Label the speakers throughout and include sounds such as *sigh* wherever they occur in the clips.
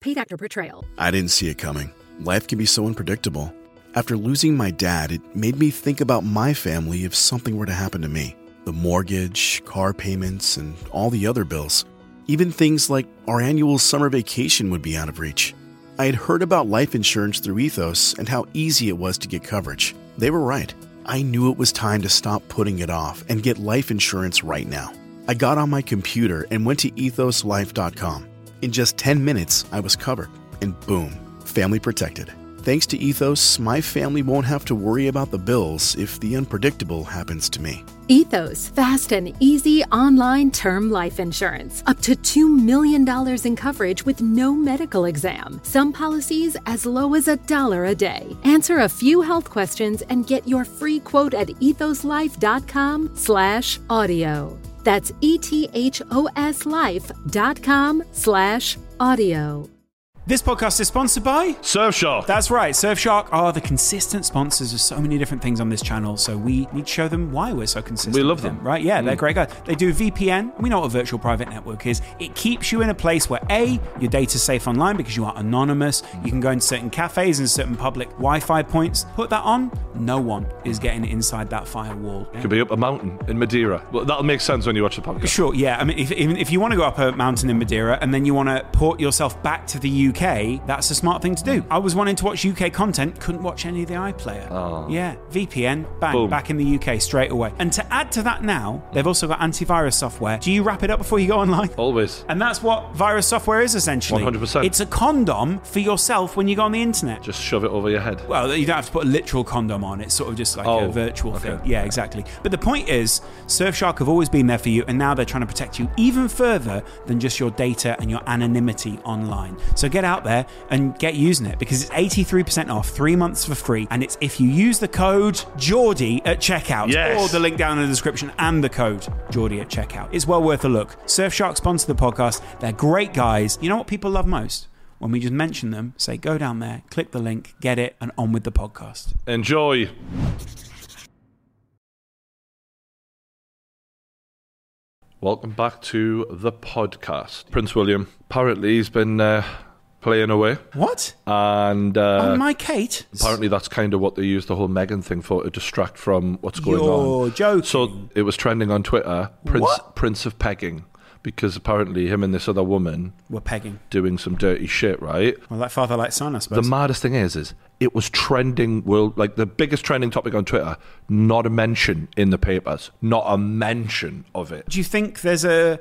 Speaker 1: Paid actor portrayal.
Speaker 2: I didn't see it coming. Life can be so unpredictable. After losing my dad, it made me think about my family if something were to happen to me the mortgage, car payments, and all the other bills. Even things like our annual summer vacation would be out of reach. I had heard about life insurance through Ethos and how easy it was to get coverage. They were right. I knew it was time to stop putting it off and get life insurance right now. I got on my computer and went to ethoslife.com. In just 10 minutes, I was covered, and boom, family protected. Thanks to Ethos, my family won't have to worry about the bills if the unpredictable happens to me.
Speaker 1: Ethos, fast and easy online term life insurance. Up to $2 million in coverage with no medical exam. Some policies as low as a dollar a day. Answer a few health questions and get your free quote at ethoslife.com slash audio. That's E E-T-H-O-S life.com slash audio.
Speaker 3: This podcast is sponsored by
Speaker 4: Surfshark.
Speaker 3: That's right, Surfshark are the consistent sponsors of so many different things on this channel, so we need to show them why we're so consistent.
Speaker 4: We love
Speaker 3: with them,
Speaker 4: them. Mm.
Speaker 3: right? Yeah, they're great guys. They do VPN. We know what a virtual private network is. It keeps you in a place where A, your data's safe online because you are anonymous. You can go into certain cafes and certain public Wi-Fi points. Put that on, no one is getting inside that firewall.
Speaker 4: Could be up a mountain in Madeira. Well, that'll make sense when you watch the podcast.
Speaker 3: Sure, yeah. I mean, if, even if you want to go up a mountain in Madeira and then you want to port yourself back to the UK, that's a smart thing to do. I was wanting to watch UK content, couldn't watch any of the iPlayer. Oh. Yeah, VPN, bang,
Speaker 4: Boom.
Speaker 3: back in the UK straight away. And to add to that now, they've also got antivirus software. Do you wrap it up before you go online?
Speaker 4: Always.
Speaker 3: And that's what virus software is essentially.
Speaker 4: 100%.
Speaker 3: It's a condom for yourself when you go on the internet.
Speaker 4: Just shove it over your head.
Speaker 3: Well, you don't have to put a literal condom on. It's sort of just like a
Speaker 4: Oh,
Speaker 3: virtual
Speaker 4: okay.
Speaker 3: thing. Yeah, exactly. But the point is, Surfshark have always been there for you, and now they're trying to protect you even further than just your data and your anonymity online. So get out there and get using it because it's 83% off, three months for free, and it's if you use the code Geordie at checkout
Speaker 4: Yes.
Speaker 3: or the link down in the description and the code Geordie at checkout. It's well worth a look. Surfshark sponsor the podcast. They're great guys. You know what people love most? When we just mention them, say go down there, click the link, get it, and on with the podcast.
Speaker 4: Enjoy. Welcome back to the podcast. Prince William. Apparently, he's been uh, playing away,
Speaker 3: What?
Speaker 4: and uh,
Speaker 3: on Oh, my Kate?
Speaker 4: apparently that's kind of what they used the whole Meghan thing for to distract from what's going
Speaker 3: You're
Speaker 4: on.
Speaker 3: joking.
Speaker 4: So it was trending on Twitter. Prince
Speaker 3: What?
Speaker 4: Prince of Pegging, because apparently him and this other woman
Speaker 3: We're pegging.
Speaker 4: doing some dirty shit, right?
Speaker 3: Well, like father, like son, I
Speaker 4: The
Speaker 3: suppose.
Speaker 4: maddest thing is, is it was trending world like the biggest trending topic on Twitter. Not a mention in the papers. Not a mention of it.
Speaker 3: Do you think there's a.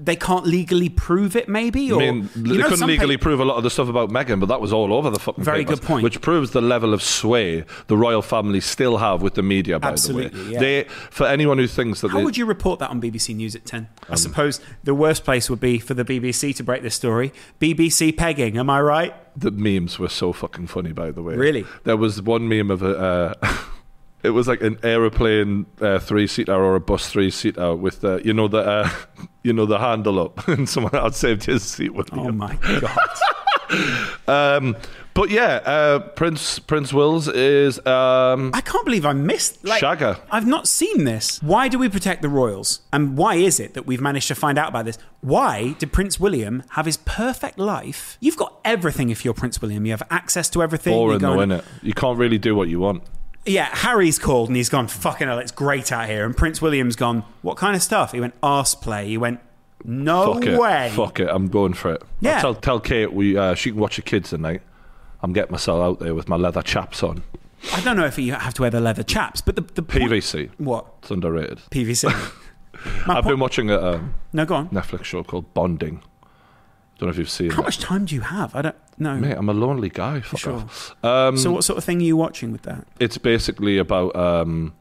Speaker 3: They can't legally prove it, maybe?
Speaker 4: I
Speaker 3: Or,
Speaker 4: mean,
Speaker 3: you
Speaker 4: they
Speaker 3: know,
Speaker 4: couldn't
Speaker 3: some
Speaker 4: legally
Speaker 3: pa-
Speaker 4: prove a lot of the stuff about Meghan, but that was all over the fucking
Speaker 3: Very
Speaker 4: papers,
Speaker 3: good point.
Speaker 4: Which proves the level of sway the royal family still have with the media. By the
Speaker 3: Absolutely,
Speaker 4: way,
Speaker 3: yeah.
Speaker 4: they for anyone who thinks that
Speaker 3: How
Speaker 4: they,
Speaker 3: would you report that on BBC News at 10? I
Speaker 4: Um,
Speaker 3: suppose the worst place would be for the BBC to break this story. BBC pegging, am I right?
Speaker 4: the memes were so fucking funny. By the way,
Speaker 3: Really?
Speaker 4: there was one meme of a. Uh, *laughs* It was like an aeroplane uh, three-seater or a bus three-seater with the, you know, the, uh, *laughs* you know, the handle up, *laughs* and someone had saved his seat with
Speaker 3: Oh
Speaker 4: the
Speaker 3: my
Speaker 4: *laughs*
Speaker 3: God. Oh.
Speaker 4: Um, but yeah, uh, Prince Prince Wills is um,
Speaker 3: I can't believe I missed. Like,
Speaker 4: Shagger.
Speaker 3: I've not seen this. Why do we protect the royals? And why is it that we've managed to find out about this? Why did Prince William have his perfect life? You've got everything if you're Prince William. You have access to everything. You
Speaker 4: boring
Speaker 3: go
Speaker 4: though,
Speaker 3: and-
Speaker 4: innit? You can't really do what you want.
Speaker 3: Yeah, Harry's called and he's gone, fucking hell, it's great out here. And Prince William's gone, what kind of stuff? He went, arse play. He went, no
Speaker 4: Fuck
Speaker 3: way.
Speaker 4: it. Fuck it. I'm going for it.
Speaker 3: Yeah.
Speaker 4: I'll tell, tell Kate we uh, she can watch the kids tonight. I'm getting myself out there with my leather chaps on.
Speaker 3: I don't know if you have to wear the leather chaps, but the. the point-
Speaker 4: PVC.
Speaker 3: What?
Speaker 4: It's underrated.
Speaker 3: PVC. My
Speaker 4: *laughs* I've
Speaker 3: po-
Speaker 4: been watching a um,
Speaker 3: no, go on.
Speaker 4: Netflix show called Bonding. Don't know if you've seen
Speaker 3: How
Speaker 4: it.
Speaker 3: much time do you have? I don't know.
Speaker 4: Mate, I'm a lonely guy. Fuck
Speaker 3: Sure.
Speaker 4: off. Um,
Speaker 3: So, what sort of thing are you watching with that?
Speaker 4: it's basically about um,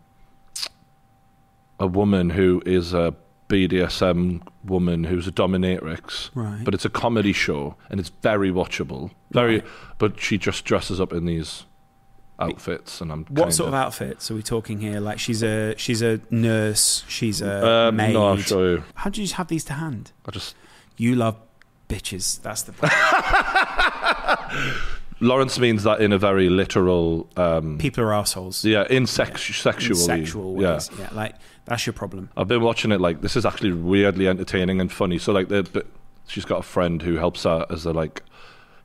Speaker 4: a woman who is a BDSM woman who's a dominatrix.
Speaker 3: Right.
Speaker 4: But it's a comedy show and it's very watchable. Very. But she just dresses up in these outfits, and I'm.
Speaker 3: What sort of outfits are we talking here? Like she's a she's a nurse, she's a
Speaker 4: Um,
Speaker 3: uh, maid.
Speaker 4: no, I'll show you.
Speaker 3: How do you have these to hand?
Speaker 4: I just
Speaker 3: You love bitches. That's the point.
Speaker 4: Lawrence means that in a very literal, um,
Speaker 3: people are assholes.
Speaker 4: yeah, in sex,
Speaker 3: In
Speaker 4: sexually,
Speaker 3: sexual ways. Yeah. like that's your problem.
Speaker 4: I've been watching it like this is actually weirdly entertaining and funny. So like the but she's got a friend who helps her as a like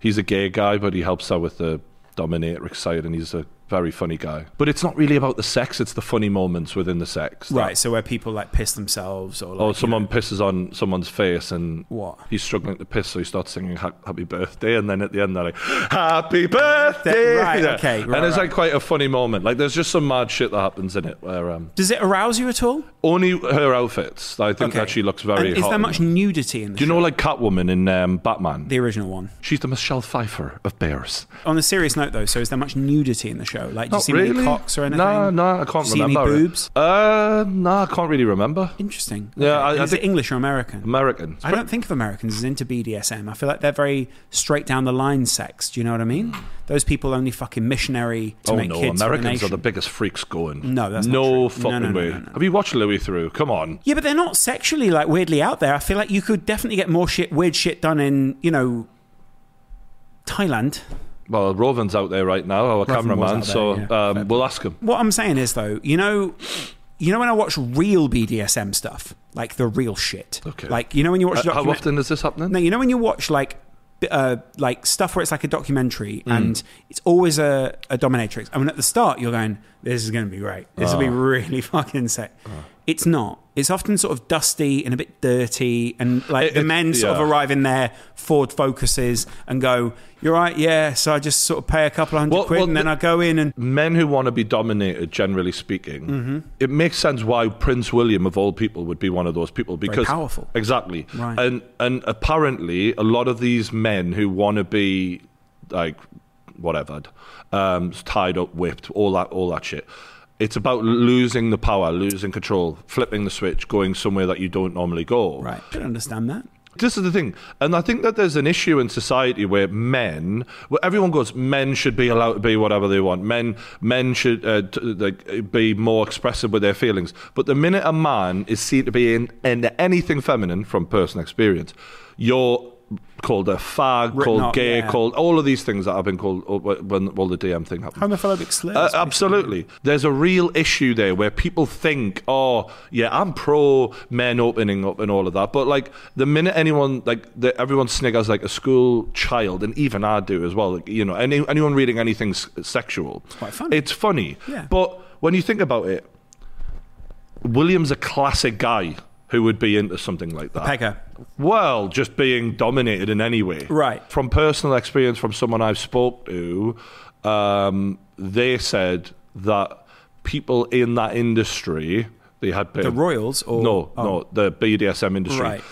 Speaker 4: he's a gay guy, but he helps her with the dominatrix side, and he's a very funny guy. But it's not really about the sex; it's the funny moments within the sex. that-
Speaker 3: Right, so where people like piss themselves or like,
Speaker 4: Or
Speaker 3: you
Speaker 4: Oh, someone
Speaker 3: know-
Speaker 4: pisses on someone's face and
Speaker 3: What?
Speaker 4: he's struggling to piss, so he starts singing "Ha- "Happy Birthday," and then at the end they're like, "Happy Birthday!"
Speaker 3: Right,
Speaker 4: Yeah.
Speaker 3: okay, right,
Speaker 4: and it's
Speaker 3: right.
Speaker 4: like quite a funny moment. Like there's just some mad shit that happens in it where um,
Speaker 3: Does it arouse you at all?
Speaker 4: only her outfits. I think
Speaker 3: Okay.
Speaker 4: that she looks very.
Speaker 3: And is
Speaker 4: hot
Speaker 3: there
Speaker 4: in
Speaker 3: much
Speaker 4: them.
Speaker 3: nudity in the
Speaker 4: Do you know like Catwoman in um, Batman?
Speaker 3: the original one?
Speaker 4: She's the Michelle Pfeiffer of bears.
Speaker 3: On a serious note, though, so is there much nudity in the show? Like, do you
Speaker 4: Not
Speaker 3: see
Speaker 4: really.
Speaker 3: any cocks or anything?
Speaker 4: No, no, I can't
Speaker 3: Do you see
Speaker 4: remember. it.
Speaker 3: any boobs?
Speaker 4: Uh, no, I can't really remember.
Speaker 3: Interesting.
Speaker 4: Yeah, I-
Speaker 3: And
Speaker 4: I
Speaker 3: is
Speaker 4: think-
Speaker 3: it English or American?
Speaker 4: American.
Speaker 3: I don't think of Americans as into BDSM. I feel like they're very straight down the line sex. Do you know what I mean? Those people only fucking missionary to
Speaker 4: oh
Speaker 3: make
Speaker 4: no,
Speaker 3: kids. for the
Speaker 4: Americans are the
Speaker 3: nation.
Speaker 4: biggest freaks going.
Speaker 3: No, that's not
Speaker 4: no
Speaker 3: true. No,
Speaker 4: fucking
Speaker 3: no, no,
Speaker 4: way.
Speaker 3: no, no.
Speaker 4: Have you watched Louis through? Come on.
Speaker 3: Yeah, but they're not sexually like weirdly out there. I feel like you could definitely get more shit, weird shit done in you know Thailand.
Speaker 4: Well, Rovin's out there right now, our
Speaker 3: Rovan was out
Speaker 4: cameraman.
Speaker 3: there,
Speaker 4: so
Speaker 3: yeah.
Speaker 4: um, we'll ask him.
Speaker 3: What I'm saying is though, you know, you know when I watch real BDSM stuff, like the real shit.
Speaker 4: Okay.
Speaker 3: Like you know when you watch
Speaker 4: Uh, how
Speaker 3: document-
Speaker 4: often is this happening?
Speaker 3: No, you know when you watch like b- uh, like stuff where it's like a documentary
Speaker 4: Mm.
Speaker 3: and it's always a, a dominatrix. I mean, at the start you're going, "This is going to be great. This will be
Speaker 4: Ah.
Speaker 3: really *laughs* fucking sick." It's not. It's often sort of dusty and a bit dirty, and like
Speaker 4: It-
Speaker 3: the
Speaker 4: it-
Speaker 3: men sort
Speaker 4: yeah.
Speaker 3: of arrive in their Ford Focuses and go, "You're right, yeah." So I just sort of pay a couple hundred
Speaker 4: Well-
Speaker 3: quid,
Speaker 4: well,
Speaker 3: and then
Speaker 4: the-
Speaker 3: I go in and
Speaker 4: Men who want to be dominated, generally speaking,
Speaker 3: Mm-hmm.
Speaker 4: it makes sense why Prince William of all people would be one of those people because
Speaker 3: powerful.
Speaker 4: Exactly.
Speaker 3: Right.
Speaker 4: And and apparently, a lot of these men who want to be like whatever, um, tied up, whipped, all that, all that shit. It's about losing the power, losing control, flipping the switch, going somewhere that you don't normally go.
Speaker 3: right. I don't understand that.
Speaker 4: This is the thing, and I think that there's an issue in society where men, where everyone goes, men should be allowed to be whatever they want. Men, men should uh, t- like, be more expressive with their feelings. But the minute a man is seen to be in, in anything feminine, from personal experience, you're called a fag, called
Speaker 3: up,
Speaker 4: gay,
Speaker 3: yeah.
Speaker 4: called all of these things that have been called uh, when all the DM thing happened.
Speaker 3: Homophobic slurs.
Speaker 4: Uh, absolutely. There's a real issue there where people think, oh, yeah, I'm pro men opening up and all of that. But like the minute anyone, like the, everyone sniggers like a school child, and even I do as well, like, you know, any, anyone reading anything s- sexual. It's
Speaker 3: quite funny.
Speaker 4: It's funny.
Speaker 3: Yeah.
Speaker 4: But when you think about it, William's a classic guy who would be into something like that.
Speaker 3: Pegger.
Speaker 4: Well, just being dominated in any way.
Speaker 3: Right.
Speaker 4: From personal experience, from someone I've spoke to, um, they said that people in that industry, they had been
Speaker 3: The royals or
Speaker 4: no,
Speaker 3: oh,
Speaker 4: no, the BDSM industry.
Speaker 3: Right.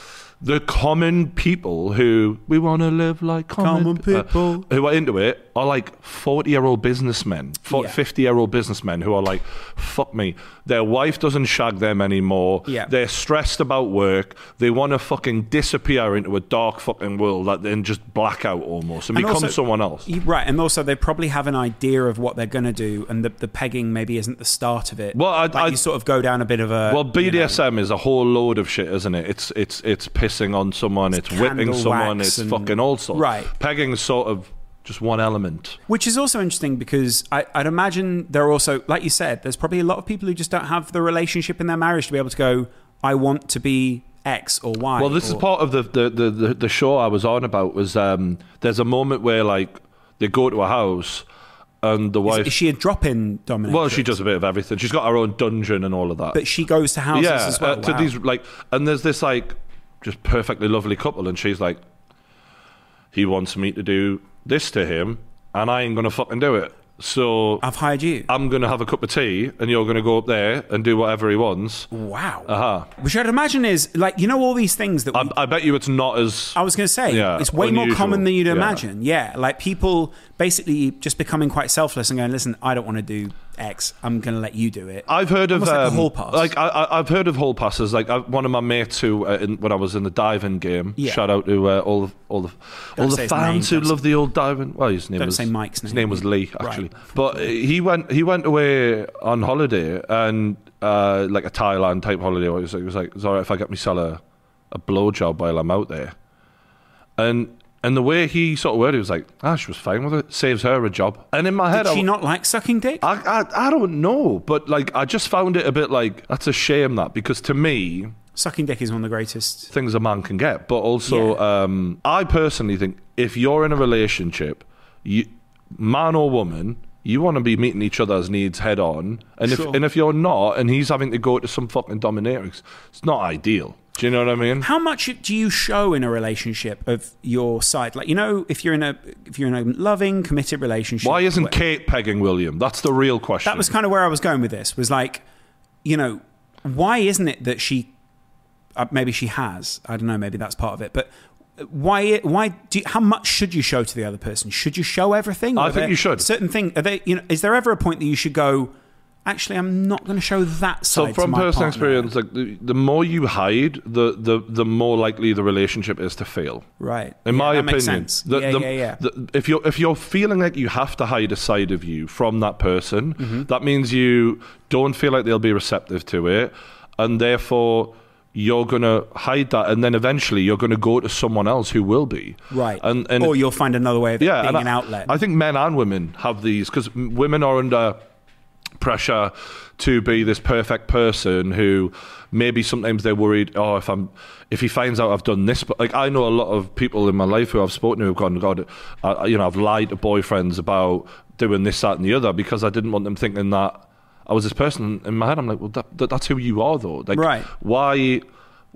Speaker 4: The common people who we want to live like common,
Speaker 3: Common
Speaker 4: pe- uh,
Speaker 3: people.
Speaker 4: who are into it are like 40 year old businessmen,
Speaker 3: Yeah.
Speaker 4: 50 year old businessmen who are like, fuck me. Their wife doesn't shag them anymore.
Speaker 3: Yeah.
Speaker 4: They're stressed about work. They want to fucking disappear into a dark fucking world like, and just black out almost and,
Speaker 3: And
Speaker 4: become
Speaker 3: also-
Speaker 4: someone else.
Speaker 3: You- Right, and also they probably have an idea of what they're going to do, and the, the pegging maybe isn't the start of it.
Speaker 4: Well, I-
Speaker 3: like
Speaker 4: I-
Speaker 3: you sort of go down a bit of a
Speaker 4: Well, BDSM is a whole load of shit, isn't it? It's it's it's pissing on someone, it's, whipping
Speaker 3: candle
Speaker 4: someone,
Speaker 3: wax
Speaker 4: it's
Speaker 3: and-
Speaker 4: fucking all sorts.
Speaker 3: Right.
Speaker 4: Pegging's sort of just one element.
Speaker 3: which is also interesting because I, I'd imagine there are also, like you said, there's probably a lot of people who just don't have the relationship in their marriage to be able to go, I want to be X or Y.
Speaker 4: Well, this is
Speaker 3: or-
Speaker 4: part of the the, the, the the show I was on about was um, there's a moment where like they go to a house and the
Speaker 3: Is,
Speaker 4: wife.
Speaker 3: is she a drop-in dominatrix?
Speaker 4: well, she does a bit of everything. She's got her own dungeon and all of that.
Speaker 3: but she goes to houses
Speaker 4: yeah,
Speaker 3: as well.
Speaker 4: uh, to
Speaker 3: Wow.
Speaker 4: these like, and there's this like just perfectly lovely couple, and she's like, he wants me to do this to him, and I ain't gonna fucking do it. So
Speaker 3: I've hired you.
Speaker 4: I'm gonna have a cup of tea, and you're gonna go up there and do whatever he wants.
Speaker 3: wow.
Speaker 4: Uh-huh.
Speaker 3: Which I'd imagine is like you know all these things that we
Speaker 4: I, I bet you it's not as
Speaker 3: I was going to say
Speaker 4: Yeah,
Speaker 3: it's way more
Speaker 4: unusual.
Speaker 3: common than you'd
Speaker 4: Yeah.
Speaker 3: imagine. Yeah, like people basically just becoming quite selfless and going, "Listen, I don't want to do X. I'm going to let you do it."
Speaker 4: I've heard of
Speaker 3: Almost like a
Speaker 4: um,
Speaker 3: hall pass.
Speaker 4: Like I, I, I've heard of hall passes. Like I, one of my mates who, uh, in, when I was in the diving game,
Speaker 3: Yeah.
Speaker 4: shout out to uh, all the all the all
Speaker 3: say
Speaker 4: the
Speaker 3: his name,
Speaker 4: fans who
Speaker 3: don't
Speaker 4: love the old diving. Well, his name
Speaker 3: Don't
Speaker 4: was
Speaker 3: say Mike's
Speaker 4: His
Speaker 3: name.
Speaker 4: name was Lee,
Speaker 3: Right.
Speaker 4: actually. But he went he went away on holiday and uh, like a Thailand type holiday. It was, like- it was like, it's all right if I get myself a a blowjob while I'm out there, and. And the way he sort of worded it was like, ah, she was fine with it. Saves her a job. And in my head,
Speaker 3: Did
Speaker 4: I,
Speaker 3: she
Speaker 4: w-
Speaker 3: not like sucking dick?
Speaker 4: I, I I don't know, but like I just found it a bit like that's a shame that because to me
Speaker 3: Sucking dick is one of the greatest.
Speaker 4: things a man can get. But also, um, I personally think if you're in a relationship, you, man or woman, you want to be meeting each other's needs head on. And
Speaker 3: Sure.
Speaker 4: if and if you're not, and he's having to go to some fucking dominatrix, it's not ideal. Do you know what I mean?
Speaker 3: How much do you show in a relationship of your side? Like you know, if you're in a if you're in a loving, committed relationship,
Speaker 4: Why isn't
Speaker 3: where-
Speaker 4: Kate pegging William? That's the real question.
Speaker 3: that was kind of where I was going with this. Was like, you know, why isn't it that she? Uh, maybe she has. I don't know. Maybe that's part of it. But why? Why do? You, how much should you show to the other person? Should you show everything?
Speaker 4: I
Speaker 3: Are
Speaker 4: think
Speaker 3: there
Speaker 4: you should.
Speaker 3: Certain thing. Are they? You know, is there ever a point that you should go? Actually, I'm not going to show that side.
Speaker 4: so
Speaker 3: to
Speaker 4: from
Speaker 3: my
Speaker 4: personal
Speaker 3: partner."
Speaker 4: experience, like the, the more you hide, the, the the more likely the relationship is to fail.
Speaker 3: right?
Speaker 4: In
Speaker 3: Yeah,
Speaker 4: my
Speaker 3: that
Speaker 4: opinion,
Speaker 3: makes sense.
Speaker 4: the-
Speaker 3: yeah,
Speaker 4: the-
Speaker 3: yeah, yeah.
Speaker 4: the- if you're if you're feeling like you have to hide a side of you from that person,
Speaker 3: Mm-hmm.
Speaker 4: that means you don't feel like they'll be receptive to it, and therefore you're gonna hide that, and then eventually you're gonna go to someone else who will be
Speaker 3: right.
Speaker 4: And and
Speaker 3: or you'll find another way of
Speaker 4: yeah,
Speaker 3: being
Speaker 4: and
Speaker 3: an
Speaker 4: I-
Speaker 3: outlet.
Speaker 4: I think men and women have these because women are under pressure to be this perfect person who maybe sometimes they're worried oh if i'm if he finds out i've done this but like i know a lot of people in my life who i've spoken to who've gone god I, you know i've lied to boyfriends about doing this that and the other because i didn't want them thinking that i was this person in my head i'm like well that, that, that's who you are though like
Speaker 3: Right.
Speaker 4: why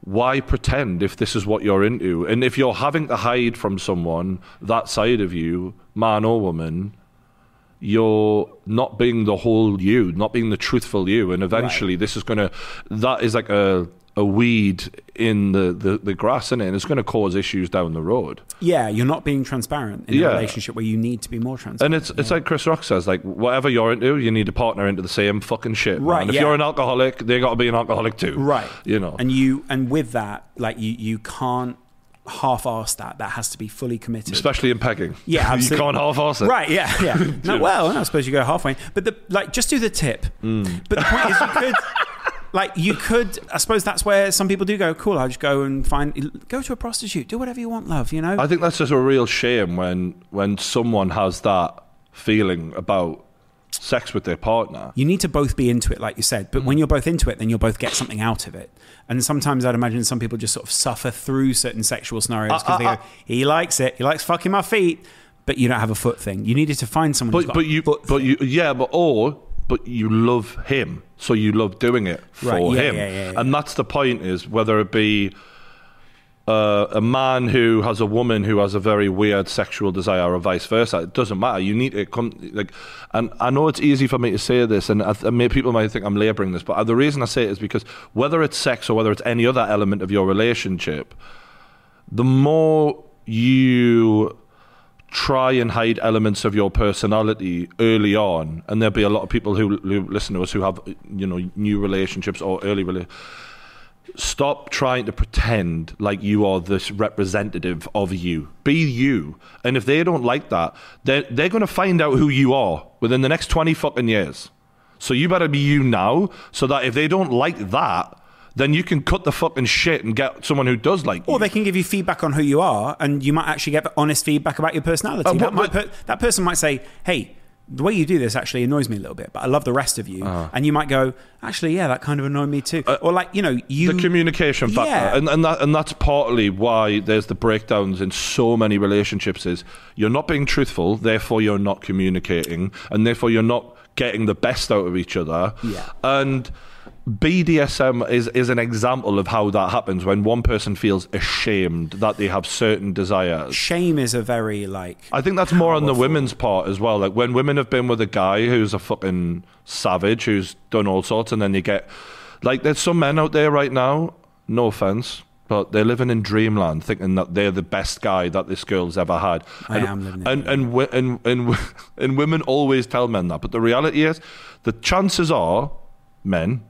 Speaker 4: why pretend if this is what you're into and if you're having to hide from someone that side of you man or woman you're not being the whole you not being the truthful you and eventually this is going to that is like a a weed in the the, the grass in it and it's going to cause issues down the road
Speaker 3: yeah, you're not being transparent in
Speaker 4: Yeah.
Speaker 3: a relationship where you need to be more transparent.
Speaker 4: and it's it's like Chris Rock says, like whatever you're into, you need to partner into the same fucking shit. man.
Speaker 3: Right,
Speaker 4: If
Speaker 3: yeah.
Speaker 4: you're an alcoholic, they got to be an alcoholic too.
Speaker 3: right
Speaker 4: You know.
Speaker 3: and you and with that like you you can't half-ass that that has to be fully committed
Speaker 4: especially in pegging.
Speaker 3: Yeah,
Speaker 4: *laughs* you
Speaker 3: absolutely.
Speaker 4: can't half-ass it.
Speaker 3: right yeah
Speaker 4: *laughs*
Speaker 3: yeah no, well i suppose you go halfway but the like just do the tip
Speaker 4: Mm.
Speaker 3: but the point is you could *laughs* like you could i suppose that's where some people do go cool i'll just go and find go to a prostitute do whatever you want love you know
Speaker 4: I think that's just a real shame when when someone has that feeling about sex with their partner.
Speaker 3: you need to both be into it, like you said. But
Speaker 4: Mm.
Speaker 3: when you're both into it, then you'll both get something out of it. And sometimes I'd imagine some people just sort of suffer through certain sexual scenarios
Speaker 4: Uh,
Speaker 3: because they go, "He likes it. He likes fucking my feet," but you don't have a foot thing. You needed to find someone. who's
Speaker 4: But
Speaker 3: got
Speaker 4: but
Speaker 3: a
Speaker 4: you
Speaker 3: foot
Speaker 4: but you yeah, but or but you love him, so you love doing it for
Speaker 3: Right, yeah,
Speaker 4: him.
Speaker 3: yeah, yeah, yeah.
Speaker 4: And that's the point is whether it be uh, a man who has a woman who has a very weird sexual desire or vice versa it doesn't matter you need to come like and i know it's easy for me to say this and I, th- I may, people might think i'm laboring this but the reason i say it is because whether it's sex or whether it's any other element of your relationship the more you try and hide elements of your personality early on, and there'll be a lot of people who, who listen to us who have you know new relationships or early relationships. Stop trying to pretend like you are this representative of you. Be you. And if they don't like that, they're, they're going to find out who you are within the next 20 fucking years. So you better be you now so that if they don't like that, then you can cut the fucking shit and get someone who does like you.
Speaker 3: Or they can give you feedback on who you are, and you might actually get honest feedback about your personality.
Speaker 4: Uh, what-
Speaker 3: that, might
Speaker 4: what-
Speaker 3: per- that person might say, "Hey, the way you do this actually annoys me a little bit, but I love the rest of you."
Speaker 4: Uh-huh.
Speaker 3: And you might go, "Actually, yeah, that kind of annoyed me too." or like, you know, you
Speaker 4: Uh, the communication factor,
Speaker 3: Yeah.
Speaker 4: and and, that, and that's partly why there's the breakdowns in so many relationships. Is you're not being truthful, therefore you're not communicating, and therefore you're not getting the best out of each other.
Speaker 3: Yeah.
Speaker 4: And BDSM is is an example of how that happens when one person feels ashamed that they have certain desires.
Speaker 3: shame is a very like
Speaker 4: I think that's more on the women's part as well. Like when women have been with a guy who's a fucking savage, who's done all sorts, and then you get like there's some men out there right now. No offense, but they're living in dreamland, thinking that they're the best guy that this girl's ever had.
Speaker 3: I
Speaker 4: and,
Speaker 3: am living in
Speaker 4: and, and, wi- and and and *laughs* and women always tell men that, but the reality is, the chances are, men.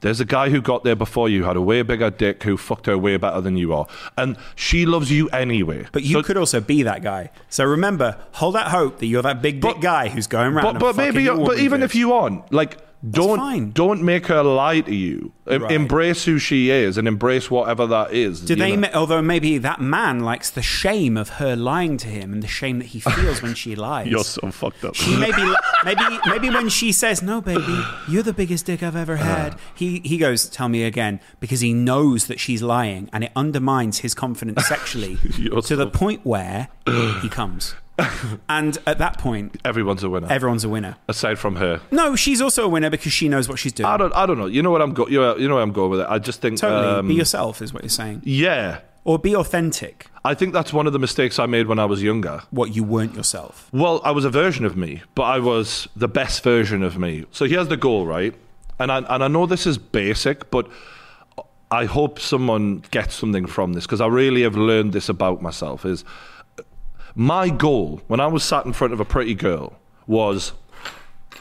Speaker 4: There's a guy who got there before you, had a way bigger dick, who fucked her way better than you are. And she loves you anyway.
Speaker 3: But you could also be that guy. So remember, hold out hope that you're that big dick guy who's going around.
Speaker 4: but but maybe you're- but even if you aren't like don't
Speaker 3: fine.
Speaker 4: don't make her lie to you. Em-
Speaker 3: Right.
Speaker 4: Embrace who she is and embrace whatever that is.
Speaker 3: Do
Speaker 4: you
Speaker 3: they?
Speaker 4: know?
Speaker 3: ma- Although maybe that man likes the shame of her lying to him and the shame that
Speaker 4: *laughs*
Speaker 3: he feels when she lies.
Speaker 5: You're so fucked up.
Speaker 3: She maybe maybe maybe when she says no, baby, you're the biggest dick I've ever had.
Speaker 4: Uh.
Speaker 3: He he goes, tell me again, because he knows that she's lying, and it undermines his confidence sexually
Speaker 4: *laughs* You're
Speaker 3: to the
Speaker 4: so-
Speaker 3: point where he
Speaker 4: *laughs*
Speaker 3: comes. And at that point,
Speaker 4: Everyone's a winner,
Speaker 3: everyone's a winner.
Speaker 4: aside from her.
Speaker 3: No, she's also a winner because she knows what she's doing.
Speaker 4: I don't. I don't know. You know what I'm go- you know- You know where I'm going with it. I just think.
Speaker 3: Totally,
Speaker 4: um,
Speaker 3: be yourself is what you're saying,
Speaker 4: yeah,
Speaker 3: or be authentic.
Speaker 4: I think that's one of the mistakes I made when I was younger.
Speaker 3: What you weren't yourself.
Speaker 4: Well, I was a version of me, but I was the best version of me. So here's the goal, right? And I, and I know this is basic, but I hope someone gets something from this because I really have learned this about myself. Is uh, my goal when I was sat in front of a pretty girl was.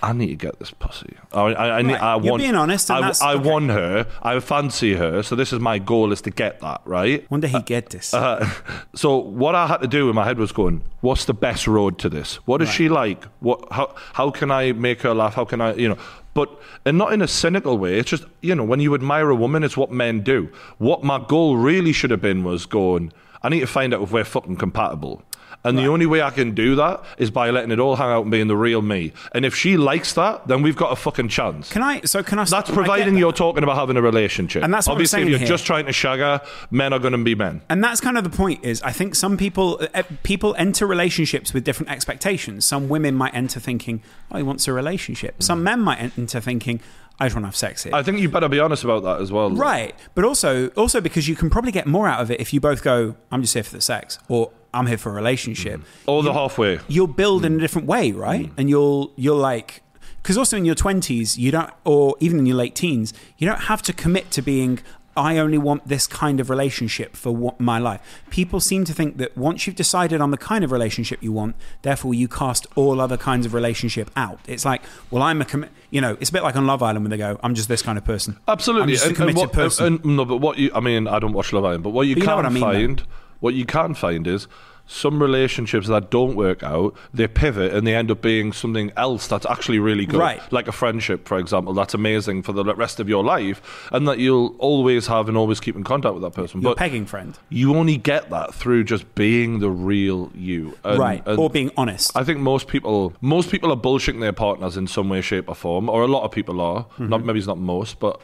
Speaker 4: I need to get this pussy. I, I, I, need,
Speaker 3: Right.
Speaker 4: I
Speaker 3: You're
Speaker 4: want.
Speaker 3: being honest, and
Speaker 4: I,
Speaker 3: that's
Speaker 4: I
Speaker 3: okay.
Speaker 4: want her. I fancy her. So this is my goal: is to get that right.
Speaker 3: Wonder he get this.
Speaker 4: Uh, so what I had to do in my head was going, what's the best road to this? What is she like? What how how can I make her laugh? How can I you know? But and not in a cynical way. It's just you know when you admire a woman, it's what men do. What my goal really should have been was going. I need to find out if we're fucking compatible. And the only way I can do that is by letting it all hang out and being the real me. And if she likes that, then we've got a fucking chance.
Speaker 3: can I? So can I?
Speaker 4: that's
Speaker 3: I get
Speaker 4: providing
Speaker 3: that.
Speaker 4: you're talking about having a relationship.
Speaker 3: And that's what I'm
Speaker 4: obviously
Speaker 3: saying
Speaker 4: if you're
Speaker 3: here.
Speaker 4: just trying to shag her, men are going to be men.
Speaker 3: and that's kind of the point is i think some people eh, people enter relationships with different expectations some women might enter thinking oh he wants a relationship some men might en- enter thinking i just want to have sex here
Speaker 4: Mm. I think you better be honest about that as well. though.
Speaker 3: right but also also because you can probably get more out of it if you both go i'm just here for the sex or i'm here for a relationship
Speaker 4: Or the halfway.
Speaker 3: you'll build
Speaker 4: Mm.
Speaker 3: in a different way, right? And you'll you'll like because also in your twenties, you don't, or even in your late teens, you don't have to commit to being. I only want this kind of relationship for what my life. People seem to think that once you've decided on the kind of relationship you want, therefore you cast all other kinds of relationship out. It's like, well, I'm a, commi- you know, it's a bit like on Love Island when they go, I'm just this kind of person. I'm
Speaker 4: Absolutely.
Speaker 3: just a
Speaker 4: And- and
Speaker 3: committed
Speaker 4: what-
Speaker 3: person.
Speaker 4: and- no, but what you, I mean, I don't watch Love Island, but what you
Speaker 3: But you know
Speaker 4: can
Speaker 3: what I mean,
Speaker 4: find, what you can find is some relationships that don't work out, they pivot and they end up being something else that's actually really good.
Speaker 3: Right.
Speaker 4: Like a friendship, for example, that's amazing for the rest of your life and that you'll always have and always keep in contact with that person.
Speaker 3: Your
Speaker 4: but
Speaker 3: pegging friend,
Speaker 4: you only get that through just being the real you. And-
Speaker 3: right?
Speaker 4: and-
Speaker 3: or being honest.
Speaker 4: I think most people most people are bullshitting their partners in some way, shape, or form, or a lot of people are.
Speaker 3: Mm-hmm.
Speaker 4: Not maybe it's not most, but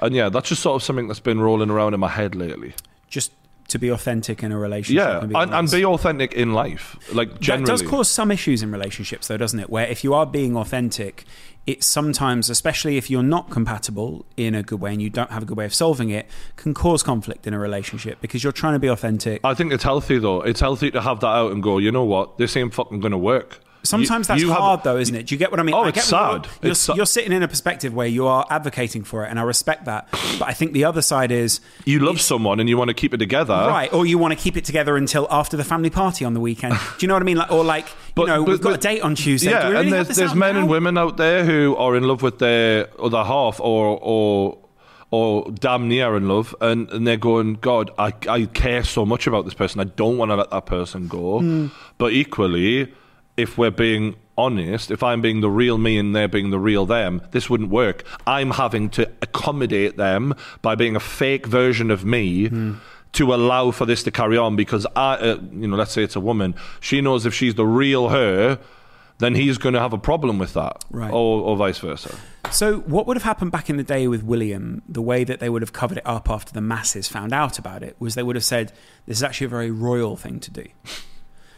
Speaker 4: and yeah, that's just sort of something that's been rolling around in my head lately.
Speaker 3: just to be authentic in a relationship.
Speaker 4: Yeah, and,
Speaker 3: be
Speaker 4: and,
Speaker 3: honest.
Speaker 4: be authentic in life, like generally.
Speaker 3: That does cause some issues in relationships, though, doesn't it? Where if you are being authentic, it sometimes, especially if you're not compatible in a good way and you don't have a good way of solving it, can cause conflict in a relationship because you're trying to be authentic.
Speaker 4: I think it's healthy though. It's healthy to have that out and go. You know what? This ain't fucking gonna work.
Speaker 3: Sometimes that's
Speaker 4: have-
Speaker 3: hard, though, isn't it? Do you get what I mean?
Speaker 4: Oh,
Speaker 3: I
Speaker 4: it's
Speaker 3: get what
Speaker 4: sad.
Speaker 3: You're, you're,
Speaker 4: It's sa-
Speaker 3: you're sitting in a perspective where you are advocating for it, and I respect that. But I think the other side is
Speaker 4: You love someone and you want to keep it together,
Speaker 3: right, or you want to keep it together until after the family party on the weekend. Do you know what I mean? Like, or like, you know, we've got a date on Tuesday.
Speaker 4: Yeah,
Speaker 3: Do we really
Speaker 4: and
Speaker 3: have
Speaker 4: there's,
Speaker 3: this
Speaker 4: there's
Speaker 3: out
Speaker 4: men and
Speaker 3: now?
Speaker 4: women out there who are in love with their other half or or or damn near in love, and, and they're going, God, I, I care so much about this person. I don't want to let that person go.
Speaker 3: Hmm.
Speaker 4: But equally, if we're being honest, if I'm being the real me and they're being the real them, this wouldn't work. I'm having to accommodate them by being a fake version of me
Speaker 3: Hmm.
Speaker 4: to allow for this to carry on because I, uh, you know, let's say it's a woman, she knows if she's the real her, then he's going to have a problem with that,
Speaker 3: Right.
Speaker 4: or, or vice versa.
Speaker 3: So, what would have happened back in the day with William, the way that they would have covered it up after the masses found out about it, was they would have said, This is actually a very royal thing to do.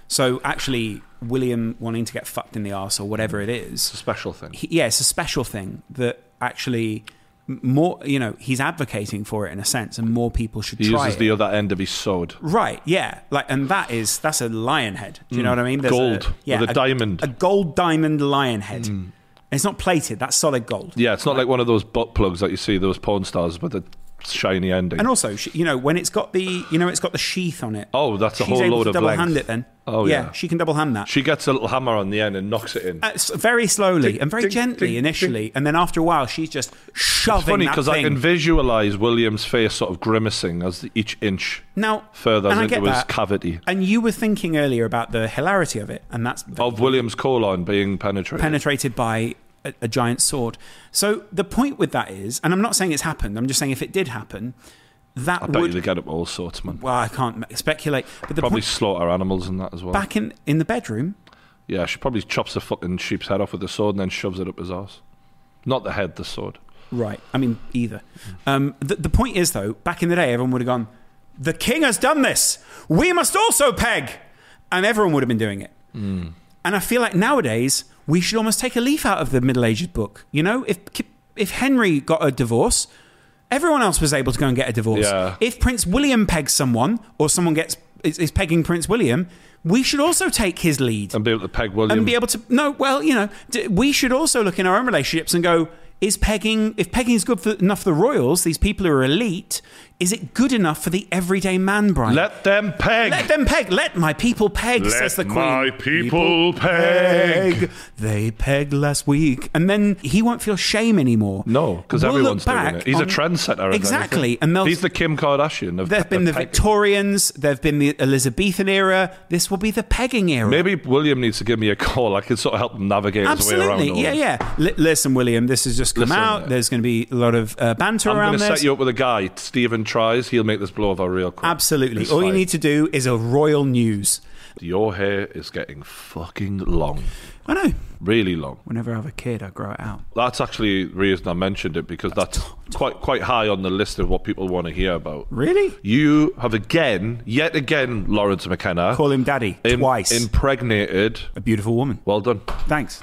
Speaker 3: So, actually, William wanting to get fucked in the arse or whatever it
Speaker 4: It's a
Speaker 3: is,
Speaker 4: special thing.
Speaker 3: he, yeah, it's a special thing that actually m- more, you know, he's advocating for it in a sense, and more people should
Speaker 4: He
Speaker 3: try
Speaker 4: uses
Speaker 3: it.
Speaker 4: the other end of his sword.
Speaker 3: Right, yeah, like, and that is that's a lion head. Do you know what I mean? There's
Speaker 4: Hmm. Gold,
Speaker 3: a, yeah,
Speaker 4: with a diamond. Hmm.
Speaker 3: a gold diamond lion head. And It's not plated. That's solid gold.
Speaker 4: Yeah, it's not like one of those butt plugs that you see those porn stars with the shiny ending.
Speaker 3: And also, she- you know, when it's got the, you know, it's got the sheath on it.
Speaker 4: Oh, that's a
Speaker 3: she's
Speaker 4: whole
Speaker 3: able
Speaker 4: load
Speaker 3: to
Speaker 4: of
Speaker 3: double
Speaker 4: length.
Speaker 3: hand it then.
Speaker 4: Oh, yeah.
Speaker 3: she can double hand that.
Speaker 4: she gets a little hammer on the end and knocks it in.
Speaker 3: Uh, s- very slowly
Speaker 4: Ding,
Speaker 3: and very
Speaker 4: ding,
Speaker 3: gently
Speaker 4: ding,
Speaker 3: initially, and then after a while, she's just shoving
Speaker 4: It's funny
Speaker 3: that
Speaker 4: because
Speaker 3: thing.
Speaker 4: I can visualize William's face sort of grimacing as each inch
Speaker 3: now
Speaker 4: further
Speaker 3: and I
Speaker 4: into
Speaker 3: get
Speaker 4: his
Speaker 3: that.
Speaker 4: cavity
Speaker 3: And you were
Speaker 4: Oh,
Speaker 3: thinking earlier about the hilarity of it, and that's
Speaker 4: of William's colon being penetrated.
Speaker 3: penetrated by a, a giant sword. So the point with that is, and I'm not saying it's happened. I'm just saying if it did happen, that
Speaker 4: I bet
Speaker 3: would.
Speaker 4: you'd get up all sorts, man.
Speaker 3: well, I can't ma- speculate. But the
Speaker 4: Probably
Speaker 3: point
Speaker 4: slaughter animals and that as well.
Speaker 3: back in in the bedroom,
Speaker 4: Yeah, she probably chops a fucking sheep's head off with a sword and then shoves it up his ass. Not the head, the sword.
Speaker 3: Right. I mean, either. Um, the, the point is, though, back in the day, everyone would have gone, The king has done this. We must also peg. And everyone would have been doing it. And I feel like nowadays, we should almost take a leaf out of the Middle Ages book. You know, if, if Henry got a divorce, everyone else was able to go and get a divorce.
Speaker 4: Yeah.
Speaker 3: If Prince William pegs someone, or someone gets is, is pegging Prince William, we should also take his lead
Speaker 4: And be able to peg William.
Speaker 3: and be able to no well you know d- we should also look in our own relationships and go is pegging if pegging is good for, enough for the royals these people who are elite is it good enough for the everyday man brian
Speaker 4: Let them peg.
Speaker 3: Let them peg let my people peg says the queen
Speaker 4: my people peg.
Speaker 3: they pegged last week and then he won't feel shame anymore
Speaker 4: No, because
Speaker 3: We'll look
Speaker 4: everyone's doing
Speaker 3: back
Speaker 4: it. He's a
Speaker 3: on-
Speaker 4: trendsetter. if
Speaker 3: exactly
Speaker 4: anything.
Speaker 3: and they'll
Speaker 4: he's the Kim Kardashian of.
Speaker 3: there've been
Speaker 4: of
Speaker 3: the
Speaker 4: pegging.
Speaker 3: Victorians there've been the Elizabethan era this will be the pegging era
Speaker 4: Maybe William needs to give me a call. I can sort of help him navigate his way around.
Speaker 3: Absolutely,
Speaker 4: all
Speaker 3: yeah,
Speaker 4: this.
Speaker 3: yeah. Li- listen, William, this has just come
Speaker 4: Listen,
Speaker 3: out.
Speaker 4: yeah.
Speaker 3: There's going to be a lot of uh, banter
Speaker 4: I'm
Speaker 3: around
Speaker 4: going to
Speaker 3: this.
Speaker 4: set you up with a guy. Stephen tries. He'll make this blow over real quick.
Speaker 3: Absolutely.
Speaker 4: It's
Speaker 3: All you
Speaker 4: fine.
Speaker 3: need to do is a royal news.
Speaker 4: Your hair is getting fucking long,
Speaker 3: I know.
Speaker 4: really long.
Speaker 3: Whenever I have a kid, I grow it out.
Speaker 4: That's actually the reason I mentioned it because that's quite quite high on the list of what people want to hear about.
Speaker 3: Really?
Speaker 4: You have again, yet again, Lawrence McKenna
Speaker 3: Call him daddy
Speaker 4: im-
Speaker 3: twice.
Speaker 4: impregnated.
Speaker 3: a beautiful woman.
Speaker 4: Well done.
Speaker 3: Thanks.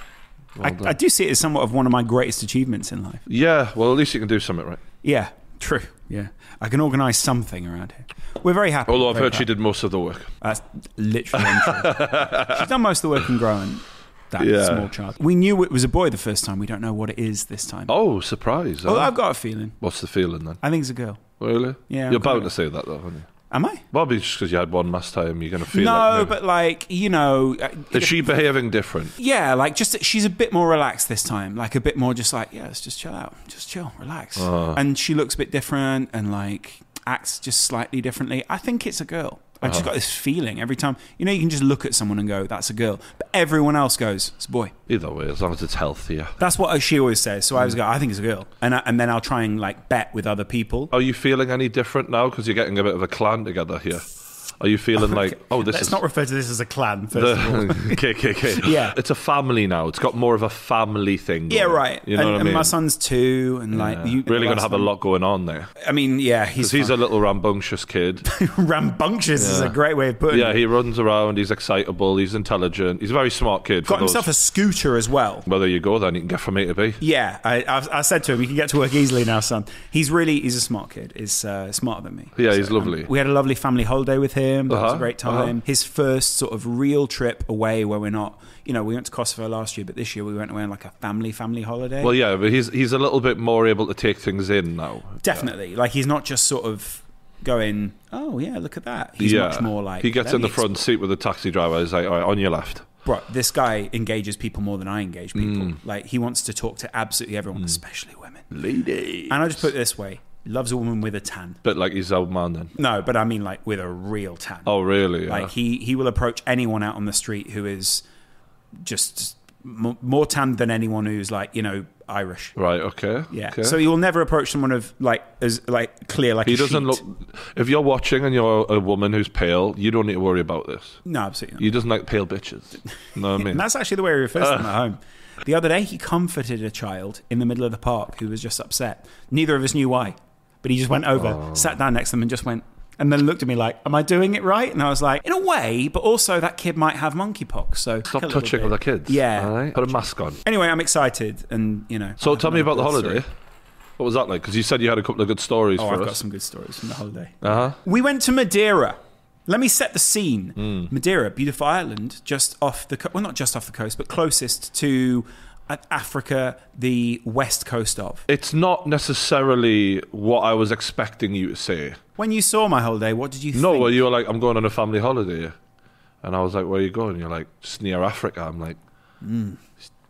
Speaker 3: I, I do see it as somewhat of one of my greatest achievements in life.
Speaker 4: Yeah, well, at least you can do something right.
Speaker 3: Yeah, true. Yeah, I can organise something around here. We're very happy.
Speaker 4: Although I've
Speaker 3: Very
Speaker 4: heard she
Speaker 3: proud.
Speaker 4: did most of the work.
Speaker 3: That's literally untrue.
Speaker 4: *laughs*
Speaker 3: She's done most of the work in growing that
Speaker 4: Yeah.
Speaker 3: small child. We knew it was a boy the first time. We don't know what it is this time.
Speaker 4: Oh, surprise.
Speaker 3: Well,
Speaker 4: huh?
Speaker 3: I've got a feeling.
Speaker 4: What's the feeling then?
Speaker 3: I think it's a girl.
Speaker 4: Really?
Speaker 3: Yeah,
Speaker 4: You're
Speaker 3: I'm
Speaker 4: bound
Speaker 3: kinda-
Speaker 4: to say that though, aren't you?
Speaker 3: Am I?
Speaker 4: Probably just because you had one last time, you're going to feel
Speaker 3: no,
Speaker 4: like. maybe-
Speaker 3: but like you know, uh,
Speaker 4: Is she behaving different?
Speaker 3: yeah, like just that she's a bit more relaxed this time. Like a bit more, just like yeah, let's just chill out, just chill, relax.
Speaker 4: Uh.
Speaker 3: And she looks a bit different and like acts just slightly differently. I think it's a girl. I've
Speaker 4: Uh-huh.
Speaker 3: just got this feeling every time. You know, you can just look at someone and go, "That's a girl," but everyone else goes, "It's a boy."
Speaker 4: Either way, as long as it's healthier.
Speaker 3: That's what she always says. So I
Speaker 4: Mm.
Speaker 3: was go, "I think it's a girl," and I, and then I'll try and like bet with other people.
Speaker 4: Are you feeling any different now? Because you're getting a bit of a clan together here. Are you
Speaker 3: *laughs*
Speaker 4: feeling like, oh, this
Speaker 3: Let's
Speaker 4: is
Speaker 3: not refer to this as a clan. First
Speaker 4: the
Speaker 3: of all.
Speaker 4: *laughs*
Speaker 3: *laughs*
Speaker 4: KKK?
Speaker 3: Yeah.
Speaker 4: it's a family now. It's got more of a family
Speaker 3: *laughs*
Speaker 4: thing.
Speaker 3: Yeah,
Speaker 4: going.
Speaker 3: right.
Speaker 4: You know
Speaker 3: and,
Speaker 4: what I
Speaker 3: and
Speaker 4: mean?
Speaker 3: my son's two, and like you
Speaker 4: really
Speaker 3: last
Speaker 4: going to have a
Speaker 3: one-
Speaker 4: lot going on there.
Speaker 3: I mean, yeah,
Speaker 4: *laughs* 'Cause
Speaker 3: he's
Speaker 4: He's
Speaker 3: he's
Speaker 4: a little rambunctious kid.
Speaker 3: *laughs* rambunctious is a great way of putting
Speaker 4: yeah,
Speaker 3: it.
Speaker 4: he runs around. He's excitable. He's intelligent. He's a very smart kid. for
Speaker 3: Got himself a
Speaker 4: those-
Speaker 3: scooter as well.
Speaker 4: Well, there you go. Then you can get from A to B.
Speaker 3: Yeah, I, I, I said to him, "You can get to work easily now, son." He's really he's a smart kid. He's uh, smarter than me.
Speaker 4: Yeah, he's
Speaker 3: um,
Speaker 4: lovely.
Speaker 3: we had a lovely family holiday with him. That was a
Speaker 4: Uh-huh,
Speaker 3: great
Speaker 4: uh-huh.
Speaker 3: time. His first sort of real trip away, where we're not. You know, we went to Kosovo last year, but this year we went away on like a family family holiday.
Speaker 4: Well, yeah, but he's he's a little bit more able to take things in now.
Speaker 3: definitely. Like he's not just sort of going, "Oh yeah, look at that." He's
Speaker 4: yeah,
Speaker 3: much more like
Speaker 4: he gets
Speaker 3: "Let
Speaker 4: in the
Speaker 3: me
Speaker 4: front seat with the taxi driver. He's like, all right, on your left.
Speaker 3: bro, this guy engages people more than I engage people.
Speaker 4: Hmm.
Speaker 3: Like he wants to talk to absolutely everyone, especially women.
Speaker 4: Lady.
Speaker 3: And I just put it this way: loves a woman with a tan.
Speaker 4: Bit like his old man then.
Speaker 3: No, but I mean like with a real tan.
Speaker 4: Oh, really? Yeah.
Speaker 3: like he he will approach anyone out on the street who is just m- more tan than anyone who's like you know Irish.
Speaker 4: right. Okay.
Speaker 3: Yeah.
Speaker 4: Okay.
Speaker 3: So he will never approach someone of like as like clear like
Speaker 4: he
Speaker 3: a
Speaker 4: doesn't
Speaker 3: sheet.
Speaker 4: look. If you're watching and you're a woman who's pale, you don't need to worry about this.
Speaker 3: No, absolutely. Not.
Speaker 4: He doesn't like pale
Speaker 3: *laughs*
Speaker 4: bitches. know what I mean?
Speaker 3: And that's actually the way he refers to them at home. The other day, he comforted a child in the middle of the park who was just upset. Neither of us knew why, but he just went over,
Speaker 4: Oh.
Speaker 3: sat down next to them, and just went, and then looked at me like, "Am I doing it right?" And I was like, "In a way, but also that kid might have monkeypox." So
Speaker 4: Stop
Speaker 3: a little
Speaker 4: touching
Speaker 3: bit.
Speaker 4: other kids.
Speaker 3: Yeah.
Speaker 4: All right? Put a mask on.
Speaker 3: Anyway, I'm excited, and you know.
Speaker 4: So
Speaker 3: I have
Speaker 4: tell me about
Speaker 3: another
Speaker 4: the
Speaker 3: good
Speaker 4: holiday.
Speaker 3: story.
Speaker 4: What was that like? Because you said you had a couple of good stories
Speaker 3: Oh,
Speaker 4: for
Speaker 3: I've got
Speaker 4: us.
Speaker 3: some good stories from the holiday.
Speaker 4: Uh huh.
Speaker 3: We went to Madeira. Let me set the scene.
Speaker 4: Hmm.
Speaker 3: Madeira, beautiful island, just off the co- well, not just off the coast, but closest to uh, Africa, the west coast of.
Speaker 4: It's not necessarily what I was expecting you to say.
Speaker 3: When you saw my holiday, what did you
Speaker 4: No,
Speaker 3: think?
Speaker 4: well, you were like, I'm going on a family holiday. And I was like, where are you going? You're like, just near Africa. I'm like,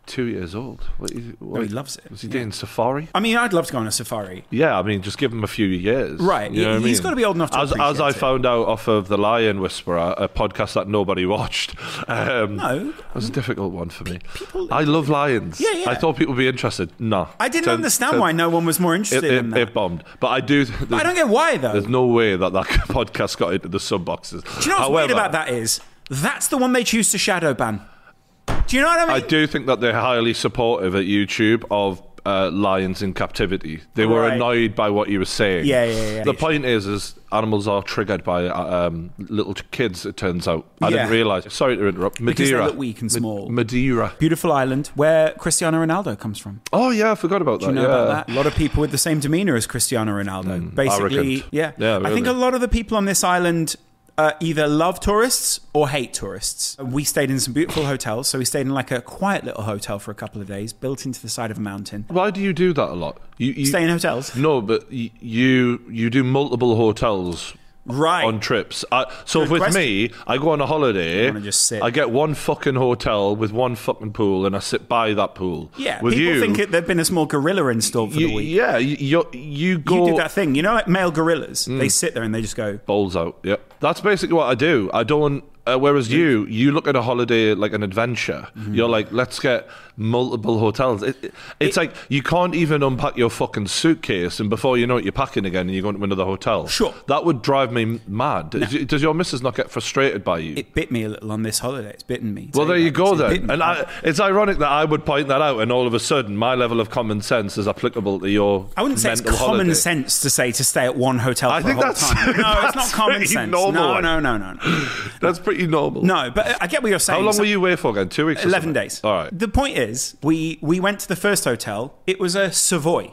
Speaker 4: two years old. What is, what,
Speaker 3: Hmm. No, he loves it,
Speaker 4: Was he
Speaker 3: yeah.
Speaker 4: doing safari?
Speaker 3: I mean, I'd love to go on a safari.
Speaker 4: Yeah, I mean, just give him a few years.
Speaker 3: Right,
Speaker 4: You know
Speaker 3: he-
Speaker 4: what I
Speaker 3: he's
Speaker 4: mean?
Speaker 3: gotta be old enough to
Speaker 4: As, as
Speaker 3: appreciate
Speaker 4: I
Speaker 3: it.
Speaker 4: found out off of The Lion Whisperer, a podcast that nobody *laughs* watched. Um,
Speaker 3: No.
Speaker 4: It was a difficult one for me. I love lions.
Speaker 3: Yeah, yeah.
Speaker 4: I thought people would be interested. No.
Speaker 3: I didn't
Speaker 4: Ten-
Speaker 3: understand
Speaker 4: ten-
Speaker 3: why no one was more
Speaker 4: It,
Speaker 3: interested in
Speaker 4: it,
Speaker 3: that.
Speaker 4: it bombed. But I do.
Speaker 3: I don't get why though.
Speaker 4: There's no way that *laughs* that podcast got into the sub boxes.
Speaker 3: Do you know what's
Speaker 4: However,
Speaker 3: weird about that is that's the one they choose to shadow ban. Do you know what I mean?
Speaker 4: I do think that they're highly supportive at YouTube of uh, lions in captivity. They were
Speaker 3: Right.
Speaker 4: annoyed by what you were saying.
Speaker 3: Yeah, yeah, yeah.
Speaker 4: The point is, is animals are triggered by uh, um, little kids. It turns out. I
Speaker 3: Yeah.
Speaker 4: didn't realize. Sorry to interrupt. Madeira.
Speaker 3: Because they look weak and
Speaker 4: Ma-
Speaker 3: small.
Speaker 4: Madeira.
Speaker 3: Beautiful island where Cristiano Ronaldo comes from.
Speaker 4: Oh yeah, I forgot about
Speaker 3: You
Speaker 4: that.
Speaker 3: know
Speaker 4: yeah.
Speaker 3: about that? A lot of people with the same demeanor as Cristiano Ronaldo. Basically,
Speaker 4: arrogant.
Speaker 3: yeah.
Speaker 4: Yeah,
Speaker 3: I think
Speaker 4: really.
Speaker 3: a lot of the people on this island uh, either love tourists or hate tourists. We stayed in some beautiful hotels. So we stayed in like a quiet little hotel for a couple of days, built into the side of a mountain.
Speaker 4: Why do you do that a lot? You, you
Speaker 3: Stay in hotels.
Speaker 4: No, but y- you you do multiple hotels
Speaker 3: Right.
Speaker 4: on trips. I, so
Speaker 3: Good
Speaker 4: with
Speaker 3: question.
Speaker 4: me, I go on a holiday.
Speaker 3: wanna just sit.
Speaker 4: I get one fucking hotel with one fucking pool, and I sit by that pool.
Speaker 3: yeah,
Speaker 4: with
Speaker 3: people
Speaker 4: you,
Speaker 3: think it, there've been a small gorilla installed for
Speaker 4: you
Speaker 3: the week.
Speaker 4: yeah, you you're- you
Speaker 3: You
Speaker 4: go Hmm.
Speaker 3: do that thing, you know, like male gorillas. They sit there and they just go,
Speaker 4: bowls out. Yeah, that's basically what I do. I don't. Uh, whereas you, you look at a holiday like an adventure.
Speaker 3: Mm-hmm.
Speaker 4: You're like, let's get multiple hotels. It, it- it's like you can't even unpack your fucking suitcase, and before you know it, you're packing again, and you're going to another hotel.
Speaker 3: Sure.
Speaker 4: that would drive me mad. Does- Does your missus not get frustrated by you?
Speaker 3: it bit me a little on this holiday. It's bitten me.
Speaker 4: well,
Speaker 3: Tell
Speaker 4: there you
Speaker 3: that.
Speaker 4: go
Speaker 3: It's bitten
Speaker 4: then.
Speaker 3: me.
Speaker 4: And I, it's ironic that I would point that out, and all of a sudden, my level of common sense is applicable to your.
Speaker 3: I wouldn't say it's
Speaker 4: mental
Speaker 3: common
Speaker 4: holiday.
Speaker 3: sense to say to stay at one hotel.
Speaker 4: I
Speaker 3: for
Speaker 4: think
Speaker 3: a whole
Speaker 4: that's- *laughs*
Speaker 3: time. no, it's not
Speaker 4: that's
Speaker 3: common
Speaker 4: pretty
Speaker 3: sense.
Speaker 4: normal,
Speaker 3: No,
Speaker 4: like-
Speaker 3: no, no, no, no,
Speaker 4: That's pretty normal.
Speaker 3: no. But I get what you're saying.
Speaker 4: How long
Speaker 3: So-
Speaker 4: were you away for again? Two weeks. or
Speaker 3: Eleven
Speaker 4: something?
Speaker 3: days.
Speaker 4: All right.
Speaker 3: The point is, we we went to the first hotel. It was a Savoy.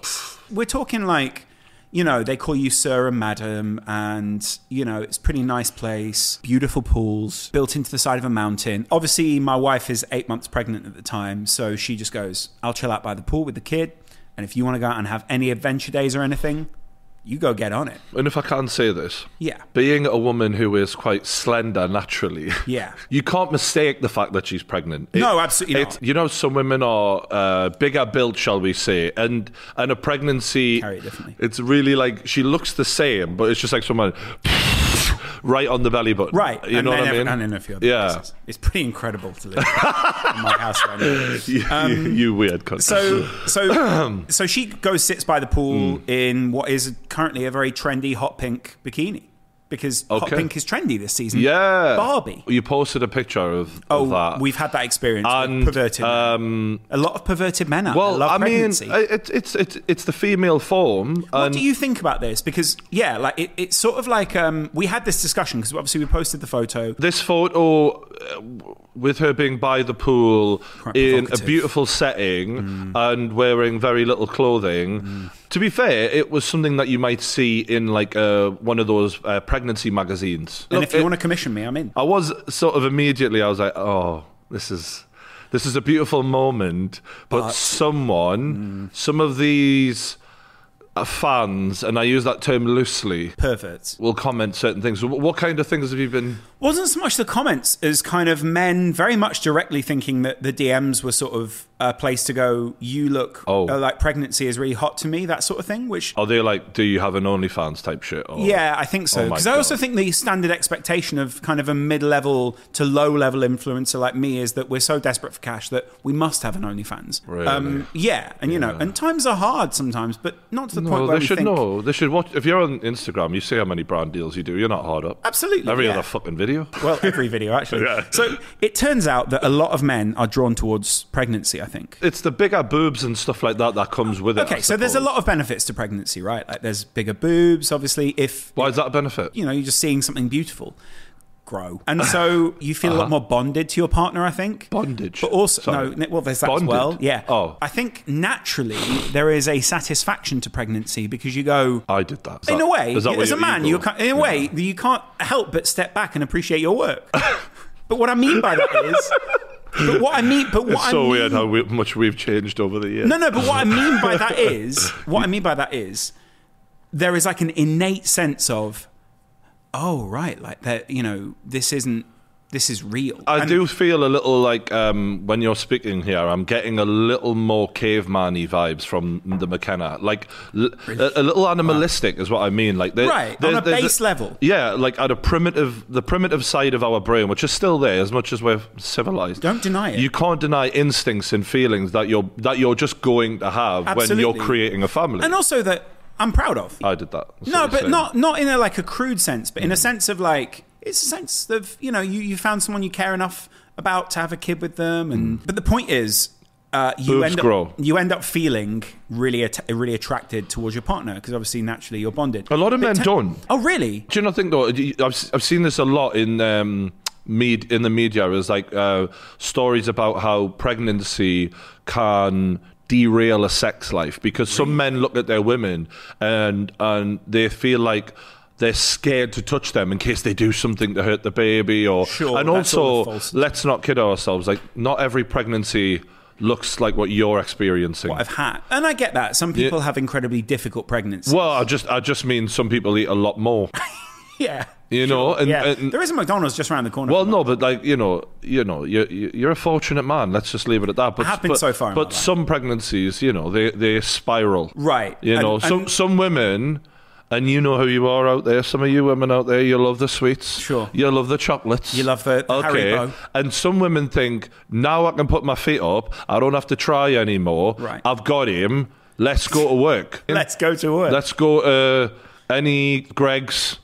Speaker 3: We're talking like, you know, they call you sir and madam, and you know, it's a pretty nice place. Beautiful pools built into the side of a mountain. Obviously, my wife is eight months pregnant at the time, so she just goes, "I'll chill out by the pool with the kid, and if you want to go out and have any adventure days or anything." You go get on it.
Speaker 4: And if I can say this,
Speaker 3: Yeah.
Speaker 4: being a woman who is quite slender naturally,
Speaker 3: Yeah.
Speaker 4: you can't mistake the fact that she's pregnant. It-
Speaker 3: No, absolutely
Speaker 4: it's-
Speaker 3: not.
Speaker 4: You know, some women are uh, bigger built, shall we say, and and a pregnancy
Speaker 3: Carry it differently.
Speaker 4: It's really like she looks the same, but it's just like someone *laughs* right on the belly button,
Speaker 3: Right.
Speaker 4: You
Speaker 3: and
Speaker 4: know
Speaker 3: then
Speaker 4: what I
Speaker 3: every-
Speaker 4: mean?
Speaker 3: And in a few other
Speaker 4: yeah,
Speaker 3: places. It's pretty incredible to live in my house right
Speaker 4: *laughs*
Speaker 3: now.
Speaker 4: *laughs* you, you weird cunt.
Speaker 3: Um, So, so,
Speaker 4: *clears throat*
Speaker 3: so she goes sits by the pool
Speaker 4: Hmm.
Speaker 3: in what is currently a very trendy hot pink bikini because hot
Speaker 4: Okay.
Speaker 3: pink is trendy this season.
Speaker 4: yeah, Oh,
Speaker 3: Barbie.
Speaker 4: you posted a picture of,
Speaker 3: Oh,
Speaker 4: of that.
Speaker 3: we've had that experience.
Speaker 4: And, um,
Speaker 3: with perverted. men. a lot of perverted men out there
Speaker 4: well,
Speaker 3: love
Speaker 4: I mean,
Speaker 3: pregnancy.
Speaker 4: it, it's it's it's it's the female form.
Speaker 3: what
Speaker 4: and
Speaker 3: do you think about this? Because yeah, like it, it's sort of like um, we had this discussion because obviously we posted the photo.
Speaker 4: this photo uh, w- with her being by the pool
Speaker 3: Quite
Speaker 4: in a
Speaker 3: provocative. Mm.
Speaker 4: beautiful setting and wearing very little clothing. To be fair, it was something that you might see in like uh, one of those uh, pregnancy magazines.
Speaker 3: And
Speaker 4: Look,
Speaker 3: if you
Speaker 4: it- Uh,
Speaker 3: want to commission me, I'm in.
Speaker 4: I was sort of immediately. I was like, oh, this is this is a beautiful moment, but, someone,
Speaker 3: Mm.
Speaker 4: some of these uh, fans, and I use that term loosely.
Speaker 3: Perverts.
Speaker 4: Will comment certain things. Wh- What kind of things have you been
Speaker 3: wasn't so much the comments as kind of men very much directly thinking that the DMs were sort of a place to go. You look
Speaker 4: Oh.
Speaker 3: uh, like pregnancy is really hot to me, that sort of thing. Which
Speaker 4: Are they like, do you have an OnlyFans type shit? Or,
Speaker 3: yeah, I think so
Speaker 4: Oh my
Speaker 3: because I also
Speaker 4: God.
Speaker 3: think the standard expectation of kind of a mid-level to low-level influencer like me is that we're so desperate for cash that we must have an OnlyFans. Um,
Speaker 4: Really?
Speaker 3: yeah, and you know, and times are hard sometimes, but not to the point
Speaker 4: Well,
Speaker 3: where
Speaker 4: they
Speaker 3: we
Speaker 4: should
Speaker 3: think,
Speaker 4: know. They should watch. If you're on Instagram, you see how many brand deals you do. You're not hard up.
Speaker 3: Absolutely,
Speaker 4: Every
Speaker 3: yeah.
Speaker 4: other fucking video.
Speaker 3: Well, every video actually.
Speaker 4: *laughs* Yeah.
Speaker 3: So it turns out that a lot of men are drawn towards pregnancy. I think.
Speaker 4: It's the bigger boobs and stuff like that that comes with it. I
Speaker 3: Okay, so there's a
Speaker 4: suppose.
Speaker 3: lot of benefits to pregnancy, right? Like there's bigger boobs, obviously, if
Speaker 4: Why is that a benefit?
Speaker 3: you know you're just seeing something beautiful grow, and
Speaker 4: *laughs*
Speaker 3: so you feel a lot more bonded to your partner. I think
Speaker 4: Uh-huh. Bondage.
Speaker 3: but also
Speaker 4: Sorry.
Speaker 3: no, well, there's that as
Speaker 4: Bonded?
Speaker 3: well. Yeah.
Speaker 4: Oh.
Speaker 3: I think naturally there is a satisfaction to pregnancy because you go.
Speaker 4: I did that. Uh, Is
Speaker 3: in
Speaker 4: that-
Speaker 3: a way,
Speaker 4: is that what
Speaker 3: as a
Speaker 4: your
Speaker 3: man,
Speaker 4: ego-
Speaker 3: you can't, in a
Speaker 4: Yeah.
Speaker 3: way you can't help but step back and appreciate your
Speaker 4: *laughs*
Speaker 3: work. but what I mean by that is, but what I mean, but what
Speaker 4: It's
Speaker 3: I
Speaker 4: so
Speaker 3: mean,
Speaker 4: weird how we, much we've changed over the years.
Speaker 3: no, no, but what I mean by that is, what I mean by that is, there is like an innate sense of, oh, right, like that, you know, this isn't This is real.
Speaker 4: I
Speaker 3: And-
Speaker 4: do feel a little like um, when you're speaking here, I'm getting a little more caveman-y vibes from the McKenna. Like l- a, a little animalistic is what I mean. Like there-
Speaker 3: Right,
Speaker 4: there-
Speaker 3: on a
Speaker 4: there's
Speaker 3: base level.
Speaker 4: Yeah, like at a primitive, the primitive side of our brain, which is still there as much as we're civilized.
Speaker 3: Don't deny it.
Speaker 4: You can't deny instincts and feelings that you're that you're just going to have when
Speaker 3: Absolutely.
Speaker 4: you're creating a family.
Speaker 3: and also that I'm proud of.
Speaker 4: I did that.
Speaker 3: no,
Speaker 4: That's what I'm
Speaker 3: but
Speaker 4: saying. Mm.
Speaker 3: not not in a like a crude sense, but in a sense of like it's a sense of you know you you found someone you care enough about to have a kid with them, and
Speaker 4: Mm.
Speaker 3: but the point is. Uh, you
Speaker 4: Boobs
Speaker 3: end up
Speaker 4: grow.
Speaker 3: you end up feeling really att- really attracted towards your partner because obviously naturally you're bonded.
Speaker 4: A lot of
Speaker 3: But
Speaker 4: men
Speaker 3: te-
Speaker 4: don't.
Speaker 3: Oh really?
Speaker 4: Do you not think though? you- I've I've seen this a lot in um, med- in the media. Is like uh, stories about how pregnancy can derail a sex life because some men look at their women and and they feel like. They're scared to touch them in case they do something to hurt the baby, or
Speaker 3: Sure,
Speaker 4: and
Speaker 3: that's all
Speaker 4: also
Speaker 3: a false-
Speaker 4: let's not kid ourselves. Like not every pregnancy looks like what you're experiencing.
Speaker 3: I've had and I get that some people have incredibly difficult pregnancies.
Speaker 4: well, I just I just mean some people eat a lot more,
Speaker 3: yeah,
Speaker 4: you know, and,
Speaker 3: yeah.
Speaker 4: and
Speaker 3: there is a McDonald's just around the corner.
Speaker 4: Well,
Speaker 3: from
Speaker 4: no, but like you know, you know, you're you're a fortunate man. Let's just leave it at that. But
Speaker 3: Happened
Speaker 4: but,
Speaker 3: so far in my
Speaker 4: But
Speaker 3: life.
Speaker 4: some pregnancies, you know, they they spiral.
Speaker 3: Right.
Speaker 4: You
Speaker 3: And-
Speaker 4: know, some
Speaker 3: and-
Speaker 4: some women. And you know who you are out there. Some of you women out there, you love the sweets.
Speaker 3: Sure.
Speaker 4: You love the chocolates.
Speaker 3: You love uh, the- the Haribo.
Speaker 4: And some women think, now I can put my feet up. I don't have to try anymore.
Speaker 3: Right.
Speaker 4: I've got him. Let's go to work.
Speaker 3: *laughs* Let's go to work.
Speaker 4: Let's go to any Greg's,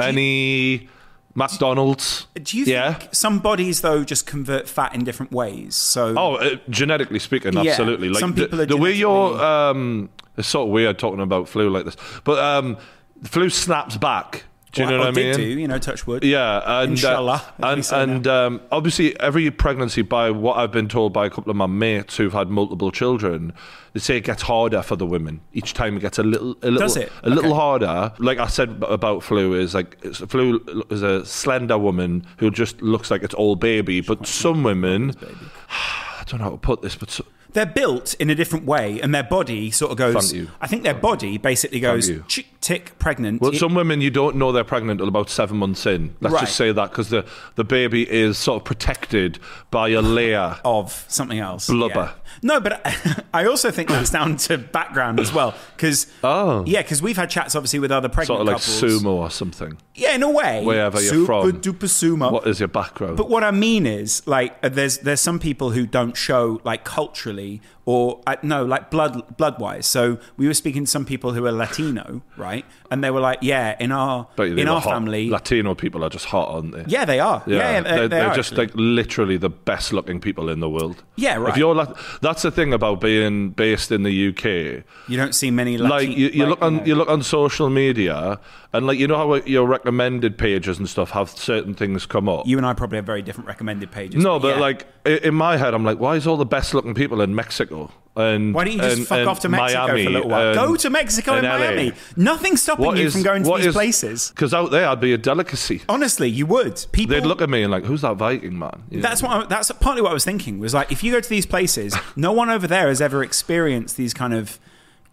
Speaker 4: any McDonald's.
Speaker 3: Do you
Speaker 4: yeah?
Speaker 3: think some bodies though just convert fat in different ways? So
Speaker 4: Oh, uh, genetically speaking,
Speaker 3: Yeah,
Speaker 4: absolutely. Like
Speaker 3: some
Speaker 4: the,
Speaker 3: people are
Speaker 4: the way you're,
Speaker 3: genetically-
Speaker 4: um, it's sort of weird talking about flu like this, but um, the flu snaps back. Do you
Speaker 3: Well,
Speaker 4: know what I mean?
Speaker 3: did do, you know, touch wood.
Speaker 4: Yeah, and uh,
Speaker 3: Inshallah, as we
Speaker 4: and,
Speaker 3: say
Speaker 4: and um, obviously every pregnancy, by what I've been told by a couple of my mates who've had multiple children, they say it gets harder for the women each time. It gets a little, a little,
Speaker 3: Does it?
Speaker 4: a little
Speaker 3: Okay.
Speaker 4: harder. Like I said b- about flu, is like it's, flu is a slender woman who just looks like it's all baby, but some women, *sighs* I don't know how to put this, but. So,
Speaker 3: They're built in a different way and their body sort of goes
Speaker 4: Thank you.
Speaker 3: I think their body basically goes
Speaker 4: you.
Speaker 3: "Chick, tick pregnant.
Speaker 4: Well,
Speaker 3: It-
Speaker 4: some women you don't know they're pregnant until about seven months in. Let's
Speaker 3: Right.
Speaker 4: just say that because the, the baby is sort of protected by a layer.
Speaker 3: of something else.
Speaker 4: Blubber.
Speaker 3: Yeah. No, but *laughs* I also think that's down to background as well. Because
Speaker 4: Oh.
Speaker 3: yeah, because we've had chats obviously with other pregnant
Speaker 4: sort of like
Speaker 3: couples.
Speaker 4: sumo or something.
Speaker 3: Yeah, in a way.
Speaker 4: Wherever you're
Speaker 3: Super
Speaker 4: from.
Speaker 3: duper sumo.
Speaker 4: What is your background?
Speaker 3: But what I mean is, like, uh, there's there's some people who don't show like culturally or uh, no, like blood blood wise. So we were speaking to some people who are Latino, right? And they were like, yeah, in our
Speaker 4: Bet you they
Speaker 3: in
Speaker 4: were
Speaker 3: our
Speaker 4: hot.
Speaker 3: family,
Speaker 4: Latino people are just hot, aren't they?
Speaker 3: yeah, they are. Yeah, yeah, they,
Speaker 4: they're,
Speaker 3: they
Speaker 4: they're
Speaker 3: are
Speaker 4: just
Speaker 3: actually.
Speaker 4: like literally the best looking people in the world.
Speaker 3: Yeah, right.
Speaker 4: If you're Lat- that's the thing about being based in the UK.
Speaker 3: you don't see many Latino.
Speaker 4: Like you, you look on you look on social media and like you know how like, your recommended pages and stuff have certain things come up.
Speaker 3: you and I probably have very different recommended pages.
Speaker 4: no, but
Speaker 3: yeah.
Speaker 4: like i- in my head, I'm like, why is all the best looking people in Mexico? And
Speaker 3: Why don't you just
Speaker 4: and-
Speaker 3: fuck
Speaker 4: and
Speaker 3: off to Mexico
Speaker 4: Miami
Speaker 3: for a little while?
Speaker 4: and-
Speaker 3: Go to Mexico and,
Speaker 4: and LA?
Speaker 3: Miami. Nothing's stopping you from going to these places.
Speaker 4: Because out there, I'd be a delicacy.
Speaker 3: Honestly, you would. People
Speaker 4: They'd look at me and like, "Who's that Viking man?" You
Speaker 3: That's
Speaker 4: know?
Speaker 3: what I, that's partly what I was thinking was like if you go to these
Speaker 4: *laughs*
Speaker 3: places, no one over there has ever experienced these kind of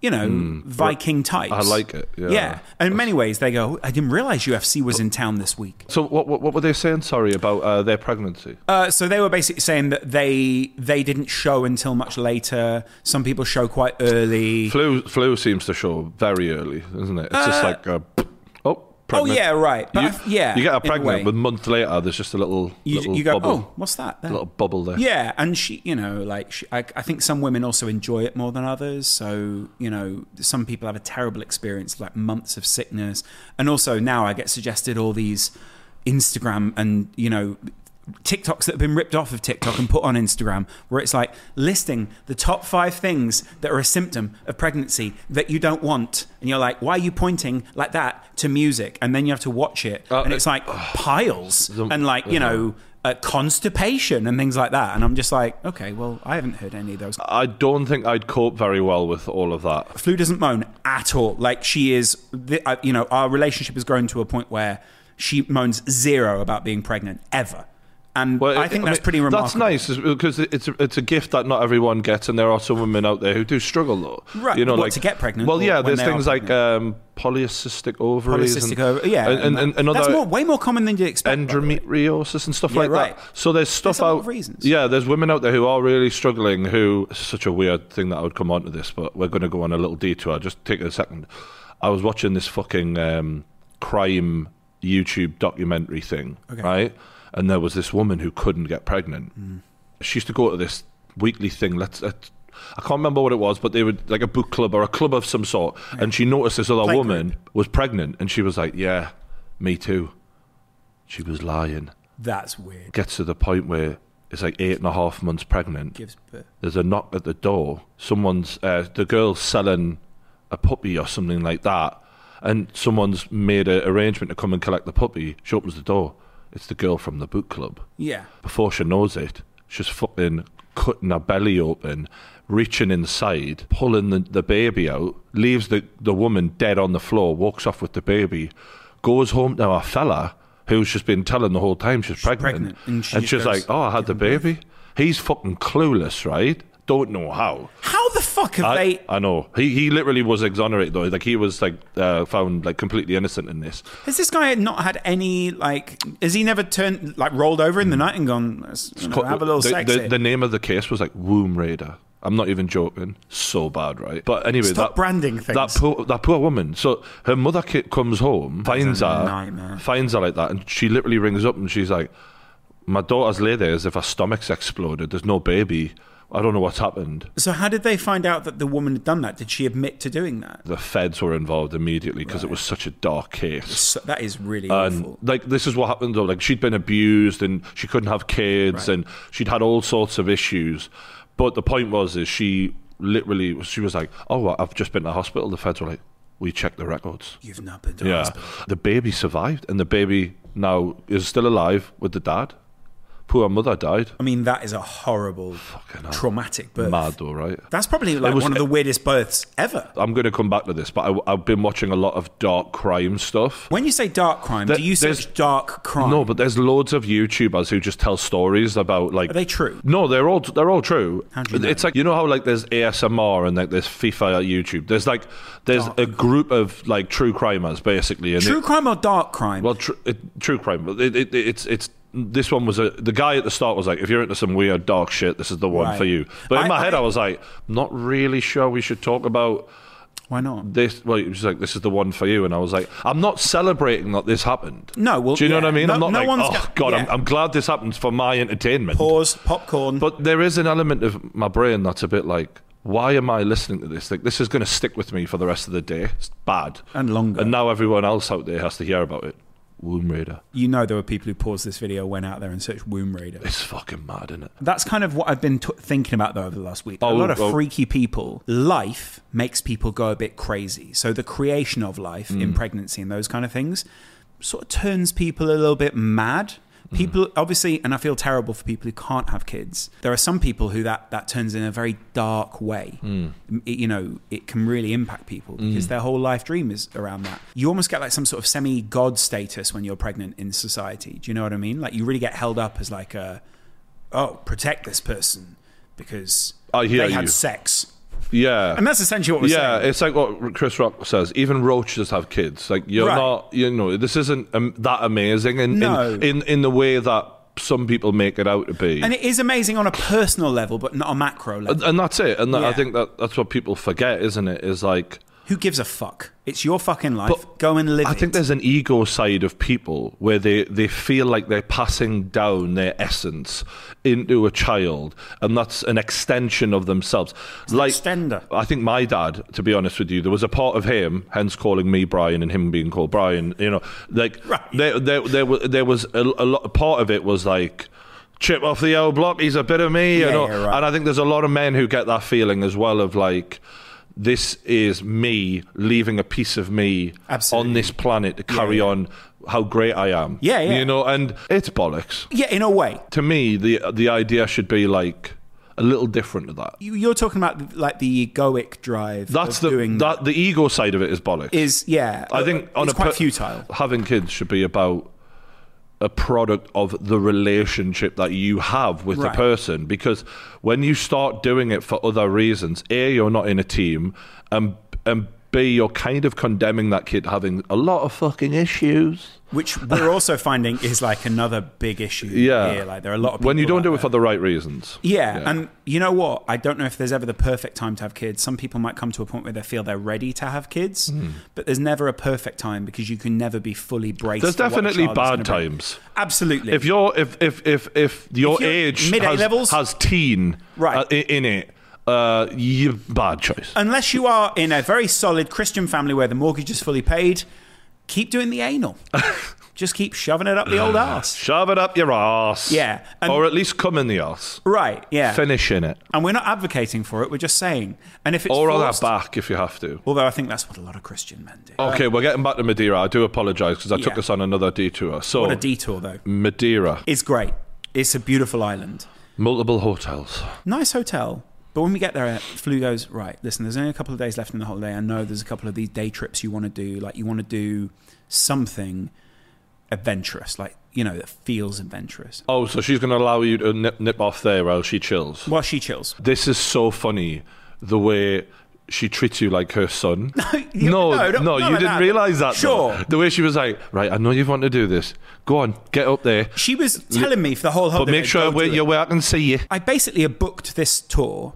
Speaker 3: you know Viking types.
Speaker 4: Hmm, I like it, yeah.
Speaker 3: and in many ways they go. "Oh, I didn't realize UFC was in town this week.
Speaker 4: So what, what what were they saying? Sorry about uh, their pregnancy.
Speaker 3: Uh, so they were basically saying that they they didn't show until much later. Some people show quite early.
Speaker 4: flu flu seems to show very early, isn't it? It's just like uh, oh. Pregnant.
Speaker 3: yeah, right. But
Speaker 4: you,
Speaker 3: I th- yeah,
Speaker 4: you get
Speaker 3: in
Speaker 4: her
Speaker 3: a way.
Speaker 4: pregnant, but a month later there's just a little
Speaker 3: You,
Speaker 4: little
Speaker 3: you go,
Speaker 4: bubble,
Speaker 3: oh, what's that? There?
Speaker 4: little bubble there.
Speaker 3: Yeah, and she, you know, like she, I, I think some women also enjoy it more than others. So you know, some people have a terrible experience, like months of sickness, and also now I get suggested all these Instagram and you know. TikToks that have been ripped off of TikTok and put on Instagram, where it's like listing the top five things that are a symptom of pregnancy that you don't want. And you're like, why are you pointing like that to music? And then you have to watch it.
Speaker 4: Uh,
Speaker 3: and it's like piles
Speaker 4: the-
Speaker 3: and like, you know, uh, constipation and things like that. And I'm just like, okay, well, I haven't heard any of those.
Speaker 4: I don't think I'd cope very well with all of that.
Speaker 3: Flu doesn't moan at all. Like she is, the, uh, you know, our relationship has grown to a point where she moans zero about being pregnant ever. And
Speaker 4: Well,
Speaker 3: I think that's
Speaker 4: mean,
Speaker 3: pretty remarkable.
Speaker 4: That's nice is- because it's a, it's a gift that not everyone gets, and there are some women out there who do struggle though.
Speaker 3: Right,
Speaker 4: You know,
Speaker 3: what,
Speaker 4: like
Speaker 3: to get pregnant
Speaker 4: Well,
Speaker 3: or
Speaker 4: yeah.
Speaker 3: when
Speaker 4: There's
Speaker 3: they are
Speaker 4: things like um, polycystic ovaries.
Speaker 3: Polycystic
Speaker 4: and,
Speaker 3: over, yeah, uh,
Speaker 4: and, and, and,
Speaker 3: that's
Speaker 4: another
Speaker 3: more, way more common than you expect. by the way.
Speaker 4: endometriosis and stuff
Speaker 3: Yeah,
Speaker 4: like
Speaker 3: right.
Speaker 4: that. So there's stuff
Speaker 3: There's a lot
Speaker 4: out.
Speaker 3: of reasons.
Speaker 4: Yeah, there's women out there who are really struggling. Who such a weird thing that I would come onto this, but we're going to go on a little detour. Just take a second. I was watching this fucking um, crime YouTube documentary thing, right? And there was this woman who couldn't get pregnant. She used to go to this weekly thing. Let's. let's I can't remember what it was, but they were like a book club or a club of some sort. And she noticed this other
Speaker 3: Play
Speaker 4: woman was pregnant, and she was like, "Yeah, me too." She was lying.
Speaker 3: That's weird.
Speaker 4: Gets to the point where it's like eight and a half months pregnant.
Speaker 3: Gives birth.
Speaker 4: There's a knock at the door. Someone's, uh, the girl's selling a puppy or something like that. And someone's made an arrangement to come and collect the puppy. She opens the door. It's the girl from the boot club.
Speaker 3: Yeah.
Speaker 4: Before she knows it, she's fucking cutting her belly open, reaching inside, pulling the, the baby out, leaves the, the woman dead on the floor, walks off with the baby, goes home to her fella, who's just been telling the whole time she's, pregnant.
Speaker 3: pregnant, and she just
Speaker 4: she's
Speaker 3: goes,
Speaker 4: like, Oh, I had the baby. He's fucking clueless, right? Don't know how.
Speaker 3: How the fuck have
Speaker 4: I,
Speaker 3: they?
Speaker 4: I know. He he literally was exonerated though. Like he was like uh, found like completely innocent in this.
Speaker 3: Has this guy not had any like? Has he never turned like rolled over in the night and gone? Let's, you know,
Speaker 4: Co-
Speaker 3: have a little
Speaker 4: Hmm. the,
Speaker 3: sex.
Speaker 4: the,
Speaker 3: here?
Speaker 4: the name of the case was like Womb Raider. I'm not even joking. So bad, right? But anyway,
Speaker 3: Stop
Speaker 4: that,
Speaker 3: branding
Speaker 4: That
Speaker 3: things.
Speaker 4: poor, that poor woman. So her mother ki- comes home, finds
Speaker 3: a
Speaker 4: her,
Speaker 3: nightmare.
Speaker 4: finds her like that, and she literally rings up and she's like, "My daughter's lay there as if her stomach's exploded. There's no baby. I don't know what's happened."
Speaker 3: so how did they find out that the woman had done that? Did she admit to doing that?
Speaker 4: The feds were involved immediately because it was such a dark case.
Speaker 3: So that is really
Speaker 4: and
Speaker 3: awful.
Speaker 4: like this is what happened though like she'd been abused and she couldn't have kids and she'd had all sorts of issues but the point was is she literally she was like oh i've just been to hospital the feds were like we checked the records
Speaker 3: You've not been to
Speaker 4: yeah
Speaker 3: hospital.
Speaker 4: the baby survived and the baby now is still alive with the dad poor mother died
Speaker 3: I mean, that is a horrible, traumatic birth.
Speaker 4: mad though right
Speaker 3: That's probably like
Speaker 4: It was-
Speaker 3: one of the weirdest births ever.
Speaker 4: i'm going to come back to this but I, i've been watching a lot of dark crime stuff
Speaker 3: When you say dark crime,
Speaker 4: There-
Speaker 3: do you
Speaker 4: there's-
Speaker 3: search dark crime?
Speaker 4: No, but there's loads of YouTubers who just tell stories about like.
Speaker 3: Are they true?
Speaker 4: No, they're all they're all true.
Speaker 3: How do you know?
Speaker 4: It's like you know how like there's ASMR and like there's FIFA YouTube. There's like there's a group of like true crimers basically. And
Speaker 3: true
Speaker 4: it-
Speaker 3: crime or dark crime?
Speaker 4: well, tr- it, true crime. but It, it, it's it's this one was a the guy at the start was like, if you're into some weird dark shit, this is the one
Speaker 3: Right.
Speaker 4: for you. But in
Speaker 3: I-
Speaker 4: my head,
Speaker 3: I-
Speaker 4: I was like, not really sure we should talk about
Speaker 3: Why not?
Speaker 4: this well, it was like this is the one for you, and I was like, I'm not celebrating that this happened.
Speaker 3: No, well,
Speaker 4: do you know
Speaker 3: yeah.
Speaker 4: what I mean?
Speaker 3: No-
Speaker 4: I'm not
Speaker 3: no
Speaker 4: like,
Speaker 3: one's
Speaker 4: oh
Speaker 3: got-
Speaker 4: god, I'm,
Speaker 3: yeah.
Speaker 4: I'm glad this happened for my entertainment.
Speaker 3: Pause. Popcorn.
Speaker 4: But there is an element of my brain that's a bit like, why am I listening to this? Like, this is going to stick with me for the rest of the day. It's bad
Speaker 3: And longer.
Speaker 4: And now everyone else out there has to hear about it. Womb Raider,
Speaker 3: you know there were people who paused this video, went out there and searched Womb Raider.
Speaker 4: it's fucking mad, isn't it?
Speaker 3: That's kind of what I've been t- thinking about though over the last week. a
Speaker 4: Oh,
Speaker 3: lot of
Speaker 4: oh.
Speaker 3: freaky people. Life makes people go a bit crazy. So the creation of life in pregnancy and those kind of things sort of turns people a little bit mad. People obviously, and I feel terrible for people who can't have kids. There are some people who that that turns in a very dark way. M- it- you know, it can really impact people because their whole life dream is around that. You almost get like some sort of semi god status when you're pregnant in society. Do you know what I mean? Like you really get held up as like a oh, protect this person because
Speaker 4: I hear
Speaker 3: they had
Speaker 4: you.
Speaker 3: sex.
Speaker 4: Yeah,
Speaker 3: And that's essentially what we're
Speaker 4: yeah,
Speaker 3: saying.
Speaker 4: it's like what Chris Rock says. Even roaches have kids. Like you're
Speaker 3: Right.
Speaker 4: not, you know, this isn't um, that amazing in,
Speaker 3: No.
Speaker 4: in in in the way that some people make it out to be.
Speaker 3: And it is amazing on a personal level, but not a macro level.
Speaker 4: and that's it. And that, I
Speaker 3: Yeah.
Speaker 4: think that that's what people forget, isn't it? Is like
Speaker 3: Who gives a fuck? It's your fucking life.
Speaker 4: But
Speaker 3: Go and live
Speaker 4: I think
Speaker 3: it.
Speaker 4: there's an ego side of people where they, they feel like they're passing down their essence into a child, and that's an extension of themselves. like
Speaker 3: extender.
Speaker 4: I think my dad, to be honest with you, there was a part of him, hence calling me Brian and him being called Brian. You know, like
Speaker 3: Right.
Speaker 4: there there there was there was a, a lot. Part of it was like. Chip off the old block. He's a bit of me, you
Speaker 3: Yeah,
Speaker 4: know.
Speaker 3: yeah, right.
Speaker 4: And I think there's a lot of men who get that feeling as well of like, this is me leaving a piece of me
Speaker 3: Absolutely.
Speaker 4: on this planet to carry
Speaker 3: yeah.
Speaker 4: on how great I am.
Speaker 3: Yeah, yeah.
Speaker 4: You know, and it's bollocks.
Speaker 3: yeah, in a way.
Speaker 4: To me, the the idea should be like a little different to that.
Speaker 3: You- You're talking about like the egoic drive.
Speaker 4: That's
Speaker 3: of
Speaker 4: the
Speaker 3: doing
Speaker 4: that, the ego side of it is bollocks.
Speaker 3: is yeah.
Speaker 4: I think on
Speaker 3: it's
Speaker 4: a
Speaker 3: quite
Speaker 4: per-
Speaker 3: futile.
Speaker 4: Having kids should be about a product of the relationship that you have with
Speaker 3: Right.
Speaker 4: the person. Because when you start doing it for other reasons, A, you're not in a team, and, and B, you're kind of condemning that kid having a lot of fucking issues.
Speaker 3: Which we're also finding is like another big issue
Speaker 4: Yeah.
Speaker 3: here. Like there are a lot of people
Speaker 4: When you don't
Speaker 3: out
Speaker 4: do it
Speaker 3: there-
Speaker 4: for the right reasons.
Speaker 3: Yeah, and you know what? I don't know if there's ever the perfect time to have kids. Some people might come to a point where they feel they're ready to have kids,
Speaker 4: Mm-hmm.
Speaker 3: but there's never a perfect time because you can never be fully braced.
Speaker 4: There's
Speaker 3: for what a
Speaker 4: definitely
Speaker 3: child is
Speaker 4: bad
Speaker 3: gonna bring.
Speaker 4: times.
Speaker 3: Absolutely.
Speaker 4: If you're if if if if your
Speaker 3: you're
Speaker 4: age
Speaker 3: mid-A
Speaker 4: has,
Speaker 3: levels-
Speaker 4: has teen
Speaker 3: Right.
Speaker 4: uh, i- in it, uh, you bad choice.
Speaker 3: Unless you are in a very solid Christian family where the mortgage is fully paid, keep doing the
Speaker 4: *laughs*
Speaker 3: anal. Just keep shoving it up the old
Speaker 4: Ah,
Speaker 3: ass.
Speaker 4: Shove it up your ass.
Speaker 3: Yeah, and-
Speaker 4: or at least come in the ass.
Speaker 3: Right, yeah.
Speaker 4: Finish in it,
Speaker 3: And we're not advocating for it, we're just saying. And if it's
Speaker 4: or on our
Speaker 3: forced-
Speaker 4: back if you have to.
Speaker 3: although I think that's what a lot of Christian men do.
Speaker 4: Okay, we're getting back to Madeira. I do apologise because I
Speaker 3: Yeah.
Speaker 4: took this on another detour. So
Speaker 3: What a detour though.
Speaker 4: Madeira,
Speaker 3: It's great. It's a beautiful island.
Speaker 4: multiple hotels.
Speaker 3: nice hotel. But when we get there, Flu goes, right, listen, there's only a couple of days left in the holiday. I know there's a couple of these day trips you want to do. Like, you want to do something adventurous, like, you know, that feels adventurous.
Speaker 4: Oh, so she's going to allow you to nip, nip off there while she chills.
Speaker 3: While she chills.
Speaker 4: This is so funny. The way she treats you like her son.
Speaker 3: you- *laughs*
Speaker 4: no,
Speaker 3: no,
Speaker 4: no,
Speaker 3: not- not
Speaker 4: you
Speaker 3: like
Speaker 4: didn't
Speaker 3: that.
Speaker 4: realize that. though.
Speaker 3: Sure.
Speaker 4: The way she was like, right, I know you want to do this. Go on, get up there,
Speaker 3: She was telling me for the whole
Speaker 4: but
Speaker 3: holiday.
Speaker 4: make
Speaker 3: "Go
Speaker 4: sure where
Speaker 3: do it."
Speaker 4: you're where I can see you.
Speaker 3: I basically had booked this tour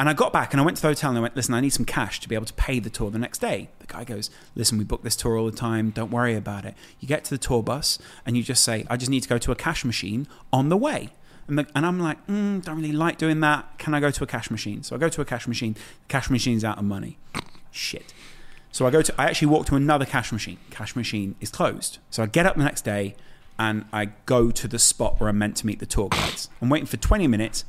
Speaker 3: and I got back and I went to the hotel and I went, listen, I need some cash to be able to pay the tour the next day. The guy goes, listen, we book this tour all the time. Don't worry about it. You get to the tour bus and you just say, I just need to go to a cash machine on the way. And, the, and I'm like, mm, don't really like doing that. Can I go to a cash machine? So I go to a cash machine. The cash machine's out of money. Shit. So I go to, I actually walk to another cash machine. Cash machine is closed. So I get up the next day and I go to the spot where I'm meant to meet the tour guides. I'm waiting for 20 minutes.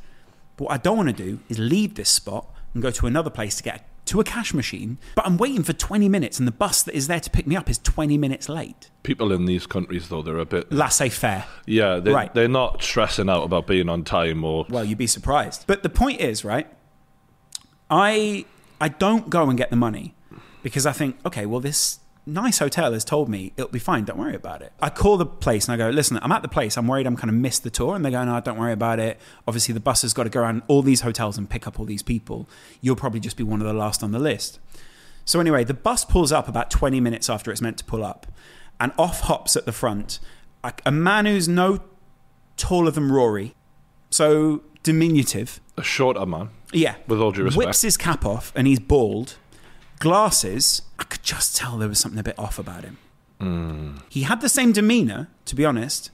Speaker 3: But what I don't want to do is leave this spot and go to another place to get to a cash machine. But I'm waiting for 20 minutes and the bus that is there to pick me up is 20 minutes late.
Speaker 4: People in these countries, though, they're a bit.
Speaker 3: Laissez faire.
Speaker 4: Yeah, they,
Speaker 3: Right.
Speaker 4: they're not stressing out about being on time or.
Speaker 3: Well, you'd be surprised. But the point is, right? I I don't go and get the money because I think, okay, well, this nice hotel has told me it'll be fine. Don't worry about it. I call the place and I go, listen, I'm at the place. I'm worried I'm kind of missed the tour. And they go, no, don't worry about it. Obviously, the bus has got to go around all these hotels and pick up all these people. You'll probably just be one of the last on the list. So anyway, the bus pulls up about 20 minutes after it's meant to pull up, and off hops at the front a, a man who's no taller than Rory, so diminutive.
Speaker 4: a shorter man.
Speaker 3: Yeah.
Speaker 4: With all due respect.
Speaker 3: Whips his cap off and he's bald. Glasses. I could just tell there was something a bit off about him.
Speaker 4: Hmm.
Speaker 3: He had the same demeanor, to be honest,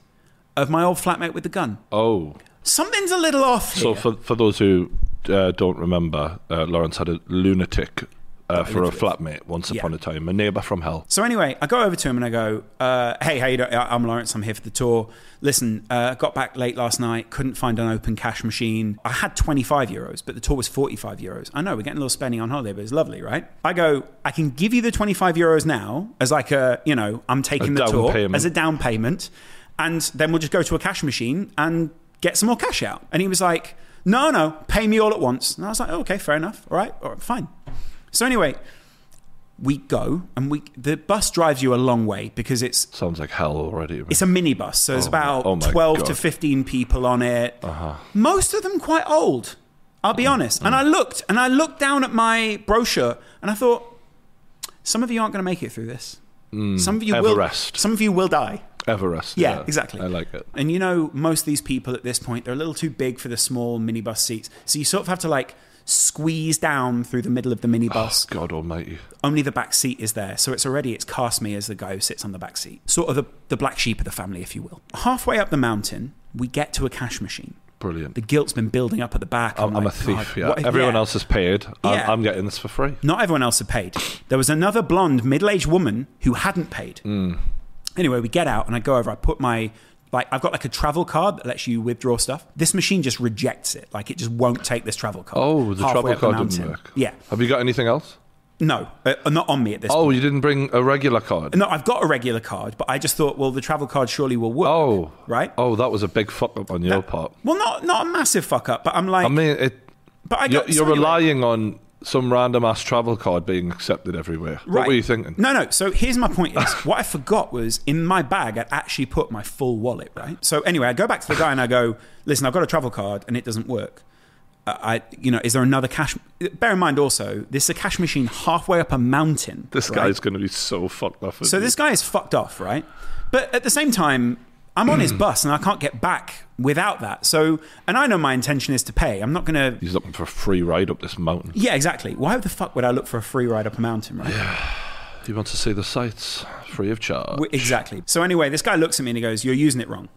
Speaker 3: of my old flatmate with the gun.
Speaker 4: Oh.
Speaker 3: Something's a little off.
Speaker 4: So,
Speaker 3: here.
Speaker 4: for, for those who uh, don't remember, uh, Lawrence had a lunatic uh, for a flatmate once
Speaker 3: Yeah.
Speaker 4: upon a time, a neighbour from hell.
Speaker 3: So anyway, I go over to him and I go, uh, "Hey, how you doing? I- I'm Lawrence. I'm here for the tour. Listen, uh, got back late last night. Couldn't find an open cash machine. I had 25 euros, but the tour was 45 euros. I know we're getting a little spending on holiday, but it's lovely, right? I go, I can give you the 25 euros now as like a, you know, I'm taking the
Speaker 4: down
Speaker 3: tour
Speaker 4: payment.
Speaker 3: as a down payment, and then we'll just go to a cash machine and get some more cash out. And he was like, "No, no, pay me all at once." And I was like, oh, "Okay, fair enough. All right, all right, fine." So anyway we go and we the bus drives you a long way because it's
Speaker 4: Sounds like hell already. to me.
Speaker 3: it's a minibus so there's about
Speaker 4: oh my
Speaker 3: 12 to
Speaker 4: God. Uh-huh.
Speaker 3: 15 people on it most of them quite old i'll be honest and i looked and i looked down at my brochure and i thought some of you aren't going to make it through this some of you
Speaker 4: Hmm, Everest.
Speaker 3: will some of you will die
Speaker 4: Everest.
Speaker 3: yeah, exactly.
Speaker 4: I like it.
Speaker 3: And you know, most of these people at this point, they're a little too big for the small minibus seats. So you sort of have to like squeeze down through the middle of the minibus
Speaker 4: God almighty.
Speaker 3: only the back seat is there. So it's already, it's cast me as the guy who sits on the back seat. Sort of the, the black sheep of the family, if you will. Halfway up the mountain, we get to a cash machine.
Speaker 4: Brilliant.
Speaker 3: The guilt's been building up at the back.
Speaker 4: I'm, I'm
Speaker 3: like,
Speaker 4: a thief,
Speaker 3: Oh "God,
Speaker 4: yeah.
Speaker 3: what if-
Speaker 4: Everyone
Speaker 3: yeah."
Speaker 4: else is paid.
Speaker 3: Yeah.
Speaker 4: I'm, I'm getting this for free.
Speaker 3: Not everyone else had paid. There was another blonde, middle aged woman who hadn't paid.
Speaker 4: Hmm.
Speaker 3: Anyway, we get out and I go over, I put my. Like I've got like a travel card that lets you withdraw stuff. This machine just rejects it. Like it just won't take this travel card.
Speaker 4: Oh, the
Speaker 3: halfway
Speaker 4: travel
Speaker 3: up
Speaker 4: card didn't
Speaker 3: mountain.
Speaker 4: work.
Speaker 3: Yeah,
Speaker 4: Have you got anything else?
Speaker 3: no, uh, not on me at this.
Speaker 4: Oh, you didn't bring a regular card.
Speaker 3: No, I've got a regular card, but I just thought, well, the travel card surely will work.
Speaker 4: Oh.
Speaker 3: right.
Speaker 4: Oh, that was a big fuck up on your part.
Speaker 3: Well, not not a massive fuck up, but I'm like,
Speaker 4: I mean, it,
Speaker 3: but I
Speaker 4: you're,
Speaker 3: got,
Speaker 4: you're
Speaker 3: so anyway,
Speaker 4: relying on some random ass travel card being accepted everywhere. What were you thinking?
Speaker 3: No, no. So here's my point:
Speaker 4: *laughs*
Speaker 3: is what I forgot was in my bag. I'd actually put my full wallet. Right. So anyway, I go back to the guy and I go, "Listen, I've got a travel card and it doesn't work. Uh, I, you know, is there another cash? Bear in mind also, this is a cash machine halfway up a mountain.
Speaker 4: This
Speaker 3: right?
Speaker 4: guy's going to be so fucked off.
Speaker 3: So this guy is fucked off, right? But at the same time, I'm on his bus and I can't get back without that. So, and I know my intention is to pay. I'm not going to
Speaker 4: He's looking for a free ride up this mountain.
Speaker 3: Yeah, exactly. Why the fuck would I look for a free ride up a mountain, right?
Speaker 4: He wants to see the sights free of charge.
Speaker 3: W- Exactly. So anyway, this guy looks at me and he goes, "You're using it wrong."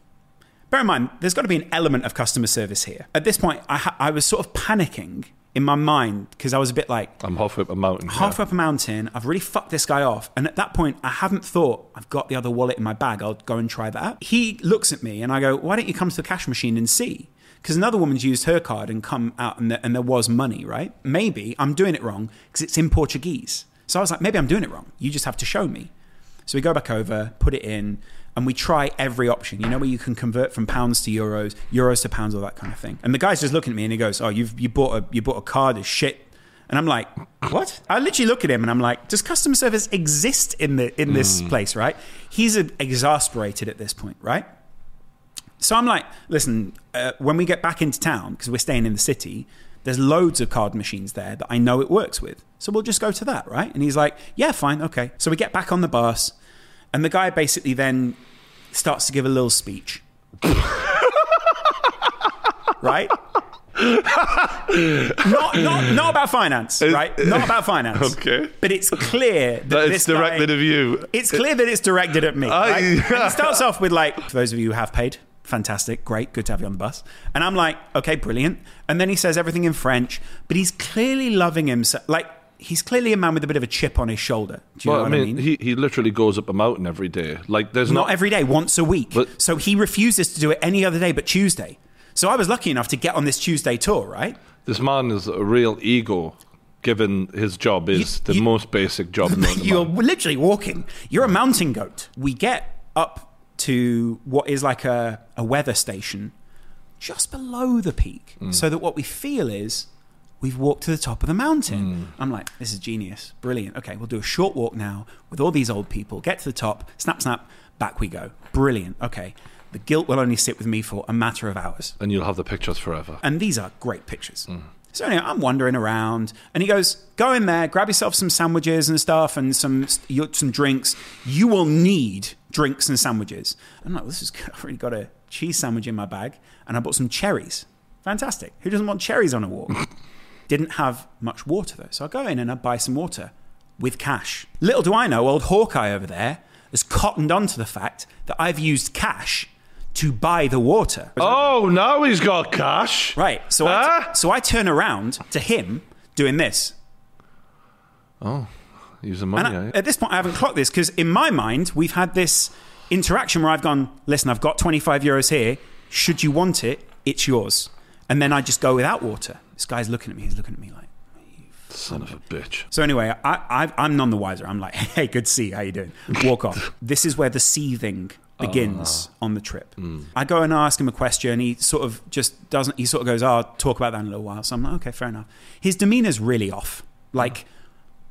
Speaker 3: Bear in mind, there's got to be an element of customer service here. At this point, I, ha- I was sort of panicking in my mind because I was a bit like,
Speaker 4: I'm halfway up a mountain.
Speaker 3: half up a mountain, I've really fucked this guy off. And at that point, I haven't thought, I've got the other wallet in my bag, I'll go and try that. He looks at me and I go, Why don't you come to the cash machine and see? Because another woman's used her card and come out and, there and there was money, right? Maybe I'm doing it wrong because it's in Portuguese. So I was like, Maybe I'm doing it wrong. You just have to show me. So we go back over, put it in, and we try every option. You know where you can convert from pounds to euros, euros to pounds, all that kind of thing. And the guy's just looking at me and he goes, "Oh, you've you bought a you bought a card as shit." And I'm like, "What?" I literally look at him and I'm like, "Does customer service exist in the in this place?" Right? He's uh, exasperated at this point, right? So I'm like, listen, uh, when we get back into town, because we're staying in the city, there's loads of card machines there that I know it works with. So we'll just go to that, right? And he's like, yeah, fine, okay. So we get back on the bus, and the guy basically then starts to give a little speech. *laughs* right? not, not, not about finance, right? Not about finance.
Speaker 4: Okay.
Speaker 3: But it's clear that,
Speaker 4: That
Speaker 3: this
Speaker 4: it's directed
Speaker 3: guy,
Speaker 4: at you.
Speaker 3: it's clear that it's directed at me.
Speaker 4: I-
Speaker 3: right? And it starts off with like, for those of you who have paid, fantastic, great, good to have you on the bus. And I'm like, okay, brilliant. And then he says everything in French, but he's clearly loving himself. Like he's clearly a man with a bit of a chip on his shoulder. Do you
Speaker 4: Well,
Speaker 3: know
Speaker 4: I
Speaker 3: what
Speaker 4: mean, He, he literally goes up a mountain every day. Like, there's
Speaker 3: not every day, once a week.
Speaker 4: But-
Speaker 3: so he refuses to do it any other day but Tuesday. So I was lucky enough to get on this Tuesday tour, right?
Speaker 4: This man is a real ego, given his job is the
Speaker 3: you-
Speaker 4: most basic job known to
Speaker 3: *laughs* You're
Speaker 4: man.
Speaker 3: literally walking. You're a mountain goat. We get up to what is like a, a weather station just below the peak so that what we feel is we've walked to the top of the mountain. I'm like, this is genius. Brilliant. Okay, we'll do a short walk now with all these old people. Get to the top, snap, snap, back we go. Brilliant. Okay. The guilt will only sit with me for a matter of hours
Speaker 4: And you'll have the pictures forever.
Speaker 3: and these are great pictures. So anyway, I'm wandering around, and he goes, "Go in there, grab yourself some sandwiches and stuff, and some your- some drinks. You will need drinks and sandwiches." I'm like, "This is good. *laughs* I've already got a cheese sandwich in my bag, and I bought some cherries. Fantastic. Who doesn't want cherries on a walk?" Didn't have much water though, so I go in and I buy some water with cash. Little do I know, old Hawkeye over there has cottoned on to the fact that I've used cash to buy the water.
Speaker 4: Oh, now he's got cash.
Speaker 3: Right. So
Speaker 4: Huh?
Speaker 3: I, so I turn around to him doing this.
Speaker 4: He's a
Speaker 3: And
Speaker 4: money.
Speaker 3: I-
Speaker 4: eh?
Speaker 3: at this point, I haven't clocked this because in my mind, we've had this interaction where I've gone, listen, I've got 25 euros here. Should you want it, it's yours. And then I just go without water. This guy's looking at me. He's looking at me like.
Speaker 4: Son of a bitch.
Speaker 3: So anyway, I, I, I'm none the wiser. I'm like, *laughs* hey, good to see you. How you doing? Walk off. this is where the seething begins
Speaker 4: Ah.
Speaker 3: on the trip.
Speaker 4: Hmm.
Speaker 3: I go and ask him a question. He sort of just doesn't. He sort of goes, oh, I'll talk about that in a little while. So I'm like, okay, fair enough. His demeanor's really off. Like,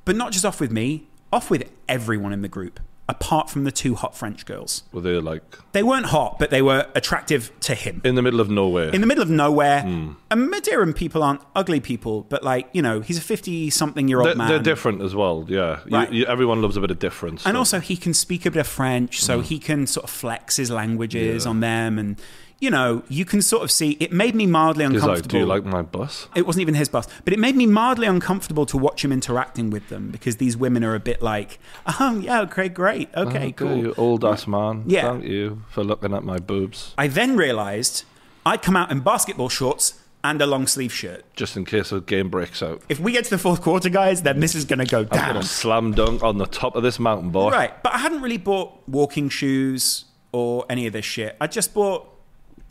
Speaker 3: but not just off with me, off with everyone in the group, apart from the two hot French girls.
Speaker 4: Were they like
Speaker 3: They weren't hot, but they were attractive to him
Speaker 4: in the middle of nowhere?
Speaker 3: in the middle of nowhere.
Speaker 4: Hmm.
Speaker 3: And Madeiran people aren't ugly people, but like, you know, he's a 50 something year old
Speaker 4: they're,
Speaker 3: man.
Speaker 4: they're different as well. Yeah. You-
Speaker 3: Right.
Speaker 4: you- everyone loves a bit of difference.
Speaker 3: And
Speaker 4: so-
Speaker 3: also, he can speak a bit of French, so
Speaker 4: Mm-hmm.
Speaker 3: he can sort of flex his languages on them. And, you know, you can sort of see it made me mildly
Speaker 4: he's
Speaker 3: uncomfortable.
Speaker 4: like, "Do you like my bus?"
Speaker 3: it wasn't even his bus, but it made me mildly uncomfortable to watch him interacting with them because these women are a bit like, oh, yeah, okay, great. Okay,
Speaker 4: "Oh,
Speaker 3: cool.
Speaker 4: You old ass man.
Speaker 3: Yeah.
Speaker 4: Thank you for looking at my boobs.
Speaker 3: I then realized I'd come out in basketball shorts and a long sleeve shirt.
Speaker 4: Just in case a game breaks out.
Speaker 3: If we get to the fourth quarter, guys, then this is going to go down.
Speaker 4: I'm gonna slam dunk on the top of this mountain, boy.
Speaker 3: Right, but I hadn't really bought walking shoes or any of this shit. I just bought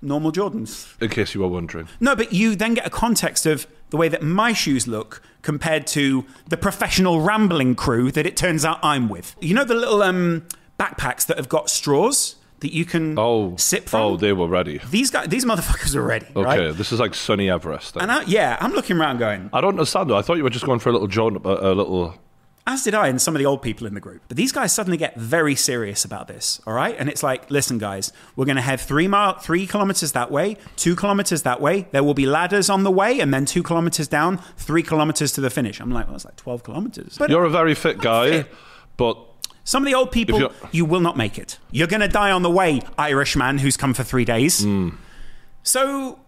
Speaker 3: normal Jordans.
Speaker 4: In case you were wondering.
Speaker 3: No, but you then get a context of the way that my shoes look compared to the professional rambling crew that it turns out I'm with. You know the little um, backpacks that have got straws? that you can
Speaker 4: Oh,
Speaker 3: sip from.
Speaker 4: oh, they were ready.
Speaker 3: these guys, these motherfuckers are ready.
Speaker 4: Okay,
Speaker 3: Right?
Speaker 4: this is like sunny Everest. Then.
Speaker 3: And I, yeah, I'm looking around going,
Speaker 4: I don't understand though. I thought you were just going for a little jaunt, a, a little.
Speaker 3: as did I and some of the old people in the group. But these guys suddenly get very serious about this, all right? And it's like, listen, guys, we're going to head three mile, three kilometers that way, two kilometers that way. There will be ladders on the way, and then two kilometers down, three kilometers to the finish. I'm like, well, that's like 12 kilometers. But
Speaker 4: You're a very fit guy,
Speaker 3: fit.
Speaker 4: but
Speaker 3: some of the old people,
Speaker 4: you're-
Speaker 3: you will not make it. You're going to die on the way, Irishman who's come for three days.
Speaker 4: Hmm.
Speaker 3: So.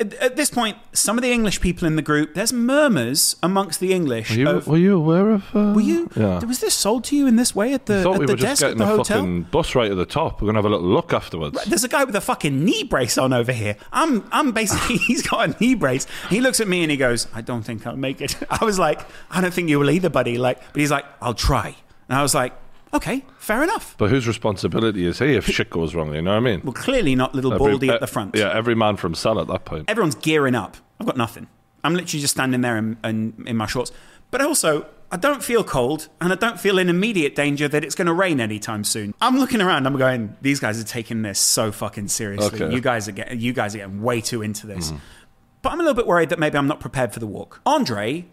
Speaker 3: At at this point, some of the English people in the group, there's murmurs amongst the English.
Speaker 4: you,
Speaker 3: of,
Speaker 4: were you aware of? Uh,
Speaker 3: Were you?
Speaker 4: Yeah.
Speaker 3: Was this sold to you in this way at the,
Speaker 4: I thought
Speaker 3: at
Speaker 4: we
Speaker 3: the
Speaker 4: were
Speaker 3: desk
Speaker 4: just
Speaker 3: at
Speaker 4: getting
Speaker 3: the
Speaker 4: a
Speaker 3: hotel?
Speaker 4: fucking bus right at the top. We're gonna have a little look afterwards.
Speaker 3: There's a guy with a fucking knee brace on over here. I'm, I'm basically, *laughs* he's got a knee brace. He looks at me and he goes, I don't think I'll make it. *laughs* I was like, I don't think you will either, buddy. Like, but he's like, I'll try. And I was like, okay, fair enough.
Speaker 4: But whose responsibility is he if shit goes wrong? You know what I mean? e-
Speaker 3: Well, clearly not little Baldy at the front.
Speaker 4: Yeah, every man from cell at that point.
Speaker 3: Everyone's gearing up. I've got nothing. I'm literally just standing there in, in, in my shorts. But also, I don't feel cold and I don't feel in immediate danger that it's going to rain anytime soon. I'm looking around. I'm going, these guys are taking this so fucking seriously.
Speaker 4: Okay. Mm-hmm.
Speaker 3: You guys are getting, you guys are getting way too into this. But I'm a little bit worried that maybe I'm not prepared for the walk. Andre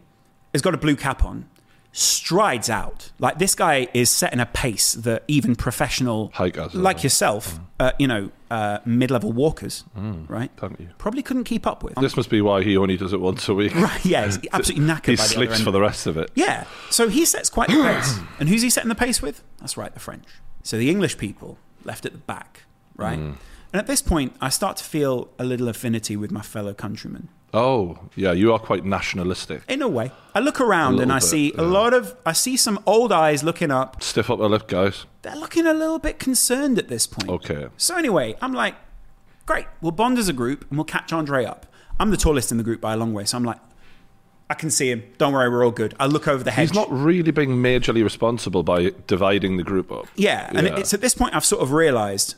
Speaker 3: has got a blue cap on, strides out. Like this guy is setting a pace that even professional
Speaker 4: Hikers,
Speaker 3: like
Speaker 4: yeah.
Speaker 3: yourself, uh, you know, uh, mid-level walkers, right?
Speaker 4: Thank Mm. you.
Speaker 3: Probably couldn't keep up with.
Speaker 4: This must be why he only does it once a week.
Speaker 3: *laughs* Right, yeah,
Speaker 4: *laughs*
Speaker 3: he's absolutely knackered
Speaker 4: He
Speaker 3: by the other
Speaker 4: sleeps
Speaker 3: end.
Speaker 4: for the rest of it.
Speaker 3: Yeah. So he sets quite the
Speaker 4: *clears throat*
Speaker 3: pace. And who's he setting the pace with? That's right, the French. So the English people left at the back, right?
Speaker 4: Mm.
Speaker 3: And at this point, I start to feel a little affinity with my fellow countrymen.
Speaker 4: Oh, yeah, you are quite nationalistic.
Speaker 3: In a way, I look around and I
Speaker 4: little
Speaker 3: see
Speaker 4: bit,
Speaker 3: a
Speaker 4: yeah.
Speaker 3: lot of, I see some old eyes looking up.
Speaker 4: Stiff up the lip, guys.
Speaker 3: They're looking a little bit concerned at this point.
Speaker 4: Okay.
Speaker 3: So anyway, I'm like, great, we'll bond as a group and we'll catch Andre up. I'm the tallest in the group by a long way, so I'm like, I can see him. Don't worry, we're all good. I look over the hedge.
Speaker 4: He's not really being majorly responsible by dividing the group up.
Speaker 3: Yeah, and
Speaker 4: Yeah.
Speaker 3: it's at this point I've sort of realised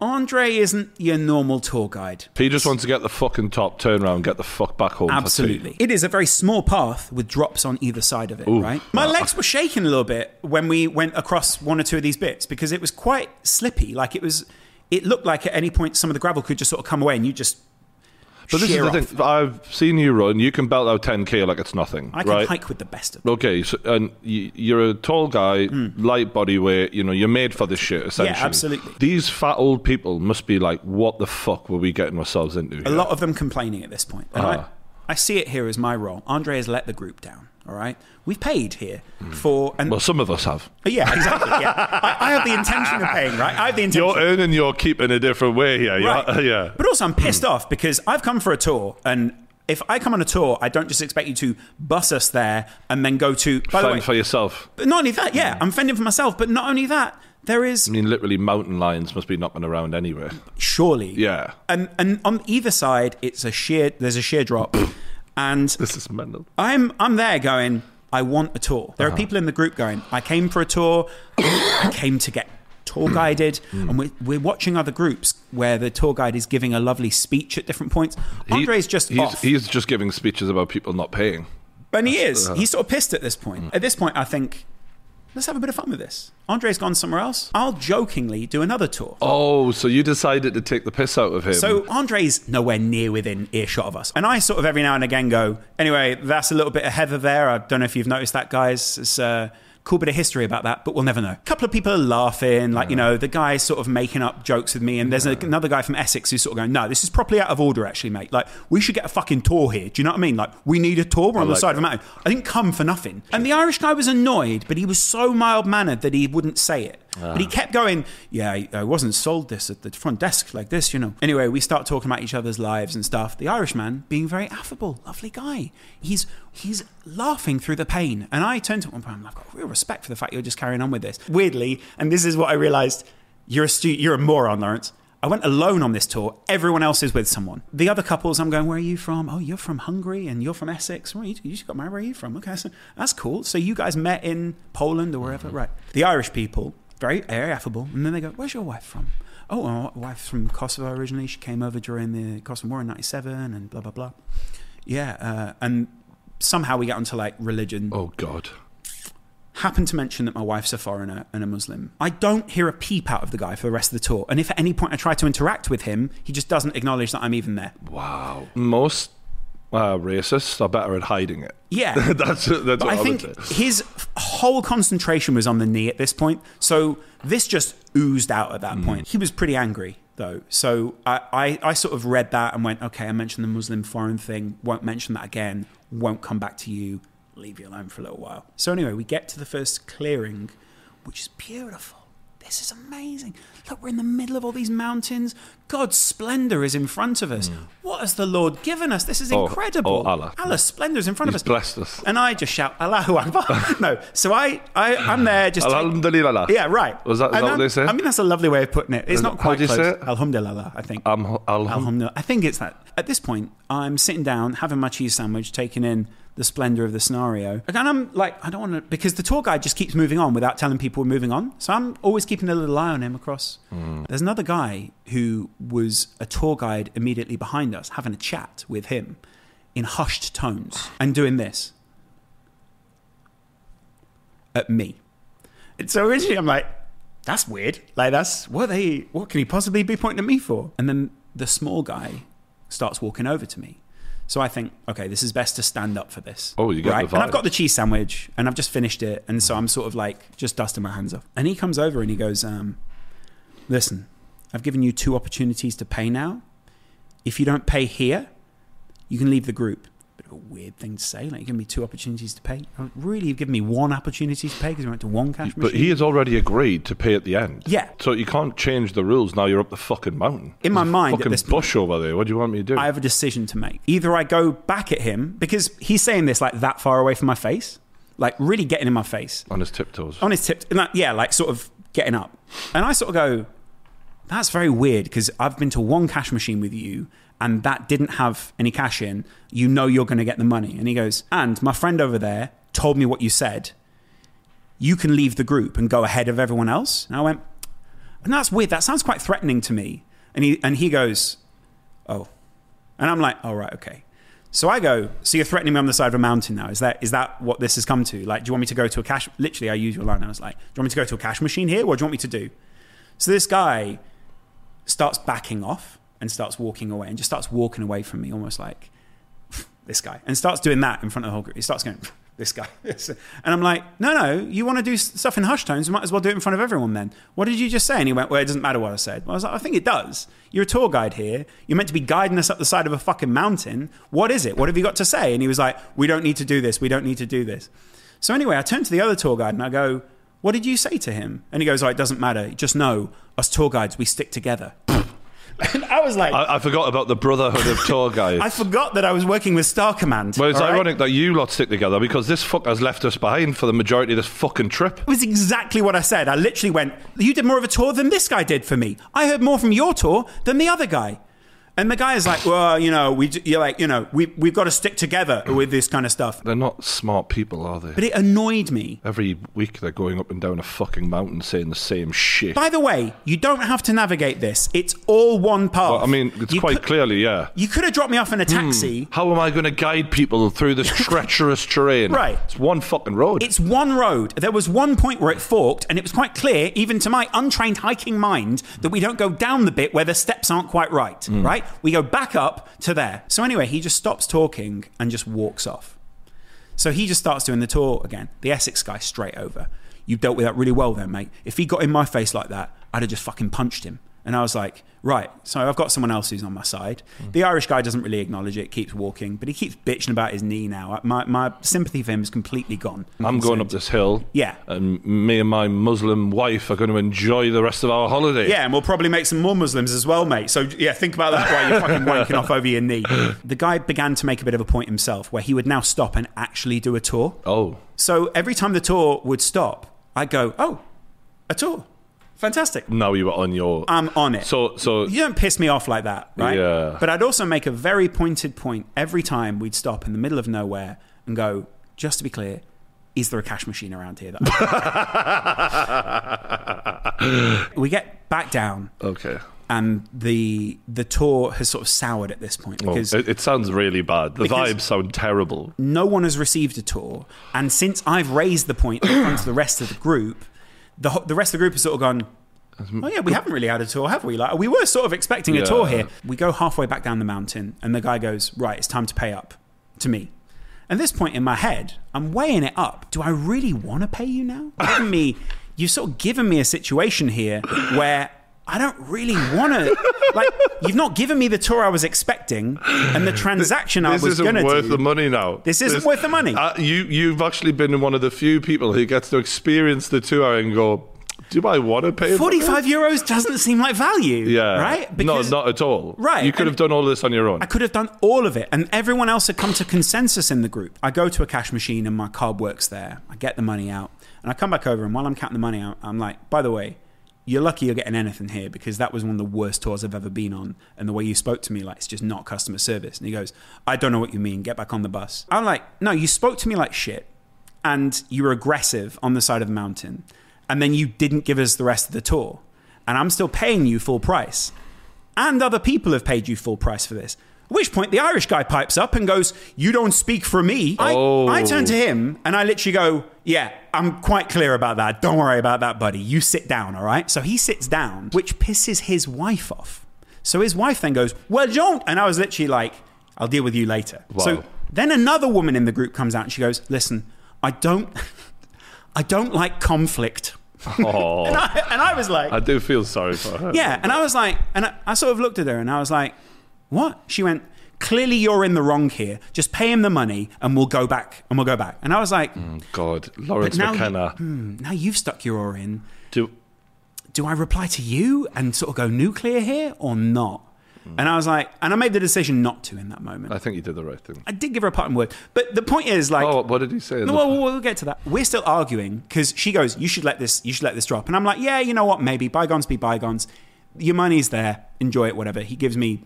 Speaker 3: Andre isn't your normal tour guide.
Speaker 4: He just wants to get the fucking top, turn around, get the fuck back home. for tea.
Speaker 3: Absolutely. It is a very small path with drops on either side of it, right? My legs were shaking a little bit when we went across one or two of these bits because it was quite slippy. Like it was, it looked like at any point some of the gravel could just sort of come away and you just.
Speaker 4: But this
Speaker 3: shear
Speaker 4: is the
Speaker 3: off.
Speaker 4: thing. I've seen you run. You can belt out 10k like it's nothing,
Speaker 3: I can
Speaker 4: right?
Speaker 3: hike with the best of them.
Speaker 4: Okay, so, and y- you're a tall guy,
Speaker 3: Hmm.
Speaker 4: light body weight. You know, you're made for this shit. Essentially,
Speaker 3: absolutely.
Speaker 4: These fat old people must be like, "What the fuck were we getting ourselves into?"
Speaker 3: A
Speaker 4: here?"
Speaker 3: lot of them complaining at this point. And
Speaker 4: Ah.
Speaker 3: I, I see it here as my role. Andre has let the group down. All right, we've paid here for and
Speaker 4: Hmm. Well, some of us have.
Speaker 3: *laughs* Yeah, exactly. Yeah, I, I have the intention of paying, right? I have the intention.
Speaker 4: You're earning your keep in a different way here. you
Speaker 3: right.
Speaker 4: are- *laughs* yeah.
Speaker 3: But also, I'm pissed off because I've come for a tour, and if I come on a tour, I don't just expect you to bus us there and then go to. By the way,
Speaker 4: Fend for yourself.
Speaker 3: but not only that, yeah, I'm fending for myself. But not only that, there is
Speaker 4: I mean, literally, mountain lions must be knocking around anywhere.
Speaker 3: surely,
Speaker 4: Yeah.
Speaker 3: and and on either side, it's a sheer. There's a sheer
Speaker 4: *clears throat*
Speaker 3: drop, and
Speaker 4: This is mental.
Speaker 3: I'm I'm there going. I want a tour. There
Speaker 4: Uh-huh.
Speaker 3: are people in the group going. I came for a tour. I came to get tour guided,
Speaker 4: Mm.
Speaker 3: and we're, we're watching other groups where the tour guide is giving a lovely speech at different points. Andre's just
Speaker 4: he's,
Speaker 3: off,
Speaker 4: he's uh, just giving speeches about people not paying.
Speaker 3: and he is. He's sort of pissed at this point.
Speaker 4: Mm.
Speaker 3: At this point, I think let's have a bit of fun with this. Andre's gone somewhere else. I'll jokingly do another tour.
Speaker 4: Oh, so you decided to take the piss out of him?
Speaker 3: So Andre's nowhere near within earshot of us. And I sort of every now and again go, anyway, that's a little bit of heather there. I don't know if you've noticed that, guys. It's a cool bit of history about that, but we'll never know. A couple of people are laughing, like, you know, the guy's sort of making up jokes with me. And there's a, another guy from Essex who's sort of going, no, this is properly out of order, actually, mate. Like, we should get a fucking tour here. Do you know what I mean? Like, we need a tour. We're on the
Speaker 4: like
Speaker 3: side of a mountain. I didn't come for nothing. And the Irish guy was annoyed, but he was so mild mannered that he wouldn't say it. But he kept going, Yeah, I, I wasn't sold this at the front desk like this, you know. Anyway, we start talking about each other's lives and stuff. The Irishman being very affable, lovely guy. He's he's laughing through the pain. And I turned to him, I'm like, I've got real respect for the fact you're just carrying on with this. Weirdly, and this is what I realized you're a stu- you're a moron, Lawrence. I went alone on this tour. Everyone else is with someone. The other couples, I'm going, where are you from? Oh, you're from Hungary and you're from Essex. Well, you, you just got married. Where are you from? Okay, so that's cool. So you guys met in Poland or wherever. Right. The Irish people, very, very affable. And then they go, where's your wife from? Oh, well, my wife's from Kosovo originally. She came over during the Kosovo War in 97 and blah, blah, blah. Yeah. Uh, and somehow we get onto like religion
Speaker 4: oh God.
Speaker 3: happened to mention that my wife's a foreigner and a Muslim. I don't hear a peep out of the guy for the rest of the tour. And if at any point I try to interact with him, he just doesn't acknowledge that I'm even there.
Speaker 4: Wow. Most uh, racists are better at hiding it. *laughs*
Speaker 3: Yeah.
Speaker 4: that's that's what
Speaker 3: But
Speaker 4: I,
Speaker 3: I
Speaker 4: would
Speaker 3: think
Speaker 4: say.
Speaker 3: his f- whole concentration was on the knee at this point. So this just oozed out at that
Speaker 4: Mm.
Speaker 3: point. He was pretty angry though. So I, I, I sort of read that and went, okay, I mentioned the Muslim foreign thing, won't mention that again, won't come back to you, leave you alone for a little while. So anyway, we get to the first clearing, which is beautiful. This is amazing. Look, we're in the middle of all these mountains. God's splendor is in front of us. What has the Lord given us? This is
Speaker 4: Mm. Oh,
Speaker 3: incredible.
Speaker 4: oh, Allah.
Speaker 3: Allah's splendor is in front of
Speaker 4: He's
Speaker 3: us.
Speaker 4: blessed us.
Speaker 3: And I just shout Allahu
Speaker 4: *laughs*
Speaker 3: Akbar. no, so I, I I'm there just. take-
Speaker 4: Alhamdulillah.
Speaker 3: yeah, right.
Speaker 4: Was that-
Speaker 3: And
Speaker 4: is that what
Speaker 3: I'm-
Speaker 4: they say?
Speaker 3: I mean, that's a lovely way of putting it. It's not
Speaker 4: How
Speaker 3: quite
Speaker 4: do you
Speaker 3: close.
Speaker 4: say it?
Speaker 3: Alhamdulillah, I think.
Speaker 4: Um, Alham-
Speaker 3: Alhamdulillah. I think it's that. At this point, I'm sitting down, having my cheese sandwich, taking in the splendor of the scenario. And I'm like, I don't want to, because the tour guide just keeps moving on without telling people we're moving on. So I'm always keeping a little eye on him across. There's another guy who was a tour guide immediately behind us, having a chat with him in hushed tones and doing this at me. And so originally I'm like, that's weird. Like that's what they what can he possibly be pointing at me for? And then the small guy starts walking over to me. So I think, okay, this is best to stand up for this.
Speaker 4: Oh, you get the
Speaker 3: And I've
Speaker 4: vibe.
Speaker 3: got the cheese sandwich and I've just finished it. And so I'm sort of like just dusting my hands off. And he comes over and he goes, um, listen, I've given you two opportunities to pay now. If you don't pay here, you can leave the group. Bit of a weird thing to say. Like, you give me two opportunities to pay. Oh, Really, you've given me one opportunity to pay because we went to one cash machine.
Speaker 4: But he has already agreed to pay at the end.
Speaker 3: Yeah.
Speaker 4: So you can't change the rules now. You're up the fucking mountain.
Speaker 3: In my
Speaker 4: There's a
Speaker 3: mind at
Speaker 4: fucking
Speaker 3: this point-
Speaker 4: bush over there. What do you want me to do?
Speaker 3: I have a decision to make. Either I go back at him because he's saying this like that far away from my face, like really getting in my face
Speaker 4: On his tiptoes.
Speaker 3: on his tips. and, like, yeah, like sort of getting up. And I sort of go, that's very weird because I've been to one cash machine with you and that didn't have any cash in. You know you're going to get the money. And he goes, and my friend over there told me what you said. You can leave the group and go ahead of everyone else. And I went, and that's weird. That sounds quite threatening to me. And he and he goes, oh, and I'm like, all right, okay. So I go, so you're threatening me on the side of a mountain now. Is that is that what this has come to? Like, do you want me to go to a cash? Literally, I use your line. I was like, do you want me to go to a cash machine here? What do you want me to do? So this guy starts backing off and starts walking away and just starts walking away from me, almost like this guy, and starts doing that in front of the whole group. He starts going, *laughs* this guy. and I'm like, no, no, you want to do s- stuff in hush tones, you might as well do it in front of everyone then. What did you just say? And he went, well, it doesn't matter what I said. Well, I was like, I think it does. You're a tour guide here. You're meant to be guiding us up the side of a fucking mountain. What is it? What have you got to say? And he was like, we don't need to do this. We don't need to do this. So anyway, I turn to the other tour guide and I go, what did you say to him? And he goes, oh, it doesn't matter. Just know, us tour guides, we stick together. *laughs* and I was like,
Speaker 4: I, I forgot about the brotherhood of tour guides.
Speaker 3: *laughs* I forgot that I was working with Star Command.
Speaker 4: Well, it's
Speaker 3: all right?
Speaker 4: ironic that you lot stick together because this fuck has left us behind for the majority of this fucking trip.
Speaker 3: It was exactly what I said. I literally went, You did more of a tour than this guy did for me. I heard more from your tour than the other guy. And the guy is like, Well, you know, we, you're like, you know, we, we've got to stick together with this kind of stuff.
Speaker 4: They're not smart people, are they?
Speaker 3: But it annoyed me.
Speaker 4: Every week they're going up and down a fucking mountain saying the same shit.
Speaker 3: By the way, you don't have to navigate this, it's all one path.
Speaker 4: Well, I mean, it's
Speaker 3: You
Speaker 4: quite
Speaker 3: could-
Speaker 4: clearly, Hmm. yeah.
Speaker 3: You could have dropped me off in a taxi.
Speaker 4: How am I going to guide people through
Speaker 3: *laughs*
Speaker 4: this treacherous terrain?
Speaker 3: Right.
Speaker 4: It's one fucking road.
Speaker 3: It's one road. There was one point where it forked, and it was quite clear, even to my untrained hiking mind, that we don't go down the bit where the steps aren't quite right,
Speaker 4: Mm.
Speaker 3: right? We go back up to there. So, anyway, he just stops talking and just walks off. So he just starts doing the tour again. The Essex guy straight over. You dealt with that really well then, mate. If he got in my face like that, I'd have just fucking punched him. And I was like, right, so I've got someone else who's on my side.
Speaker 4: Mm.
Speaker 3: The Irish guy doesn't really acknowledge it, keeps walking, but he keeps bitching about his knee now. My, my sympathy for him is completely gone.
Speaker 4: I'm going up this hill.
Speaker 3: Yeah.
Speaker 4: And me and my Muslim wife are going to enjoy the rest of our holiday.
Speaker 3: Yeah, and we'll probably make some more Muslims as well, mate. So yeah, think about that while you're fucking wanking off over your
Speaker 4: *gasps*
Speaker 3: knee. The guy began to make a bit of a point himself where he would now stop and actually do a tour.
Speaker 4: Oh.
Speaker 3: So every time the tour would stop, I'd go, Oh, a tour. Fantastic.
Speaker 4: Now you are on your.
Speaker 3: I'm on it.
Speaker 4: So, so
Speaker 3: Um, you don't piss me off like that, right?
Speaker 4: Yeah.
Speaker 3: But I'd also make a very pointed point every time we'd stop in the middle of nowhere and go, just to be clear, is there a cash machine around here? That I
Speaker 4: *laughs*
Speaker 3: can-" we get back down,
Speaker 4: Okay.
Speaker 3: and the the tour has sort of soured at this point
Speaker 4: Oh,
Speaker 3: because
Speaker 4: it, it sounds really bad. The
Speaker 3: Because-
Speaker 4: vibes sound terrible.
Speaker 3: no one has received a tour. And since I've raised the point in front of the rest of the group, the, ho- the rest of the group has sort of gone, oh yeah, we haven't really had a tour, have we? Like, we were sort of expecting a tour
Speaker 4: Yeah.
Speaker 3: here. We go halfway back down the mountain and the guy goes, right, it's time to pay up to me. At this point in my head, I'm weighing it up. Do I really want to pay you
Speaker 4: *laughs*
Speaker 3: now? You've Given me, you've sort of given me a situation here where I don't really want to. Like, you've not given me the tour I was expecting and the transaction I
Speaker 4: This
Speaker 3: was going to
Speaker 4: isn't
Speaker 3: do.
Speaker 4: worth the money now.
Speaker 3: This isn't worth the money.
Speaker 4: Uh, you you've actually been one of the few people who gets to experience the tour and go, "Do I want to pay?" for this?"
Speaker 3: 45 euros doesn't seem like value.
Speaker 4: Yeah.
Speaker 3: Right?
Speaker 4: no, not at all.
Speaker 3: Right,
Speaker 4: You could
Speaker 3: and-
Speaker 4: have done all this on your own.
Speaker 3: I could have done all of it, and everyone else had come to consensus in the group. I go to a cash machine, and my card works there. I get the money out, and I come back over, and while I'm counting the money out, I'm like, by the way, you're lucky you're getting anything here because that was one of the worst tours I've ever been on. And the way you spoke to me, like, it's just not customer service. And he goes, I don't know what you mean. Get back on the bus. I'm like, no, you spoke to me like shit, and you were aggressive on the side of the mountain, and then you didn't give us the rest of the tour. And I'm still paying you full price and other people have paid you full price for this. At which point the Irish guy pipes up and goes, You don't speak for me.
Speaker 4: Oh.
Speaker 3: I, I turn to him and I literally go, Yeah, I'm quite clear about that. Don't worry about that, buddy. You sit down, all right? So he sits down, which pisses his wife off. So his wife then goes, Well, don't. And I was literally like, I'll deal with you later. So
Speaker 4: Wow.
Speaker 3: then another woman in the group comes out and she goes, Listen, I don't. *laughs* I don't like conflict.
Speaker 4: Aw.
Speaker 3: *laughs* And I, and I was like,
Speaker 4: I do feel sorry for her.
Speaker 3: yeah, and I was like, and I, I sort of looked at her and I was like, what? She went, clearly you're in the wrong here. Just pay him the money and we'll go back and we'll go back. And I was like,
Speaker 4: God, Lawrence
Speaker 3: now you-
Speaker 4: McKenna.
Speaker 3: hmm, now you've stuck your oar in.
Speaker 4: Do
Speaker 3: Do I reply to you and sort of go nuclear here or not? And I was like, and I made the decision not to in that moment.
Speaker 4: I
Speaker 3: I,
Speaker 4: think you did the right thing.
Speaker 3: did give her a parting word, but the point is like.
Speaker 4: Oh, what did he say? in
Speaker 3: No,
Speaker 4: the-
Speaker 3: well, we'll, we'll get to that. We're still arguing because she goes, "You should let this. You should let this drop." And I'm like, "Yeah, you know what? Maybe bygones be bygones. Your money's there. Enjoy it. Whatever." He gives me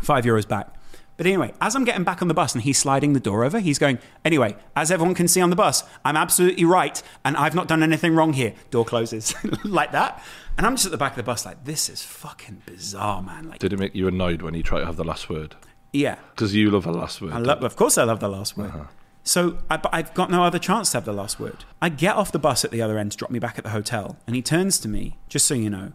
Speaker 3: five euros back. But anyway, as I'm getting back on the bus and he's sliding the door over, he's going, Anyway, as everyone can see on the bus, I'm absolutely right and I've not done anything wrong here. Door closes *laughs* like that. And I'm just at the back of the bus, like, This is fucking bizarre, man. Like,
Speaker 4: did it make you annoyed when he tried to have the last word?
Speaker 3: yeah.
Speaker 4: Because you Uh-huh. love a last word.
Speaker 3: I love, of course, I love the last word. So I, but I've got no other chance to have the last word. I get off the bus at the other end to drop me back at the hotel, and he turns to me, just so you know,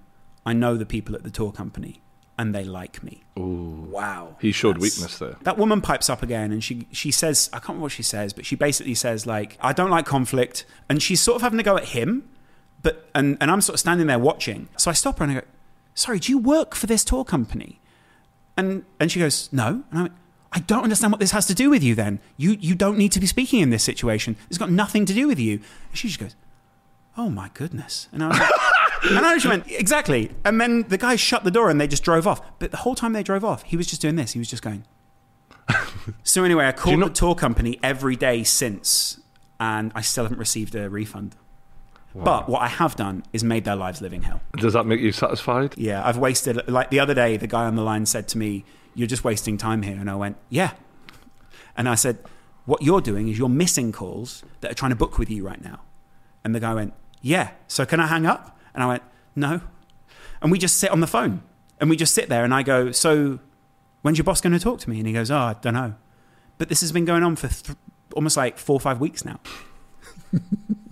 Speaker 3: I know the people at the tour company, and they like me. Wow.
Speaker 4: He showed weakness there.
Speaker 3: That woman pipes up again, and she she says, I can't remember what she says, but she basically says like, I don't like conflict, and she's sort of having to go at him, but and and I'm sort of standing there watching. So I stop her and I go, Sorry, do you work for this tour company? And and she goes, No. And I went, I don't understand what this has to do with you then. You you don't need to be speaking in this situation. It's got nothing to do with you. And she just goes, Oh my goodness. And I was like, And I just went, exactly. And then the guy shut the door and they just drove off. But the whole time they drove off, he was just doing this. He was just going. so anyway, I called
Speaker 4: know-
Speaker 3: the tour company every day since and I still haven't received a refund. But what I have done is made their lives living hell.
Speaker 4: Does that make you satisfied?
Speaker 3: Yeah, I've wasted. Like the other day, the guy on the line said to me, You're just wasting time here. And I went, Yeah. And I said, What you're doing is you're missing calls that are trying to book with you right now. And the guy went, Yeah. So can I hang up? And I went, No. And we just sit on the phone and we just sit there. And I go, So when's your boss going to talk to me? And he goes, Oh, I don't know. But this has been going on for th- almost like four or five weeks now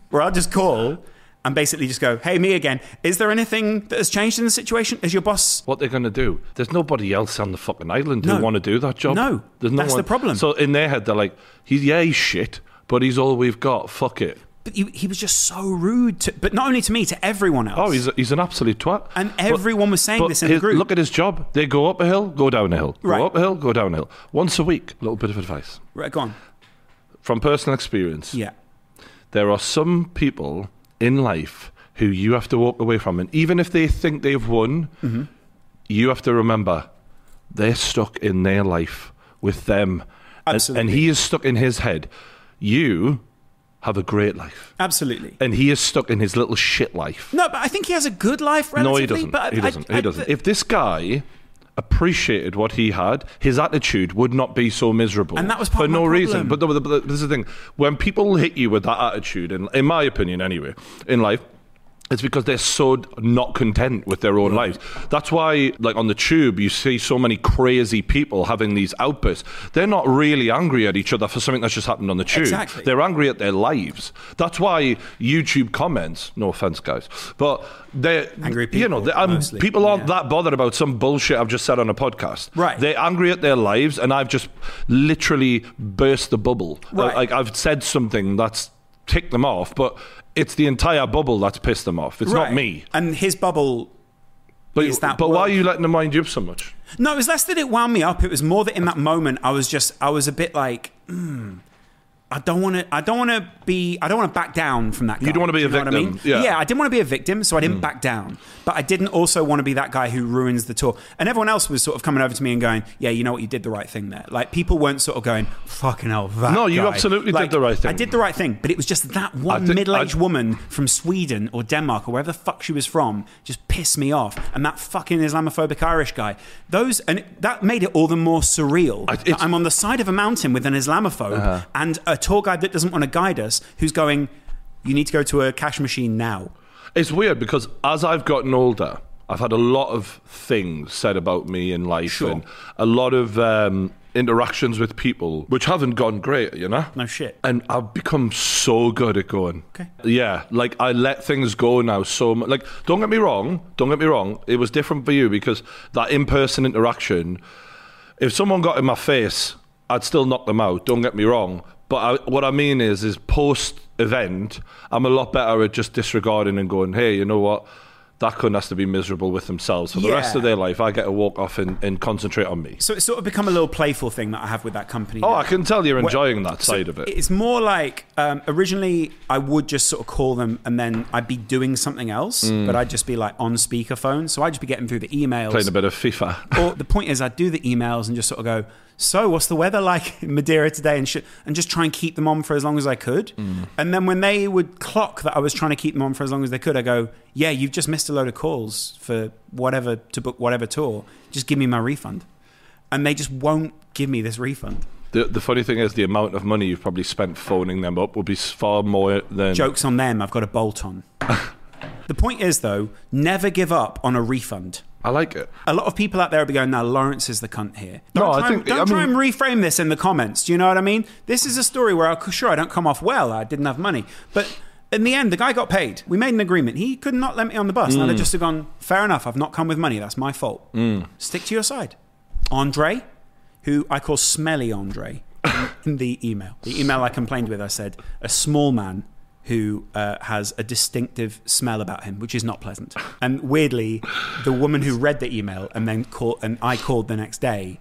Speaker 3: where I'll just call and basically just go, "Hey, me again. Is there anything that has changed in the situation? Is your boss?"
Speaker 4: What they're going to do? There's nobody else on the fucking island
Speaker 3: No.
Speaker 4: who want to do that job.
Speaker 3: No.
Speaker 4: There's no
Speaker 3: That's the
Speaker 4: one-
Speaker 3: problem.
Speaker 4: So in their head, they're like, "He's yeah, he's shit, but he's all we've got. Fuck it."
Speaker 3: But he, he was just so rude, to, but not only to me, to everyone else.
Speaker 4: Oh, he's he's an absolute twat.
Speaker 3: and
Speaker 4: But-
Speaker 3: everyone was saying
Speaker 4: but
Speaker 3: this in the
Speaker 4: his-
Speaker 3: group.
Speaker 4: Look at his job. They go up a hill, go down a hill.
Speaker 3: Right.
Speaker 4: Go up a hill, go down a hill. Once a week. Little bit of advice
Speaker 3: right, go on.
Speaker 4: from personal experience.
Speaker 3: Yeah,
Speaker 4: there are some people in life who you have to walk away from, and even if they think they've won, you have to remember they're stuck in their life with them, And- And,
Speaker 3: Absolutely.
Speaker 4: he is stuck in his head. You have a great life,
Speaker 3: absolutely.
Speaker 4: and he is stuck in his little shit life.
Speaker 3: No, but I think he has a good life.
Speaker 4: No,
Speaker 3: Relatively,
Speaker 4: he doesn't.
Speaker 3: But I-
Speaker 4: he doesn't.
Speaker 3: I-
Speaker 4: he
Speaker 3: I-
Speaker 4: doesn't. if this guy appreciated what he had, his attitude would not be so miserable.
Speaker 3: And that was part
Speaker 4: for
Speaker 3: of my
Speaker 4: no reason.
Speaker 3: problem.
Speaker 4: But, the, but, the- but this is the thing: when people hit you with that attitude, and in my opinion, anyway, in life. It's because they're so d- not content with their own lives. That's why, like on the tube, you see so many crazy people having these outbursts. They're not really angry at each other for something that's just happened on the tube.
Speaker 3: Exactly.
Speaker 4: They're angry at their lives. That's why YouTube comments. No offense, guys, but they're
Speaker 3: Angry
Speaker 4: Mm. You know,
Speaker 3: people,
Speaker 4: they- um,
Speaker 3: mostly.
Speaker 4: people aren't
Speaker 3: Yeah.
Speaker 4: that bothered about some bullshit I've just said on a podcast.
Speaker 3: Right.
Speaker 4: They're angry at their lives, and I've just literally burst the bubble.
Speaker 3: Right.
Speaker 4: Like I've said something that's ticked them off, but it's the entire bubble that's pissed them off. It's not
Speaker 3: Right.
Speaker 4: me.
Speaker 3: And his bubble
Speaker 4: But,
Speaker 3: It's that
Speaker 4: but why are
Speaker 3: world.
Speaker 4: you letting them wind you up so much?
Speaker 3: No, it was less that it wound me up. It was more that in that moment I was just I was a bit like, hmm, I don't want to. I don't want to be. I don't want to back down from that. Guy.
Speaker 4: don't wanna be
Speaker 3: Do
Speaker 4: a
Speaker 3: know what I
Speaker 4: victim.
Speaker 3: mean?
Speaker 4: Yeah. Hmm.
Speaker 3: I didn't want to be a victim, so I didn't back down. But I didn't also want to be that guy who ruins the tour. And everyone else was sort of coming over to me and going, "Yeah, you know what? You did the right thing there." Like people weren't sort of going, "Fucking hell, that."
Speaker 4: No, you
Speaker 3: guy."
Speaker 4: absolutely did
Speaker 3: Like,
Speaker 4: the right thing.
Speaker 3: I did the right thing, but it was just that one
Speaker 4: I thi-
Speaker 3: middle-aged
Speaker 4: I-
Speaker 3: woman from Sweden or Denmark or wherever the fuck she was from just pissed me off. And that fucking Islamophobic Irish guy. Those and it, that made it all the more surreal.
Speaker 4: I- Uh-huh.
Speaker 3: that
Speaker 4: it's-
Speaker 3: I'm on the side of a mountain with an Islamophobe and a tour guide that doesn't want to guide us, who's going, "You need to go to a cash machine now."
Speaker 4: It's weird because as I've gotten older, I've had a lot of things said about me in life
Speaker 3: Sure.
Speaker 4: and a lot of um, interactions with people which haven't gone great, you know?
Speaker 3: No shit.
Speaker 4: And I've become so good at going.
Speaker 3: Okay.
Speaker 4: Yeah, like I let things go now so much. Like, don't get me wrong, don't get me wrong. It was different for you because that in person interaction, if someone got in my face, I'd still knock them out. Don't get me wrong, but I, what I mean is, is post event, I'm a lot better at just disregarding and going, hey, you know what? That cunt has to be miserable with themselves for the
Speaker 3: Yeah.
Speaker 4: rest of their life. I get to walk off and, and concentrate on me.
Speaker 3: So it's sort of become a little playful thing that I have with that company.
Speaker 4: Oh,
Speaker 3: now.
Speaker 4: I can tell you're
Speaker 3: Well,
Speaker 4: enjoying that
Speaker 3: so
Speaker 4: side of it.
Speaker 3: It's more like um, originally I would just sort of call them and then I'd be doing something else, but I'd just be like on speakerphone. So I'd just be getting through the emails.
Speaker 4: Mm. Playing a bit of FIFA. *laughs*
Speaker 3: or the point is, I'd do the emails and just sort of go, So, what's the weather like *laughs* in Madeira today? And, shit and just try and keep them on for as long as I could. And then when they would clock that I was trying to keep them on for as long as they could, I go, Yeah, you've just missed a load of calls for whatever to book whatever tour. Just give me my refund. And they just won't give me this refund.
Speaker 4: The, the funny thing is, the amount of money you've probably spent phoning them up would be s- far more than.
Speaker 3: Joke's on them. I've got a bolt on. the point is, though, never give up on a refund.
Speaker 4: I like it.
Speaker 3: A lot of people out there will be going, "No, Lawrence is the cunt here." Don't
Speaker 4: No, I
Speaker 3: try and-
Speaker 4: think-
Speaker 3: don't
Speaker 4: I
Speaker 3: try
Speaker 4: mean-
Speaker 3: and reframe this in the comments. Do you know what I mean? This is a story where, I, sure, I don't come off well. I didn't have money, but in the end, the guy got paid. We made an agreement. He could not let me on the bus,
Speaker 4: Mm.
Speaker 3: and I'd have just have gone, "Fair enough. I've not come with money. That's my fault. Stick to your side." Andre, who I call Smelly Andre,
Speaker 4: *laughs*
Speaker 3: in the email, the email I complained with, I said, "A small man." Who uh, has a distinctive smell about him, which is not pleasant. And weirdly, the woman who read the email and then called, and I called the next day,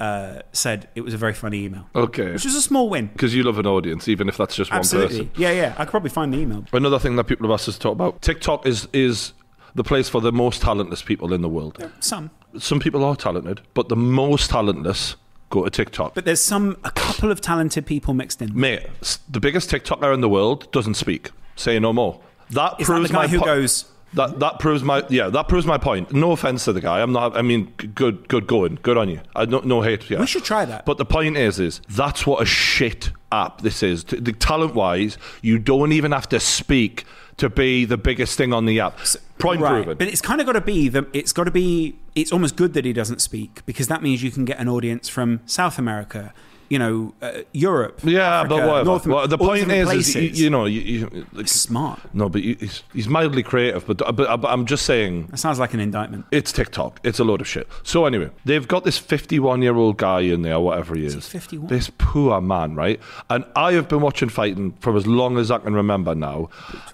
Speaker 3: uh, said it was a very funny email.
Speaker 4: Okay.
Speaker 3: Which was a small win.
Speaker 4: Because you love an audience, even if that's just Oh. one
Speaker 3: Absolutely.
Speaker 4: person.
Speaker 3: Yeah, yeah. I could probably find the email.
Speaker 4: Another thing that people have asked us to talk about TikTok is, is the place for the most talentless people in the world.
Speaker 3: Some.
Speaker 4: Some people are talented, but the most talentless go to TikTok.
Speaker 3: But there's some, a couple of talented people mixed in.
Speaker 4: Mate, s- the biggest TikToker in the world doesn't speak. Say no more. That
Speaker 3: Is that
Speaker 4: proves
Speaker 3: the guy
Speaker 4: my
Speaker 3: who
Speaker 4: po-
Speaker 3: goes,
Speaker 4: That that proves my yeah that proves my point. No offense to the guy. I'm not. I mean, g- good good going. Good on you. I don't no hate. Yeah.
Speaker 3: We should try that.
Speaker 4: But the point is, is that's what a shit app this is. T- the talent wise, you don't even have to speak to be the biggest thing on the app. Point
Speaker 3: Right.
Speaker 4: proven.
Speaker 3: But it's kind of got to be that it's got to be it's almost good that he doesn't speak because that means you can get an audience from South America, you know, uh, Europe.
Speaker 4: yeah, but
Speaker 3: Africa,
Speaker 4: whatever.
Speaker 3: North Am-
Speaker 4: well, the
Speaker 3: all
Speaker 4: point
Speaker 3: different
Speaker 4: is, is you,
Speaker 3: places.
Speaker 4: you know, you, you, like-
Speaker 3: smart.
Speaker 4: No, but you, he's, he's mildly creative. But, but but I'm just saying,
Speaker 3: That sounds like an indictment.
Speaker 4: It's TikTok. It's a load of shit. So anyway, they've got this 51 year old guy in there, whatever he is.
Speaker 3: 51?
Speaker 4: This poor man, right? And I have been watching fighting for as long as I can remember now.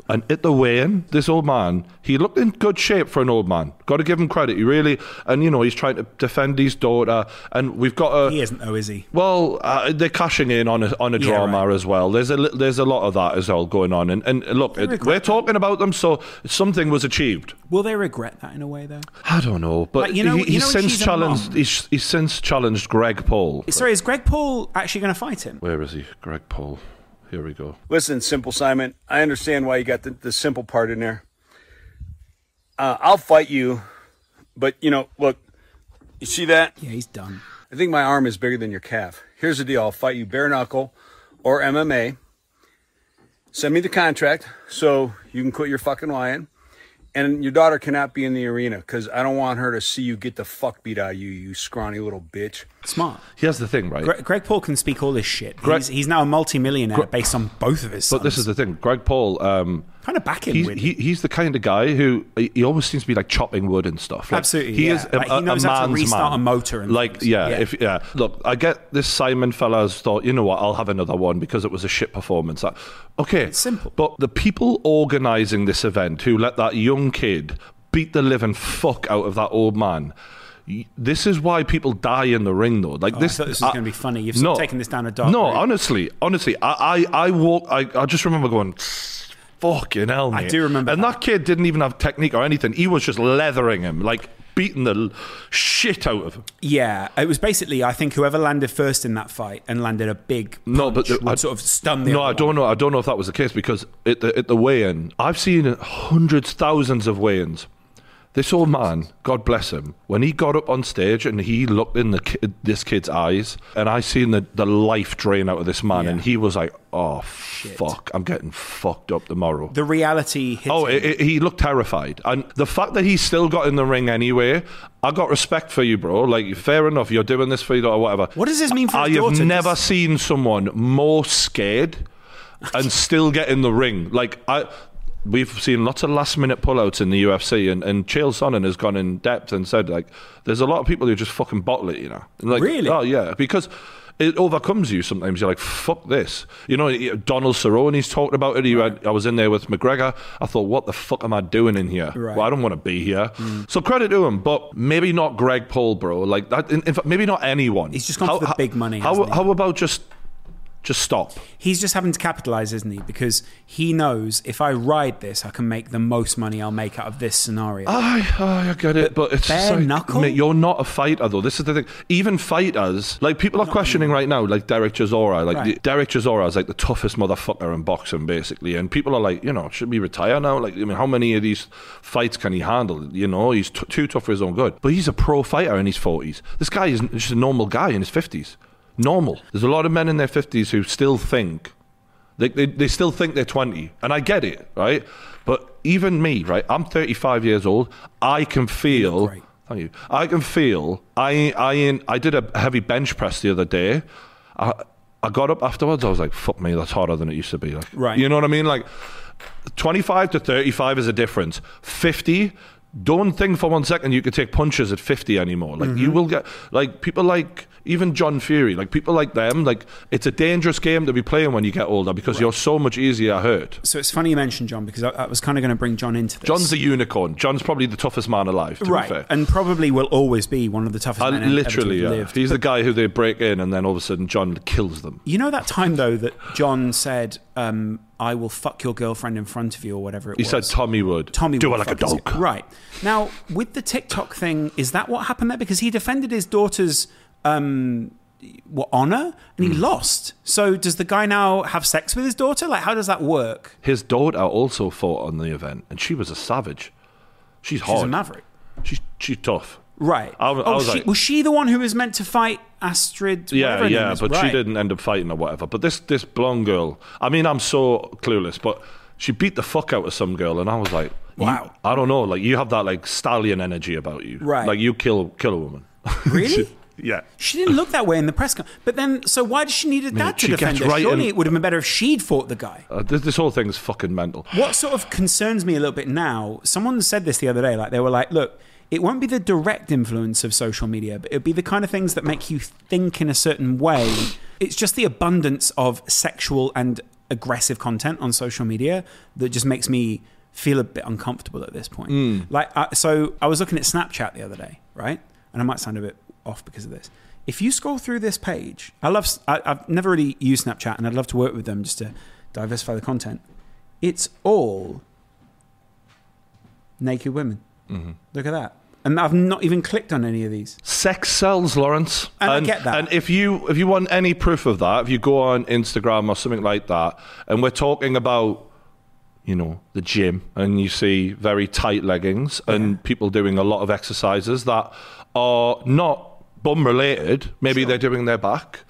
Speaker 4: And at the weigh-in, this old man, he looked in good shape for an old man. Got to give him credit. He really, and you know, he's trying to defend his daughter. And we've got a.
Speaker 3: He isn't though, is he?
Speaker 4: Well, uh, they're cashing in on a, on a
Speaker 3: Yeah,
Speaker 4: drama
Speaker 3: right.
Speaker 4: as well. There's a li- there's a lot of that as well going on. And and look, it, we're talking about them, so something was achieved.
Speaker 3: Will they regret that in a way though?
Speaker 4: I don't know, but
Speaker 3: Like, you know-
Speaker 4: he,
Speaker 3: you
Speaker 4: he's
Speaker 3: know
Speaker 4: since
Speaker 3: she's a
Speaker 4: challenged.
Speaker 3: mum.
Speaker 4: He's, he's since challenged Greg Paul.
Speaker 3: Sorry, is Greg Paul actually going to fight him?
Speaker 4: Where is he, Greg Paul? Here we go.
Speaker 5: Listen, Simple Simon, I understand why you got the, the simple part in there. Uh, I'll fight you, but you know, look, You see that?
Speaker 3: Yeah, he's done.
Speaker 5: I think my arm is bigger than your calf. Here's the deal I'll fight you bare knuckle or MMA. Send me the contract so you can quit your fucking lying. And your daughter cannot be in the arena because I don't want her to see you get the fuck beat out of you, you scrawny little bitch.
Speaker 3: Smart.
Speaker 4: Here's the thing, right?
Speaker 3: Gre- Greg Paul can speak all this shit. he's, he's now a multimillionaire based on both of his sons.
Speaker 4: But this is the thing, Greg Paul. Um,
Speaker 3: kind of back him
Speaker 4: he's,
Speaker 3: with
Speaker 4: he, he's the kind of guy who he he always seems to be like chopping wood and stuff. Like,
Speaker 3: Absolutely,
Speaker 4: he
Speaker 3: yeah.
Speaker 4: is a,
Speaker 3: Like, he
Speaker 4: a-
Speaker 3: knows
Speaker 4: a
Speaker 3: how to
Speaker 4: man's
Speaker 3: restart
Speaker 4: man.
Speaker 3: a motor and
Speaker 4: like
Speaker 3: things.
Speaker 4: yeah,
Speaker 3: Yeah.
Speaker 4: if yeah. Look, I get this Simon fella's thought. You know what? I'll have another one because it was a shit performance. Uh, Okay,
Speaker 3: simple.
Speaker 4: But the people organising this event who let that young kid beat the living fuck out of that old man. y- This is why people die in the ring, though. Like
Speaker 3: Oh, I
Speaker 4: this,
Speaker 3: thought this was gonna be funny. You've
Speaker 4: no,
Speaker 3: taken this down a dark
Speaker 4: No,
Speaker 3: route.
Speaker 4: honestly, honestly, I, I, I walk. I, I just remember going, fucking hell,
Speaker 3: I
Speaker 4: mate."
Speaker 3: do remember
Speaker 4: And
Speaker 3: that.
Speaker 4: that kid didn't even have technique or anything. He was just leathering him, like beating the l- shit out of him.
Speaker 3: Yeah, it was basically I think whoever landed first in that fight and landed a big punch
Speaker 4: No, but the-
Speaker 3: would
Speaker 4: I-
Speaker 3: sort of stun the.
Speaker 4: No,
Speaker 3: other
Speaker 4: I don't
Speaker 3: one.
Speaker 4: know. I don't know if that was the case because at the at the weigh-in, I've seen hundreds, thousands of weigh-ins. This old man, God bless him, when he got up on stage and he looked in the kid, this kid's eyes, and I seen the, the life drain out of this man, and he was like, "Oh fuck, I'm getting fucked up tomorrow."
Speaker 3: The reality. Hit
Speaker 4: Oh,
Speaker 3: him.
Speaker 4: it, it, he looked terrified, and the fact that he still got in the ring anyway, I got respect for you, bro. Like, fair enough, you're doing this for your daughter, whatever.
Speaker 3: What does this mean for
Speaker 4: I,
Speaker 3: his
Speaker 4: have
Speaker 3: daughter?
Speaker 4: never
Speaker 3: Does-
Speaker 4: seen someone more scared
Speaker 3: *laughs*
Speaker 4: and still get in the ring. Like, I. We've seen lots of last-minute pullouts in the UFC, and and Chael Sonnen has gone in depth and said like, "There's a lot of people who just fucking bottle it, you know." Like,
Speaker 3: Really?
Speaker 4: Oh yeah, because it overcomes you sometimes. You're like, fuck this. You know, you- Donald Cerrone's talked about it. He had, I was in there with McGregor. I thought, what the fuck am I doing in here?
Speaker 3: Right. Mm.
Speaker 4: Well, I don't want to be here. So credit to him, but maybe not Greg Paul, bro. Like that. In, in fact, maybe not anyone.
Speaker 3: He's just gone for the big money,
Speaker 4: How,
Speaker 3: hasn't he?
Speaker 4: how about just just stop?
Speaker 3: He's just having to capitalize, isn't he? Because he knows if I ride this, I can make the most money I'll make out of this scenario.
Speaker 4: I, I get it, but it's
Speaker 3: bare
Speaker 4: just like,
Speaker 3: knuckle?
Speaker 4: mate, you're not a fighter though. This is the thing. Even fighters, like people are questioning right now, like Derek Chisora. Like
Speaker 3: Right.
Speaker 4: the, Derek Chisora is like the toughest motherfucker in boxing, basically. And people are like, you know, should we retire now? Like, I mean, how many of these fights can he handle? You know, he's t- too tough for his own good. But he's a pro fighter in his forties. This guy is just a normal guy in his fifties. Normal. There's a lot of men in their fifties who still think they, they, they still think they're 20, and I get it, right? But even me, right? I'm 35 years old. I can feel.
Speaker 3: great.
Speaker 4: Thank you. I can feel. I I ain't- I did a heavy bench press the other day. I I got up afterwards. I was like, "Fuck me, that's harder than it used to be." Like,
Speaker 3: Right.
Speaker 4: You know what I mean? Like, 25 to 35 is a difference. 50. Don't think for one second you could take punches at 50 anymore. Like
Speaker 3: Mm-hmm.
Speaker 4: you will get like people like even John Fury, like people like them. Like it's a dangerous game to be playing when you get older because you're so much easier hurt.
Speaker 3: so it's funny you mentioned John because I, I was kind of going to bring John into this.
Speaker 4: John's a unicorn. John's probably the toughest man alive. To
Speaker 3: right,
Speaker 4: Be fair.
Speaker 3: and probably will always be one of the toughest.
Speaker 4: I
Speaker 3: men ever
Speaker 4: literally,
Speaker 3: to have
Speaker 4: yeah.
Speaker 3: lived.
Speaker 4: He's the guy who they break in, and then all of a sudden John kills them.
Speaker 3: You know that time though that John said, um, "I will fuck your girlfriend in front of you" or whatever it
Speaker 4: He
Speaker 3: was.
Speaker 4: said Tommy would.
Speaker 3: Tommy
Speaker 4: do
Speaker 3: would
Speaker 4: it like a
Speaker 3: fuck his-
Speaker 4: dog.
Speaker 3: Right. Now, with the TikTok thing, is that what happened there? Because he defended his daughter's um, what, honor and
Speaker 4: Hmm.
Speaker 3: he lost. So, does the guy now have sex with his daughter? Like, how does that work?
Speaker 4: His daughter also fought on the event, and she was a savage. She's hard.
Speaker 3: She's a maverick.
Speaker 4: She's she's tough.
Speaker 3: Right.
Speaker 4: I was- I
Speaker 3: oh,
Speaker 4: was
Speaker 3: she,
Speaker 4: like-
Speaker 3: was she the one who was meant to fight Astrid? whatever
Speaker 4: Yeah,
Speaker 3: her name
Speaker 4: yeah,
Speaker 3: is?
Speaker 4: but she
Speaker 3: Right.
Speaker 4: didn't end up fighting or whatever. But this this blonde girl, I mean, I'm so clueless, but she beat the fuck out of some girl, and I was like, you-
Speaker 3: Wow.
Speaker 4: I don't know, like you have that like stallion energy about you,
Speaker 3: Right.
Speaker 4: Like you kill kill a woman. *laughs*
Speaker 3: Really?
Speaker 4: yeah.
Speaker 3: She didn't look that way in the press con. But then, so why did she need a dad to
Speaker 4: she
Speaker 3: defend
Speaker 4: gets
Speaker 3: her?
Speaker 4: right
Speaker 3: Surely
Speaker 4: in-
Speaker 3: it would have been better if she'd fought the guy.
Speaker 4: Uh, this, this whole thing's fucking mental.
Speaker 3: What sort of concerns me a little bit now, someone said this the other day, like they were like, look, it won't be the direct influence of social media, but it'll be the kind of things that make you think in a certain way. It's just the abundance of sexual and aggressive content on social media that just makes me feel a bit uncomfortable at this point. Like, I, so I was looking at Snapchat the other day, right? And I might sound a bit off because of this. If you scroll through this page, I love, I, I've never really used Snapchat and I'd love to work with them just to diversify the content it's all naked women.
Speaker 4: Mm-hmm.
Speaker 3: Look at that. And I've not even clicked on any of these.
Speaker 4: Sex sells, Lawrence.
Speaker 3: And I get that.
Speaker 4: And if you if you want any proof of that, if you go on Instagram or something like that, and we're talking about you know the gym, and you see very tight leggings and people doing a lot of exercises that are not bum related, maybe they're doing their back,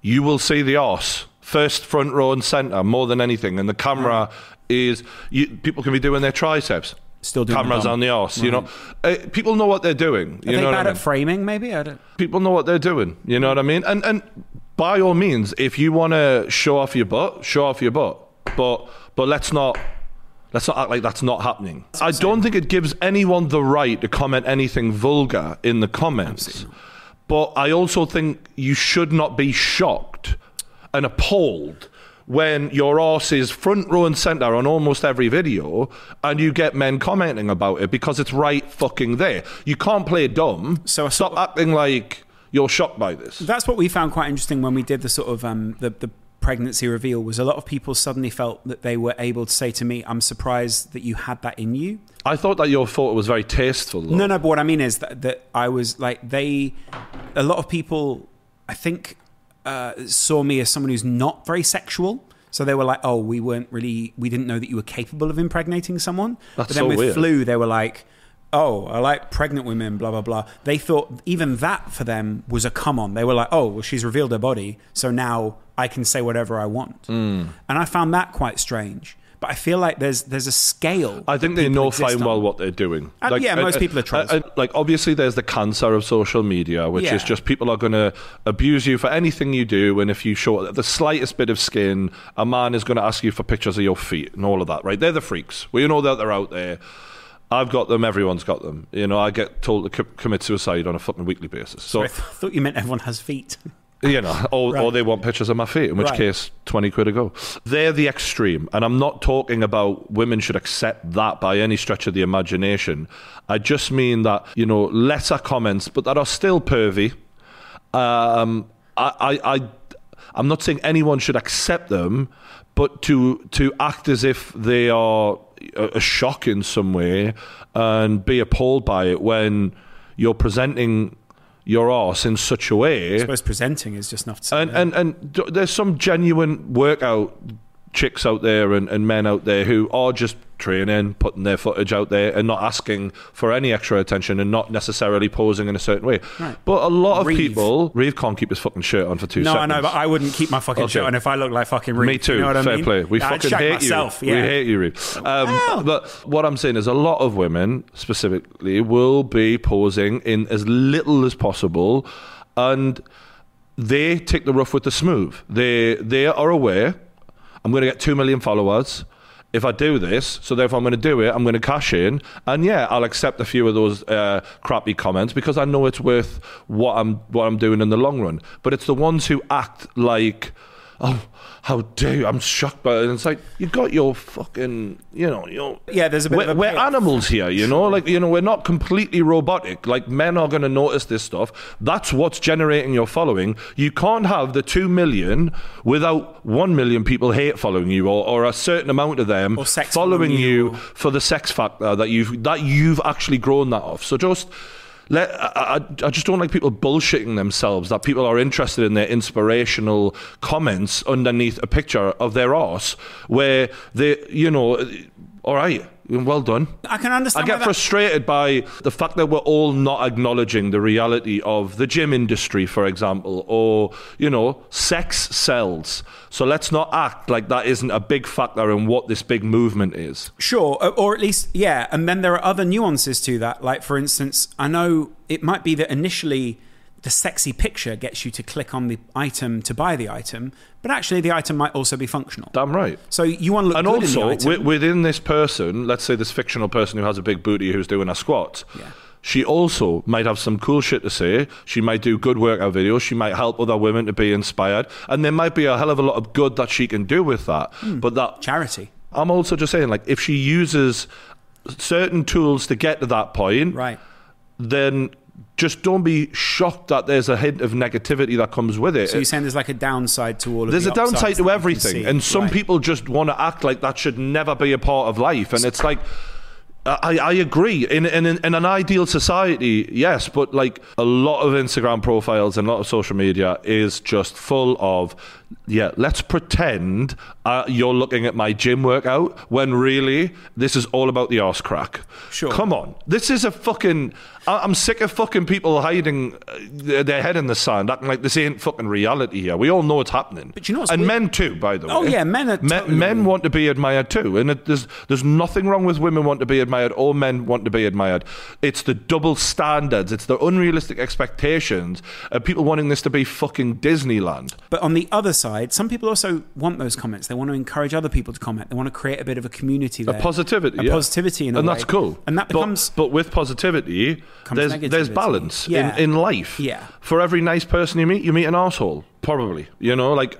Speaker 4: you will see the arse first front row and centre more than anything. And the camera is, you, people can be doing their triceps.
Speaker 3: Still doing the
Speaker 4: Cameras
Speaker 3: bum.
Speaker 4: on the arse, you know. Uh, people know what they're doing.
Speaker 3: Are they
Speaker 4: you know what I
Speaker 3: bad
Speaker 4: mean?
Speaker 3: at framing? Maybe I don't.
Speaker 4: people know what they're doing. You know what I mean? And and by all means, if you want to show off your butt, show off your butt. But but let's not let's not act like that's not happening. I don't think it gives anyone the right to comment anything vulgar in the comments. But I also think you should not be shocked and appalled when your arse is front row and center on almost every video and you get men commenting about it because it's right fucking there. You can't play dumb.
Speaker 3: So I
Speaker 4: stop acting like you're shocked by this.
Speaker 3: That's what we found quite interesting when we did the sort of um, the the pregnancy reveal was a lot of people suddenly felt that they were able to say to me, "I'm surprised that you had that in you."
Speaker 4: I thought that your photo was very tasteful. though.
Speaker 3: No, no, but what I mean is that, that I was like, they, a lot of people, I think, uh, saw me as someone who's not very sexual. So they were like, oh, we weren't really, we didn't know that you were capable of impregnating someone. but
Speaker 4: That's
Speaker 3: then
Speaker 4: so
Speaker 3: with
Speaker 4: weird.
Speaker 3: flu, they were like, oh, I like pregnant women, blah, blah, blah. They thought even that for them was a come on. They were like, oh, well, she's revealed her body. So now I can say whatever I want.
Speaker 4: Hmm.
Speaker 3: And I found that quite strange. But I feel like there's there's a scale.
Speaker 4: I think
Speaker 3: that
Speaker 4: they
Speaker 3: people
Speaker 4: know
Speaker 3: exist
Speaker 4: fine
Speaker 3: on.
Speaker 4: well what they're doing.
Speaker 3: Uh, yeah, most people are trolls.
Speaker 4: uh, like obviously, there's the cancer of social media, which
Speaker 3: Yeah.
Speaker 4: is just people are going to abuse you for anything you do, and if you show the slightest bit of skin, a man is going to ask you for pictures of your feet and all of that. Right? They're the freaks. We know that they're out there. I've got them. Everyone's got them. You know, I get told to c- commit suicide on a fucking weekly basis. So
Speaker 3: I th- thought you meant everyone has feet.
Speaker 4: you know, *laughs* or,
Speaker 3: Right.
Speaker 4: or they want pictures of my feet, in which
Speaker 3: Right.
Speaker 4: case, 20 quid a go. They're the extreme. And I'm not talking about women should accept that by any stretch of the imagination. I just mean that, you know, lesser comments, but that are still pervy. Um, I, I, I, I'm not saying anyone should accept them, but to to act as if they are a, a shock in some way and be appalled by it when you're presenting your arse in such a way.
Speaker 3: I suppose presenting is just enough to say.
Speaker 4: And and and d- there's some genuine workout chicks out there and, and men out there who are just training, putting their footage out there, and not asking for any extra attention and not necessarily posing in a certain way. But a lot of
Speaker 3: Reeve.
Speaker 4: people, Reeve can't keep his fucking shirt on for two
Speaker 3: no, I
Speaker 4: seconds.
Speaker 3: know, but I wouldn't keep my fucking
Speaker 4: Okay.
Speaker 3: shirt on if I looked like fucking Reed.
Speaker 4: Oh, Me too.
Speaker 3: You know what I
Speaker 4: Fair
Speaker 3: mean?
Speaker 4: play. We
Speaker 3: I'd
Speaker 4: fucking
Speaker 3: shag
Speaker 4: hate
Speaker 3: myself,
Speaker 4: you.
Speaker 3: Yeah.
Speaker 4: We hate you, Reeve. Um, But what I'm saying is, a lot of women specifically will be posing in as little as possible, and they take the rough with the smooth. They they are aware. I'm going to get two million followers. If I do this, so therefore I'm going to do it. I'm going to cash in, and yeah, I'll accept a few of those uh, crappy comments because I know it's worth what I'm what I'm doing in the long run. But it's the ones who act like oh, how dare you? I'm shocked by it. And it's like, you got your fucking, you know, your.
Speaker 3: Yeah, there's a bit
Speaker 4: We're,
Speaker 3: of a
Speaker 4: we're
Speaker 3: payoff.
Speaker 4: animals here, you know? Like, you know, we're not completely robotic. Like, men are going to notice this stuff. That's what's generating your following. You can't have the 2 million without 1 million people hate following you or, or a certain amount of them
Speaker 3: Or sex
Speaker 4: following
Speaker 3: following
Speaker 4: you
Speaker 3: you.
Speaker 4: for the sex factor that you've that you've actually grown that off. So just let I, I I just don't like people bullshitting themselves that people are interested in their inspirational comments underneath a picture of their arse where they you know all right well done.
Speaker 3: I can understand
Speaker 4: I
Speaker 3: why
Speaker 4: get
Speaker 3: that-
Speaker 4: frustrated by the fact that we're all not acknowledging the reality of the gym industry, for example, or, you know, sex sells. So let's not act like that isn't a big factor in what this big movement is.
Speaker 3: Sure, or- or at least yeah, and then there are other nuances to that. Like for instance, I know it might be that initially the sexy picture gets you to click on the item to buy the item, but actually the item might also be functional.
Speaker 4: Damn right.
Speaker 3: So you want to look
Speaker 4: and
Speaker 3: good in
Speaker 4: also,
Speaker 3: the item.
Speaker 4: wi- within this person, let's say this fictional person who has a big booty who's doing a squat,
Speaker 3: Yeah.
Speaker 4: she also might have some cool shit to say. She might do good workout videos. She might help other women to be inspired. And there might be a hell of a lot of good that she can do with that.
Speaker 3: Hmm.
Speaker 4: But that
Speaker 3: Charity.
Speaker 4: I'm also just saying, like, if she uses certain tools to get to that point,
Speaker 3: Right.
Speaker 4: then just don't be shocked that there's a hint of negativity that comes with it.
Speaker 3: So you're saying there's like a downside to all of
Speaker 4: Uh, there's
Speaker 3: the
Speaker 4: a downside
Speaker 3: upsides that you
Speaker 4: to
Speaker 3: can
Speaker 4: everything,
Speaker 3: see.
Speaker 4: and some
Speaker 3: Right.
Speaker 4: people just want to act like that should never be a part of life, and it's like. I, I agree. In, in in an ideal society, yes, but like a lot of Instagram profiles and a lot of social media is just full of, yeah, let's pretend uh, you're looking at my gym workout when really this is all about the arse crack.
Speaker 3: Sure.
Speaker 4: Come on. This is a fucking. I, I'm sick of fucking people hiding uh, their, their head in the sand, acting like this ain't fucking reality here. We all know it's happening.
Speaker 3: But you know what's
Speaker 4: And
Speaker 3: weird-
Speaker 4: men too, by the way.
Speaker 3: Oh, yeah, men are
Speaker 4: Men,
Speaker 3: totally-
Speaker 4: men want to be admired too, and it, there's there's nothing wrong with women want to be admired. All men want to be admired. It's the double standards. It's the unrealistic expectations of people wanting this to be fucking Disneyland.
Speaker 3: But on the other side, some people also want those comments. They want to encourage other people to comment. They want to create a bit of a community there.
Speaker 4: A positivity,
Speaker 3: A
Speaker 4: yeah.
Speaker 3: positivity in a
Speaker 4: and
Speaker 3: way.
Speaker 4: that's cool.
Speaker 3: And that
Speaker 4: But-
Speaker 3: becomes
Speaker 4: but, with positivity,
Speaker 3: Comes
Speaker 4: there's there's
Speaker 3: negativity.
Speaker 4: balance
Speaker 3: Yeah.
Speaker 4: in, in life.
Speaker 3: Yeah.
Speaker 4: For every nice person you meet, you meet an asshole, probably. You know, like,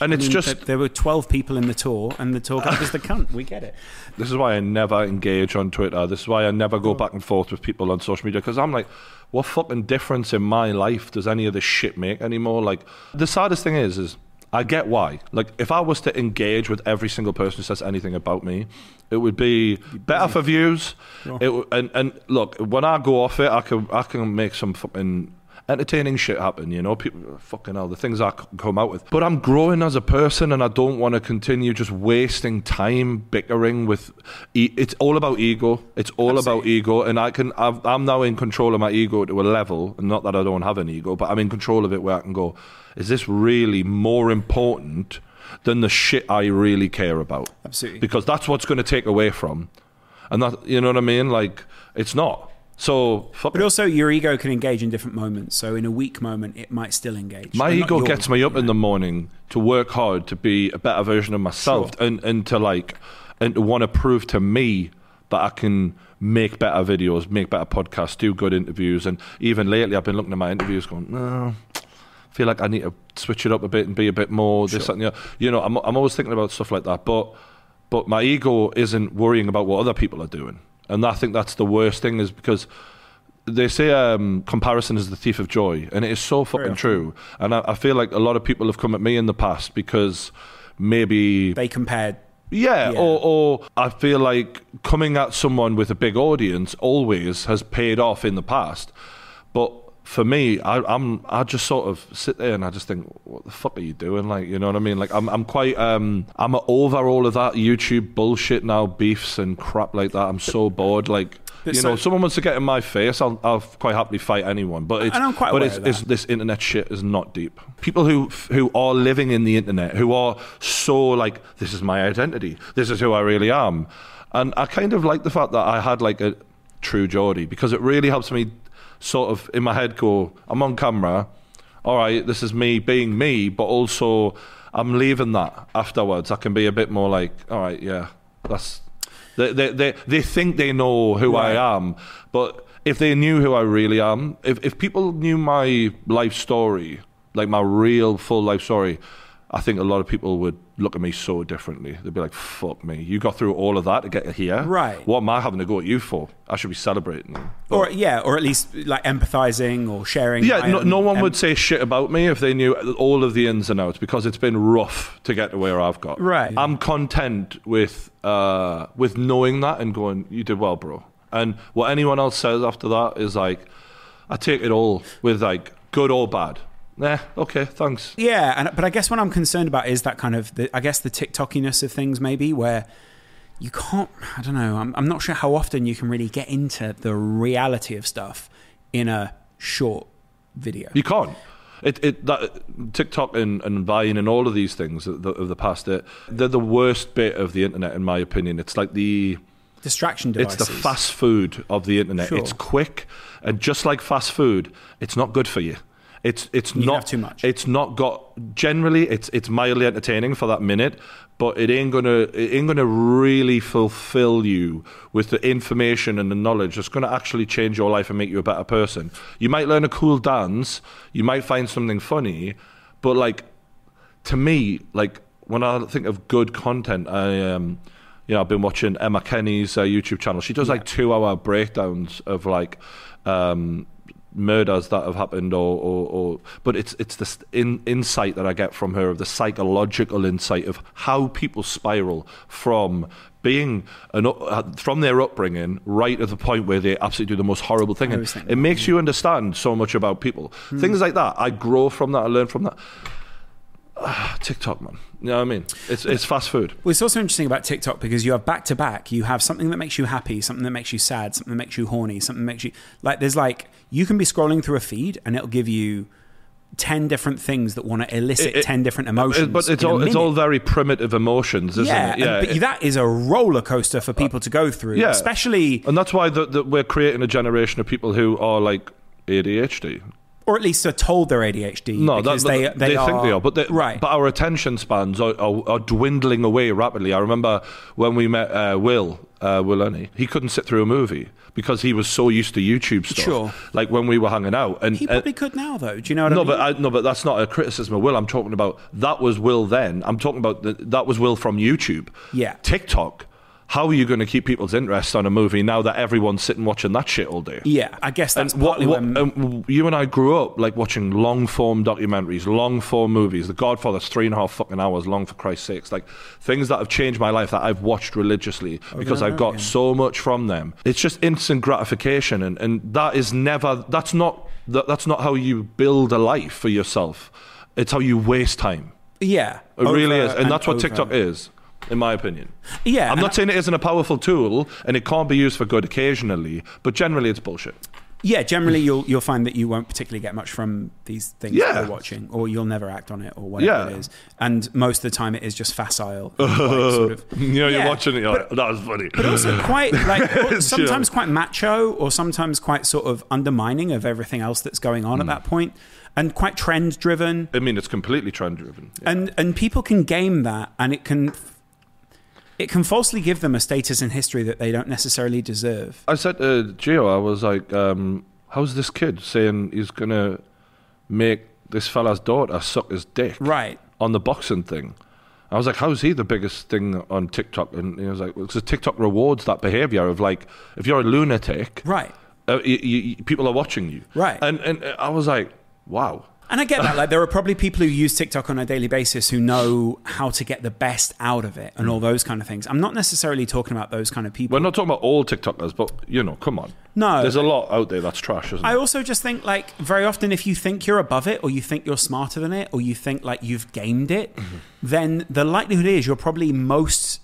Speaker 4: and
Speaker 3: I
Speaker 4: it's
Speaker 3: mean,
Speaker 4: just
Speaker 3: there- there were 12 people in the tour and the tour guide was
Speaker 4: *laughs*
Speaker 3: the cunt. We get it.
Speaker 4: This is why I never engage on Twitter. This is why I never go back and forth with people on social media because I'm like, what fucking difference in my life does any of this shit make anymore? Like, the saddest thing is, is I get why. Like, if I was to engage with every single person who says anything about me, it would be better for views. It w- and and look, when I go off it, I can I can make some fucking entertaining shit happen, you know. People, fucking hell, the things I c- come out with. But I'm growing as a person, and I don't want to continue just wasting time bickering with. E- it's all about ego. It's all about ego, and I can. I've, I'm now in control of my ego to a level, and not that I don't have an ego, but I'm in control of it where I can go. Is this really more important than the shit I really care about?
Speaker 3: Absolutely.
Speaker 4: because that's what's going to take away from, and that you know what I mean. Like it's not. So fuck
Speaker 3: But
Speaker 4: it.
Speaker 3: also, your ego can engage in different moments. So, in a weak moment, it might still engage.
Speaker 4: My
Speaker 3: And not
Speaker 4: ego
Speaker 3: your-
Speaker 4: gets me up in the morning to work hard to be a better version of myself and, and to like and to want to prove to me that I can make better videos, make better podcasts, do good interviews. And even lately I've been looking at my interviews going, no, I feel like I need to switch it up a bit and be a bit more this, that, and the other. You know, I'm I'm always thinking about stuff like that. But but my ego isn't worrying about what other people are doing. And I think that's the worst thing is because they say um, comparison is the thief of joy, and it is so fucking true. And I, I feel like a lot of people have come at me in the past because maybe
Speaker 3: They compared.
Speaker 4: yeah,
Speaker 3: Yeah.
Speaker 4: Or, or I feel like coming at someone with a big audience always has paid off in the past. But for me, I, I'm I just sort of sit there and I just think, what the fuck are you doing? Like, you know what I mean? Like, I'm I'm quite um I'm over all of that YouTube bullshit now, beefs and crap like that. I'm so bored. Like, you
Speaker 3: so-
Speaker 4: know, if someone wants to get in my face, I'll I'll quite happily fight anyone. But it's
Speaker 3: And I'm quite
Speaker 4: but
Speaker 3: aware
Speaker 4: it's,
Speaker 3: of that.
Speaker 4: it's this internet shit is not deep. People who who are living in the internet, who are so like, this is my identity, this is who I really am, and I kind of like the fact that I had like a true Geordie because it really helps me sort of in my head go, I'm on camera, all right, this is me being me, but also I'm leaving that afterwards. I can be a bit more like, all right, yeah, that's they they they, they think they know who I am, but if they knew who I really am, if if people knew my life story, like my real full life story, I think a lot of people would look at me so differently. They'd be like, "Fuck me, you got through all of that to get here.
Speaker 3: Right.
Speaker 4: What am I having to go at you for? I should be celebrating." you."
Speaker 3: Or, yeah, or at least like empathizing or sharing.
Speaker 4: Yeah,
Speaker 3: I
Speaker 4: no,
Speaker 3: am-
Speaker 4: no one
Speaker 3: am-
Speaker 4: would say shit about me if they knew all of the ins and outs because it's been rough to get to where I've got.
Speaker 3: Right.
Speaker 4: I'm content with uh, with knowing that and going, you did well, bro. And what anyone else says after that is like, I take it all with like good or bad. Nah, okay, thanks.
Speaker 3: Yeah, and but I guess what I'm concerned about is that kind of the, I guess the TikTokiness of things maybe where you can't I don't know I'm I'm not sure how often you can really get into the reality of stuff in a short video.
Speaker 4: You can't. It, it that TikTok and, and Vine and all of these things of the, of the past, they're, they're the worst bit of the internet, in my opinion. It's like the
Speaker 3: Distraction
Speaker 4: It's
Speaker 3: devices.
Speaker 4: the fast food of the internet.
Speaker 3: Sure.
Speaker 4: It's quick, and just like fast food, it's not good for you. It's it's
Speaker 3: can
Speaker 4: not
Speaker 3: have too much.
Speaker 4: It's not got generally. It's it's mildly entertaining for that minute, but it ain't gonna it ain't gonna really fulfill you with the information and the knowledge that's gonna actually change your life and make you a better person. You might learn a cool dance. You might find something funny, but like to me, like when I think of good content, I um, you know, I've been watching Emma Kenny's uh, YouTube channel. She does like two-hour breakdowns of like um, murders that have happened, or, or, or but it's it's this in, insight that I get from her of the psychological insight of how people spiral from being an, up- uh, from their upbringing right at the point where they absolutely do the most horrible thing. And
Speaker 3: always think
Speaker 4: it makes you understand so much about people. Things like that, I grow from that. I learn from that. Ah, TikTok, man. You know what I mean? It's it's fast food.
Speaker 3: Well, it's also interesting about TikTok because you have back to back. You have something that makes you happy, something that makes you sad, something that makes you horny, something that makes you like. There's like you can be scrolling through a feed and it'll give you ten different things that want to elicit
Speaker 4: It- it-
Speaker 3: ten different emotions.
Speaker 4: It- but it's
Speaker 3: in a
Speaker 4: all it's
Speaker 3: minute.
Speaker 4: all very primitive emotions, isn't
Speaker 3: yeah,
Speaker 4: it? Yeah.
Speaker 3: and, but
Speaker 4: it-
Speaker 3: that is a roller coaster for people to go through,
Speaker 4: yeah.
Speaker 3: especially
Speaker 4: and that's why that that we're creating a generation of people who are like ADHD.
Speaker 3: or at least are told they're ADHD.
Speaker 4: No,
Speaker 3: because
Speaker 4: that's that,
Speaker 3: they, they, are,
Speaker 4: think they are, but they,
Speaker 3: right.
Speaker 4: But our attention spans are, are, are dwindling away rapidly. I remember when we met uh, Will uh, Will Ennie, he couldn't sit through a movie because he was so used to YouTube stuff.
Speaker 3: Sure.
Speaker 4: Like when we were hanging out, and
Speaker 3: he
Speaker 4: and-
Speaker 3: probably could now, though. Do you know what I
Speaker 4: uh, no,
Speaker 3: mean?
Speaker 4: but I, no, but that's not a criticism of Will. I'm talking about that was Will then. I'm talking about the, that was Will from YouTube.
Speaker 3: Yeah.
Speaker 4: TikTok. How are you going to keep people's interest on a movie now that everyone's sitting watching that shit all day?
Speaker 3: yeah, I guess that's
Speaker 4: And what,
Speaker 3: partly
Speaker 4: what
Speaker 3: when-
Speaker 4: um, you and I grew up like watching long form documentaries, long form movies. The Godfather's three and a half fucking hours long for Christ's sakes. Like things that have changed my life that I've watched religiously
Speaker 3: Oh,
Speaker 4: because I've got so much from them. It's just instant gratification, and, and that is never. That's not that, that's not how you build a life for yourself. It's how you waste time.
Speaker 3: yeah,
Speaker 4: It really
Speaker 3: over
Speaker 4: is, and, that's what
Speaker 3: over.
Speaker 4: TikTok is. In my opinion,
Speaker 3: Yeah,
Speaker 4: I'm
Speaker 3: and
Speaker 4: not saying it isn't a powerful tool and it can't be used for good occasionally, but generally it's bullshit.
Speaker 3: Yeah, generally you'll you'll find that you won't particularly get much from these things that
Speaker 4: Yeah.
Speaker 3: you're watching, or you'll never act on it, or whatever
Speaker 4: Yeah.
Speaker 3: it is. And most of the time, it is just facile. and
Speaker 4: *laughs*
Speaker 3: quite sort of-
Speaker 4: You know,
Speaker 3: Yeah,
Speaker 4: you're watching it. You're
Speaker 3: but-
Speaker 4: like, that was funny.
Speaker 3: but also quite like or
Speaker 4: Sure.
Speaker 3: sometimes quite macho or sometimes quite sort of undermining of everything else that's going on at that point and quite trend driven
Speaker 4: *laughs* I mean, it's completely trend driven.
Speaker 3: and and people can game that and it can it can falsely give them a status in history that they don't necessarily deserve
Speaker 4: I said to uh, Gio, I was like, um, "How's this kid saying he's gonna make this fella's daughter suck his dick?"
Speaker 3: Right.
Speaker 4: on the boxing thing. I was like, "How's he the biggest thing on TikTok?" And he was like, "Because TikTok rewards that behavior of like, if you're a lunatic,
Speaker 3: Right.
Speaker 4: Uh, you, you, you- people are watching you,
Speaker 3: Right.
Speaker 4: And and uh, I was like, "Wow."
Speaker 3: And I get that. Like, there are probably people who use TikTok on a daily basis who know how to get the best out of it and all those kind of things. I'm not necessarily talking about those kind of people.
Speaker 4: We're not talking about all TikTokers, but you know, come on.
Speaker 3: No.
Speaker 4: there's a lot out there that's trash, isn't
Speaker 3: I
Speaker 4: there?
Speaker 3: also just think, like, very often if you think you're above it or you think you're smarter than it or you think, like, you've gamed it,
Speaker 4: Mm-hmm.
Speaker 3: then the likelihood is you're probably most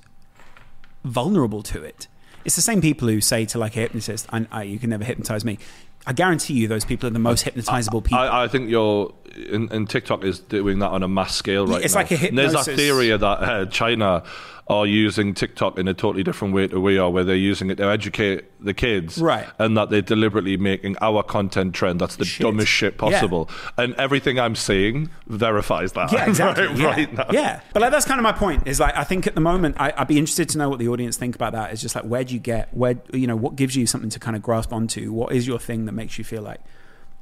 Speaker 3: vulnerable to it. It's the same people who say to, like, a hypnotist, I, I, you can never hypnotize me. I guarantee you those people are the most hypnotizable people.
Speaker 4: I, I think you're and, and TikTok is doing that on a mass scale right
Speaker 3: it's
Speaker 4: now.
Speaker 3: like a
Speaker 4: And There's that
Speaker 3: hypnosis.
Speaker 4: theory that uh, China are using TikTok in a totally different way to we are, where they're using it to educate the kids,
Speaker 3: Right.
Speaker 4: And that they're deliberately making our content trend. That's the
Speaker 3: Shit.
Speaker 4: dumbest shit
Speaker 3: Yeah.
Speaker 4: possible, and everything I'm seeing
Speaker 3: *laughs*
Speaker 4: verifies that. *laughs*
Speaker 3: Yeah, exactly.
Speaker 4: right,
Speaker 3: yeah.
Speaker 4: right now.
Speaker 3: Yeah. but like that's kind of my point. Is like I think at the moment I, I'd be interested to know what the audience think about that. It's just like where do you get where you know what gives you something to kind of grasp onto? What is your thing that makes you feel like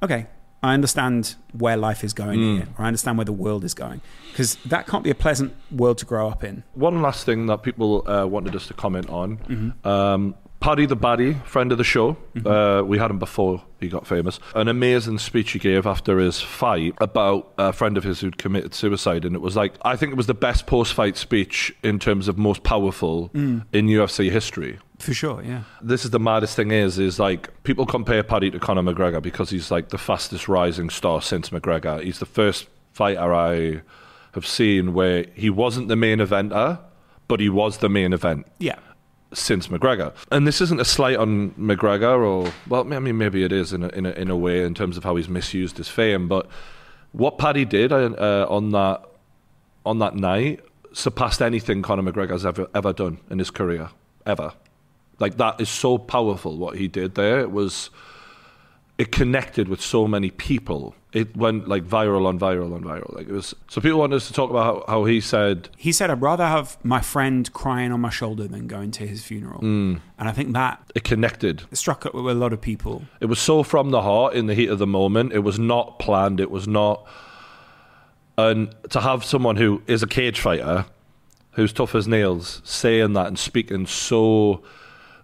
Speaker 3: okay, I understand where life is going here, or I understand where the world is going because that can't be a pleasant world to grow up in.
Speaker 4: One last thing that people uh, wanted us to comment on. Um, Paddy the Baddy, friend of the show, uh, we had him before he got famous. An amazing speech he gave after his fight about a friend of his who'd committed suicide. And it was like, I think it was the best post fight speech in terms of most powerful in UFC history
Speaker 3: For sure, yeah.
Speaker 4: this is the maddest thing is is like people compare Paddy to Conor McGregor because he's like the fastest rising star since McGregor. He's the first fighter I have seen where he wasn't the main eventer, but he was the main event
Speaker 3: Yeah.
Speaker 4: since McGregor. And this isn't a slight on McGregor, or well, I mean, maybe it is in a, in a, in a way in terms of how he's misused his fame. But what Paddy did uh, on that on that night surpassed anything Conor McGregor's ever ever done in his career ever. Like that is so powerful. What he did there it was it connected with so many people. It went like viral on viral on viral. Like it was. So people wanted us to talk about how, how he said
Speaker 3: He said, I'd rather have my friend crying on my shoulder than going to his funeral. And I think that
Speaker 4: it connected
Speaker 3: struck up with a lot of people.
Speaker 4: It was so from the heart in the heat of the moment. It was not planned. It was not. And to have someone who is a cage fighter, who's tough as nails, saying that and speaking so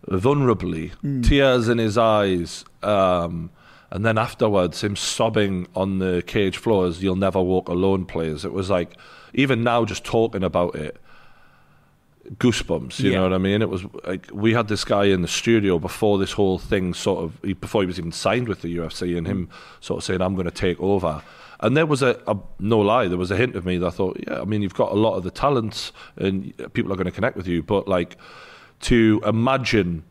Speaker 4: vulnerably, tears in his eyes, um, And then afterwards, him sobbing on the cage floor as "You'll Never Walk Alone" plays. It was like, even now, just talking about it, goosebumps. You
Speaker 3: Yeah.
Speaker 4: know what I mean? It was like we had this guy in the studio before this whole thing sort of he- before he was even signed with the UFC, and him sort of saying, "I'm going to take over." And there was a, a no lie, there was a hint of me that I thought, yeah, I mean, you've got a lot of the talents, and people are going to connect with you, but like to imagine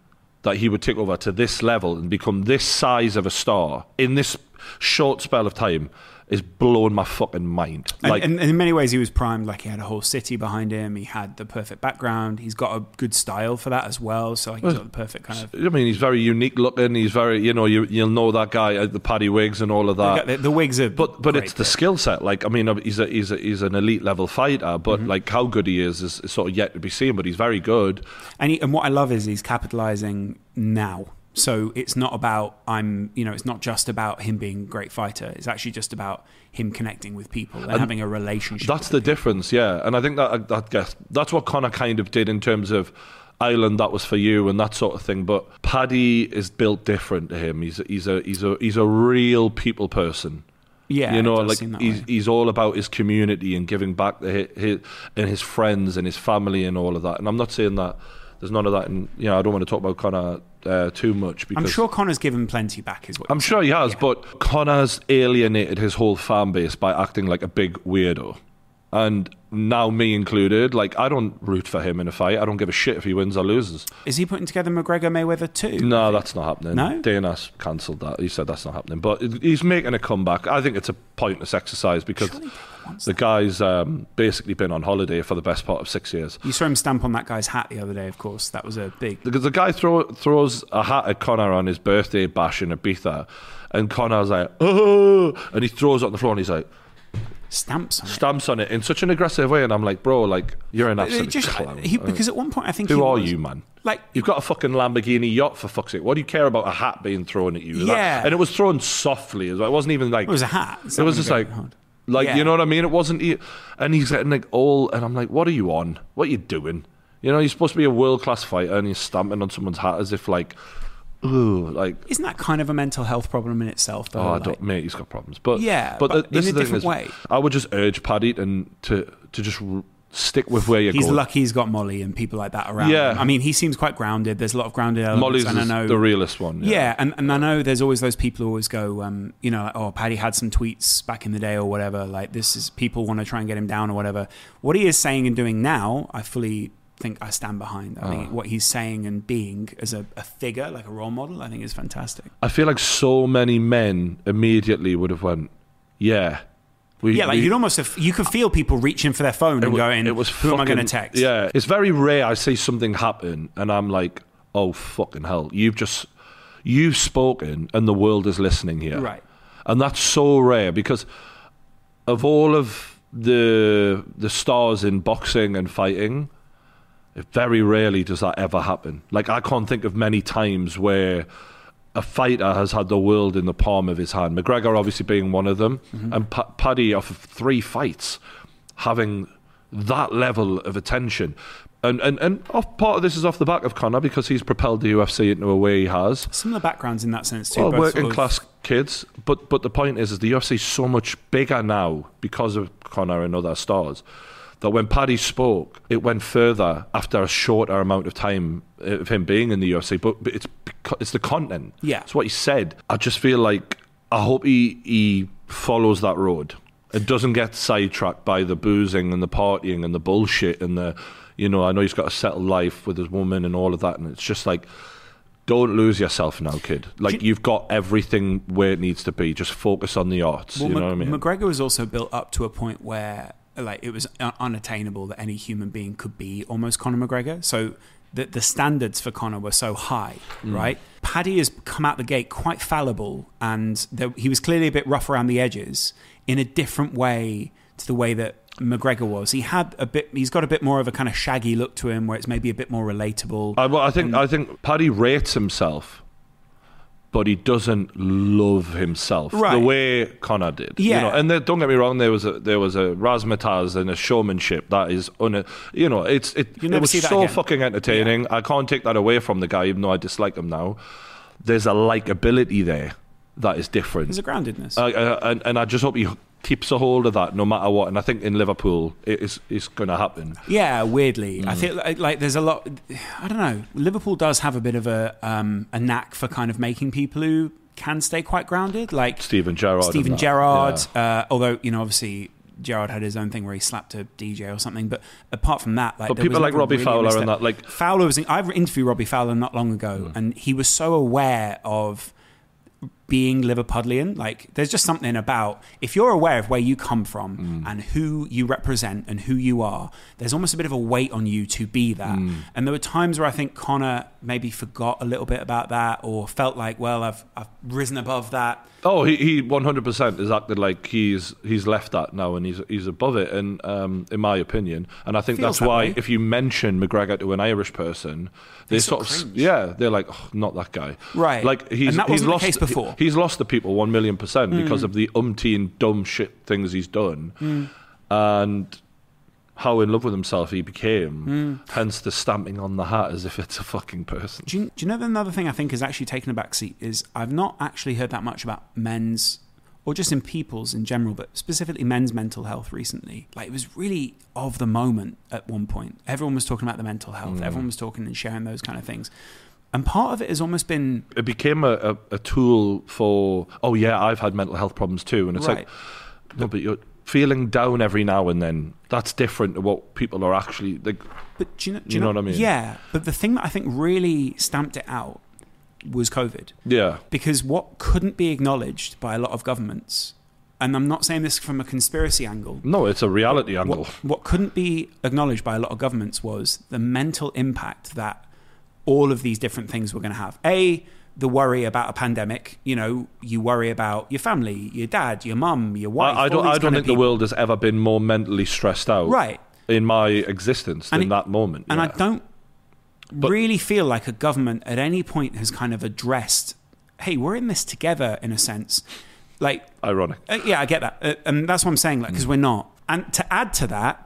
Speaker 4: that he would take over to this level and become this size of a star in this short spell of time is blowing my fucking mind.
Speaker 3: And, and, and in many ways, he was primed. Like he had a whole city behind him. He had the perfect background. He's got a good style for that as well. So like, he's got the perfect kind of.
Speaker 4: I mean, he's very unique looking. He's very, you know, you, you'll know that guy, uh, the Paddy Wigs and all of that.
Speaker 3: The, the wigs are.
Speaker 4: uh, but but
Speaker 3: great,
Speaker 4: it's the skill set. Like, I mean, uh, he's a, he's a, he's an elite level fighter, but
Speaker 3: Mm-hmm.
Speaker 4: like how good he is is sort of yet to be seen. But he's very good.
Speaker 3: And, he, and what I love is he's capitalizing now. So it's not about I'm, you know, it's not just about him being a great fighter. It's actually just about him connecting with people and, having a relationship.
Speaker 4: That's the difference, yeah. And I think that uh, that guess that's what Connor kind of did in terms of Ireland. That was for you and that sort of thing. But Paddy is built different to him. He's he's a he's a he's a real people person.
Speaker 3: yeah,
Speaker 4: you know,
Speaker 3: it does
Speaker 4: like
Speaker 3: seem that
Speaker 4: he's
Speaker 3: way.
Speaker 4: he's all about his community and giving back to his, his and his friends and his family and all of that. And I'm not saying that there's none of that. And you know, I don't want to talk about Connor uh, too much because
Speaker 3: I'm sure Connor's given plenty back. Is what
Speaker 4: I'm
Speaker 3: you're
Speaker 4: sure he has, but Connor's alienated his whole fan base by acting like a big weirdo. And now, me included, like, I don't root for him in a fight. I don't give a shit if he wins or loses.
Speaker 3: saying. Is he putting together McGregor Mayweather too?
Speaker 4: No, that's not happening.
Speaker 3: No?
Speaker 4: Dana's cancelled that. He said that's not happening. But it- he's making a comeback. I think it's a pointless exercise because the guy's um, basically been on holiday for the best part of six years.
Speaker 3: You saw him stamp on that guy's hat the other day. Of course, that was a big.
Speaker 4: Because the guy throw, throws a hat at Connor on his birthday bash in Ibiza, and Connor's like, oh, and he throws it on the floor and he's like,
Speaker 3: stamps on it.
Speaker 4: stamps on it in such an aggressive way, and I'm like, bro, like you're an
Speaker 3: It
Speaker 4: absolute
Speaker 3: just- uh,
Speaker 4: clown.
Speaker 3: he- because at one point I think
Speaker 4: Who
Speaker 3: he
Speaker 4: are
Speaker 3: was-
Speaker 4: you, man?
Speaker 3: Like
Speaker 4: You've got a fucking Lamborghini yacht for fuck's sake. What do you care about a hat being thrown at you? That-
Speaker 3: Yeah.
Speaker 4: and it was thrown softly as well. It wasn't even like
Speaker 3: it was a hat. It's
Speaker 4: It
Speaker 3: not
Speaker 4: was
Speaker 3: gonna
Speaker 4: just
Speaker 3: go
Speaker 4: like,
Speaker 3: hard.
Speaker 4: like
Speaker 3: Yeah.
Speaker 4: you know what I mean. It wasn't. e- And he's getting like all, and I'm like, what are you on? What are you doing? You know, you're supposed to be a world class fighter, and you're stamping on someone's hat as if like, ooh, like.
Speaker 3: Isn't that kind of a mental health problem in itself? Though,
Speaker 4: Oh, I
Speaker 3: Like,
Speaker 4: don't, mate, he's got problems. But
Speaker 3: Yeah,
Speaker 4: but,
Speaker 3: but
Speaker 4: th- this
Speaker 3: in a
Speaker 4: is the thing
Speaker 3: different
Speaker 4: is,
Speaker 3: way.
Speaker 4: I would just urge Paddy and to to just r- stick with where you're
Speaker 3: he's
Speaker 4: going.
Speaker 3: lucky he's got Molly and people like that around.
Speaker 4: Yeah.
Speaker 3: him. I mean, he seems quite grounded. There's a lot of grounded elements.
Speaker 4: Molly's
Speaker 3: and I
Speaker 4: is
Speaker 3: know
Speaker 4: the realest one.
Speaker 3: Yeah, and, and I know there's always those people who always go, um, you know, like, oh, Paddy had some tweets back in the day or whatever. Like, this is people want to try and get him down or whatever. What he is saying and doing now, I fully think I stand behind. I
Speaker 4: Ah.
Speaker 3: think what he's saying and being as a, a figure, like a role model, I think is fantastic.
Speaker 4: I feel like so many men immediately would have went, yeah, we,
Speaker 3: Yeah, like
Speaker 4: we-
Speaker 3: you'd almost have, you could feel people reaching for their phone and
Speaker 4: wa-
Speaker 3: going, who am I going to
Speaker 4: fucking-
Speaker 3: text?
Speaker 4: Yeah, it's very rare I see something happen and I'm like, oh fucking hell, you've just you've spoken and the world is listening here,
Speaker 3: Right.
Speaker 4: And that's so rare because of all of the the stars in boxing and fighting, very rarely does that ever happen. Like I can't think of many times where a fighter has had the world in the palm of his hand. McGregor obviously being one of them, and pa- Paddy off of three fights having that level of attention. And, and and off part of this is off the back of Connor because he's propelled the UFC into a way he has.
Speaker 3: Similar backgrounds in that sense too.
Speaker 4: Well,
Speaker 3: both sort
Speaker 4: working
Speaker 3: of-
Speaker 4: class kids, but but the point is, is the UFC is so much bigger now because of Connor and other stars that when Paddy spoke, it went further after a shorter amount of time of him being in the UFC. But but it's beca- it's the content,
Speaker 3: Yeah.
Speaker 4: it's what he said. I just feel like I hope he he follows that road and doesn't get sidetracked by the boozing and the partying and the bullshit and the. You know, I know he's got a settled life with his woman and all of that, and it's just like, don't lose yourself now, kid. Like you've got everything where it needs to be. Just focus on the arts.
Speaker 3: Well,
Speaker 4: you know
Speaker 3: Mc-
Speaker 4: what I mean?
Speaker 3: McGregor was also built up to a point where like it was un- unattainable that any human being could be almost Conor McGregor. So the the standards for Conor were so high,
Speaker 4: Mm.
Speaker 3: right? Paddy has come out the gate quite fallible, and there, he was clearly a bit rough around the edges in a different way to the way that McGregor was. He had a bit. He's got a bit more of a kind of shaggy look to him, where it's maybe a bit more relatable.
Speaker 4: I, well, I
Speaker 3: Um,
Speaker 4: think I think Paddy rates himself, but he doesn't love himself the
Speaker 3: Right.
Speaker 4: way Connor did.
Speaker 3: Yeah.
Speaker 4: you know? and there, don't get me wrong. There was a there was a razzmatazz and a showmanship that is un, you know it's it,
Speaker 3: You'll
Speaker 4: it
Speaker 3: never
Speaker 4: was
Speaker 3: see that
Speaker 4: so
Speaker 3: again.
Speaker 4: fucking entertaining. I can't take that away from the guy, even though I dislike him now. There's a likability there. that is different.
Speaker 3: There's a groundedness.
Speaker 4: I- I- and, and I just hope he keeps a hold of that no matter what. And I think in Liverpool, it is it's going to happen.
Speaker 3: Yeah, weirdly, I feel like, like there's a lot. I don't know. Liverpool does have a bit of a um, a knack for kind of making people who can stay quite grounded, like
Speaker 4: Steven Gerrard. and
Speaker 3: Steven
Speaker 4: that.
Speaker 3: Gerrard.
Speaker 4: Yeah.
Speaker 3: Uh, although you know, obviously. Gerard had his own thing where he slapped a DJ or something, but apart from that, like
Speaker 4: But
Speaker 3: there
Speaker 4: people
Speaker 3: was
Speaker 4: like
Speaker 3: nothing
Speaker 4: Robbie
Speaker 3: really
Speaker 4: Fowler
Speaker 3: messed
Speaker 4: and
Speaker 3: up.
Speaker 4: that, like- Hmm.
Speaker 3: Fowler was. In, I interviewed Robbie Fowler not long ago, and he was so aware of being Liverpudlian. Like, there's just something about if you're aware of where you come from
Speaker 4: Hmm.
Speaker 3: and who you represent and who you are, there's almost a bit of a weight on you to be that.
Speaker 4: Hmm.
Speaker 3: And there were times where I think Connor maybe forgot a little bit about that or felt like, well, I've I've risen above that.
Speaker 4: Oh, he, he 100% has acted like he's he's left that now and he's he's above it, and um, in my opinion. And I think
Speaker 3: Feels
Speaker 4: that's
Speaker 3: that
Speaker 4: why
Speaker 3: way.
Speaker 4: if you mention McGregor to an Irish person, they
Speaker 3: sort of
Speaker 4: sort of, s-
Speaker 3: cringe.
Speaker 4: yeah, they're like, oh, not that guy.
Speaker 3: Right.
Speaker 4: Like, he's,
Speaker 3: And that
Speaker 4: he's
Speaker 3: wasn't the
Speaker 4: lost,
Speaker 3: case before. Hmm.
Speaker 4: He's lost the people 1 million percent because of the umpteen dumb shit things he's done.
Speaker 3: Hmm.
Speaker 4: And how in love with himself he
Speaker 3: Hmm.
Speaker 4: became, hence the stamping on the hat as if it's a fucking person.
Speaker 3: Do you, do you know that another thing I think has actually taken a backseat is I've not actually heard that much about men's or just in people's in general, but specifically men's mental health recently. Like it was really of the moment at one point. Everyone was talking about the mental
Speaker 4: Hmm.
Speaker 3: health. Everyone was talking and sharing those kind of things. And part of it has almost been
Speaker 4: it became a, a, a tool for oh yeah i've had mental health problems too and it's
Speaker 3: Right.
Speaker 4: like no but you're feeling down every now and then that's different to what people are actually like
Speaker 3: But do you know, do
Speaker 4: You know what I mean?
Speaker 3: Yeah. But the thing that I think really stamped it out was COVID.
Speaker 4: yeah
Speaker 3: Because what couldn't be acknowledged by a lot of governments, and I'm not saying this from a conspiracy angle,
Speaker 4: no it's a reality angle
Speaker 3: what, what couldn't be acknowledged by a lot of governments was the mental impact that all of these different things were going to have. A, the worry about a pandemic. You know, you worry about your family, your dad, your mum, your wife.
Speaker 4: I, I
Speaker 3: all
Speaker 4: don't
Speaker 3: these
Speaker 4: i don't
Speaker 3: kind of
Speaker 4: think the
Speaker 3: people.
Speaker 4: world has ever been more mentally stressed out
Speaker 3: Right.
Speaker 4: in my existence than
Speaker 3: it-
Speaker 4: that moment
Speaker 3: And
Speaker 4: yeah.
Speaker 3: I don't really feel like a government at any point has kind of addressed, hey, we're in this together in a sense. Like,
Speaker 4: ironic
Speaker 3: Uh, yeah, I get that, uh, and that's what I'm saying. Like,
Speaker 4: Hmm.
Speaker 3: because we're not. And to add to that,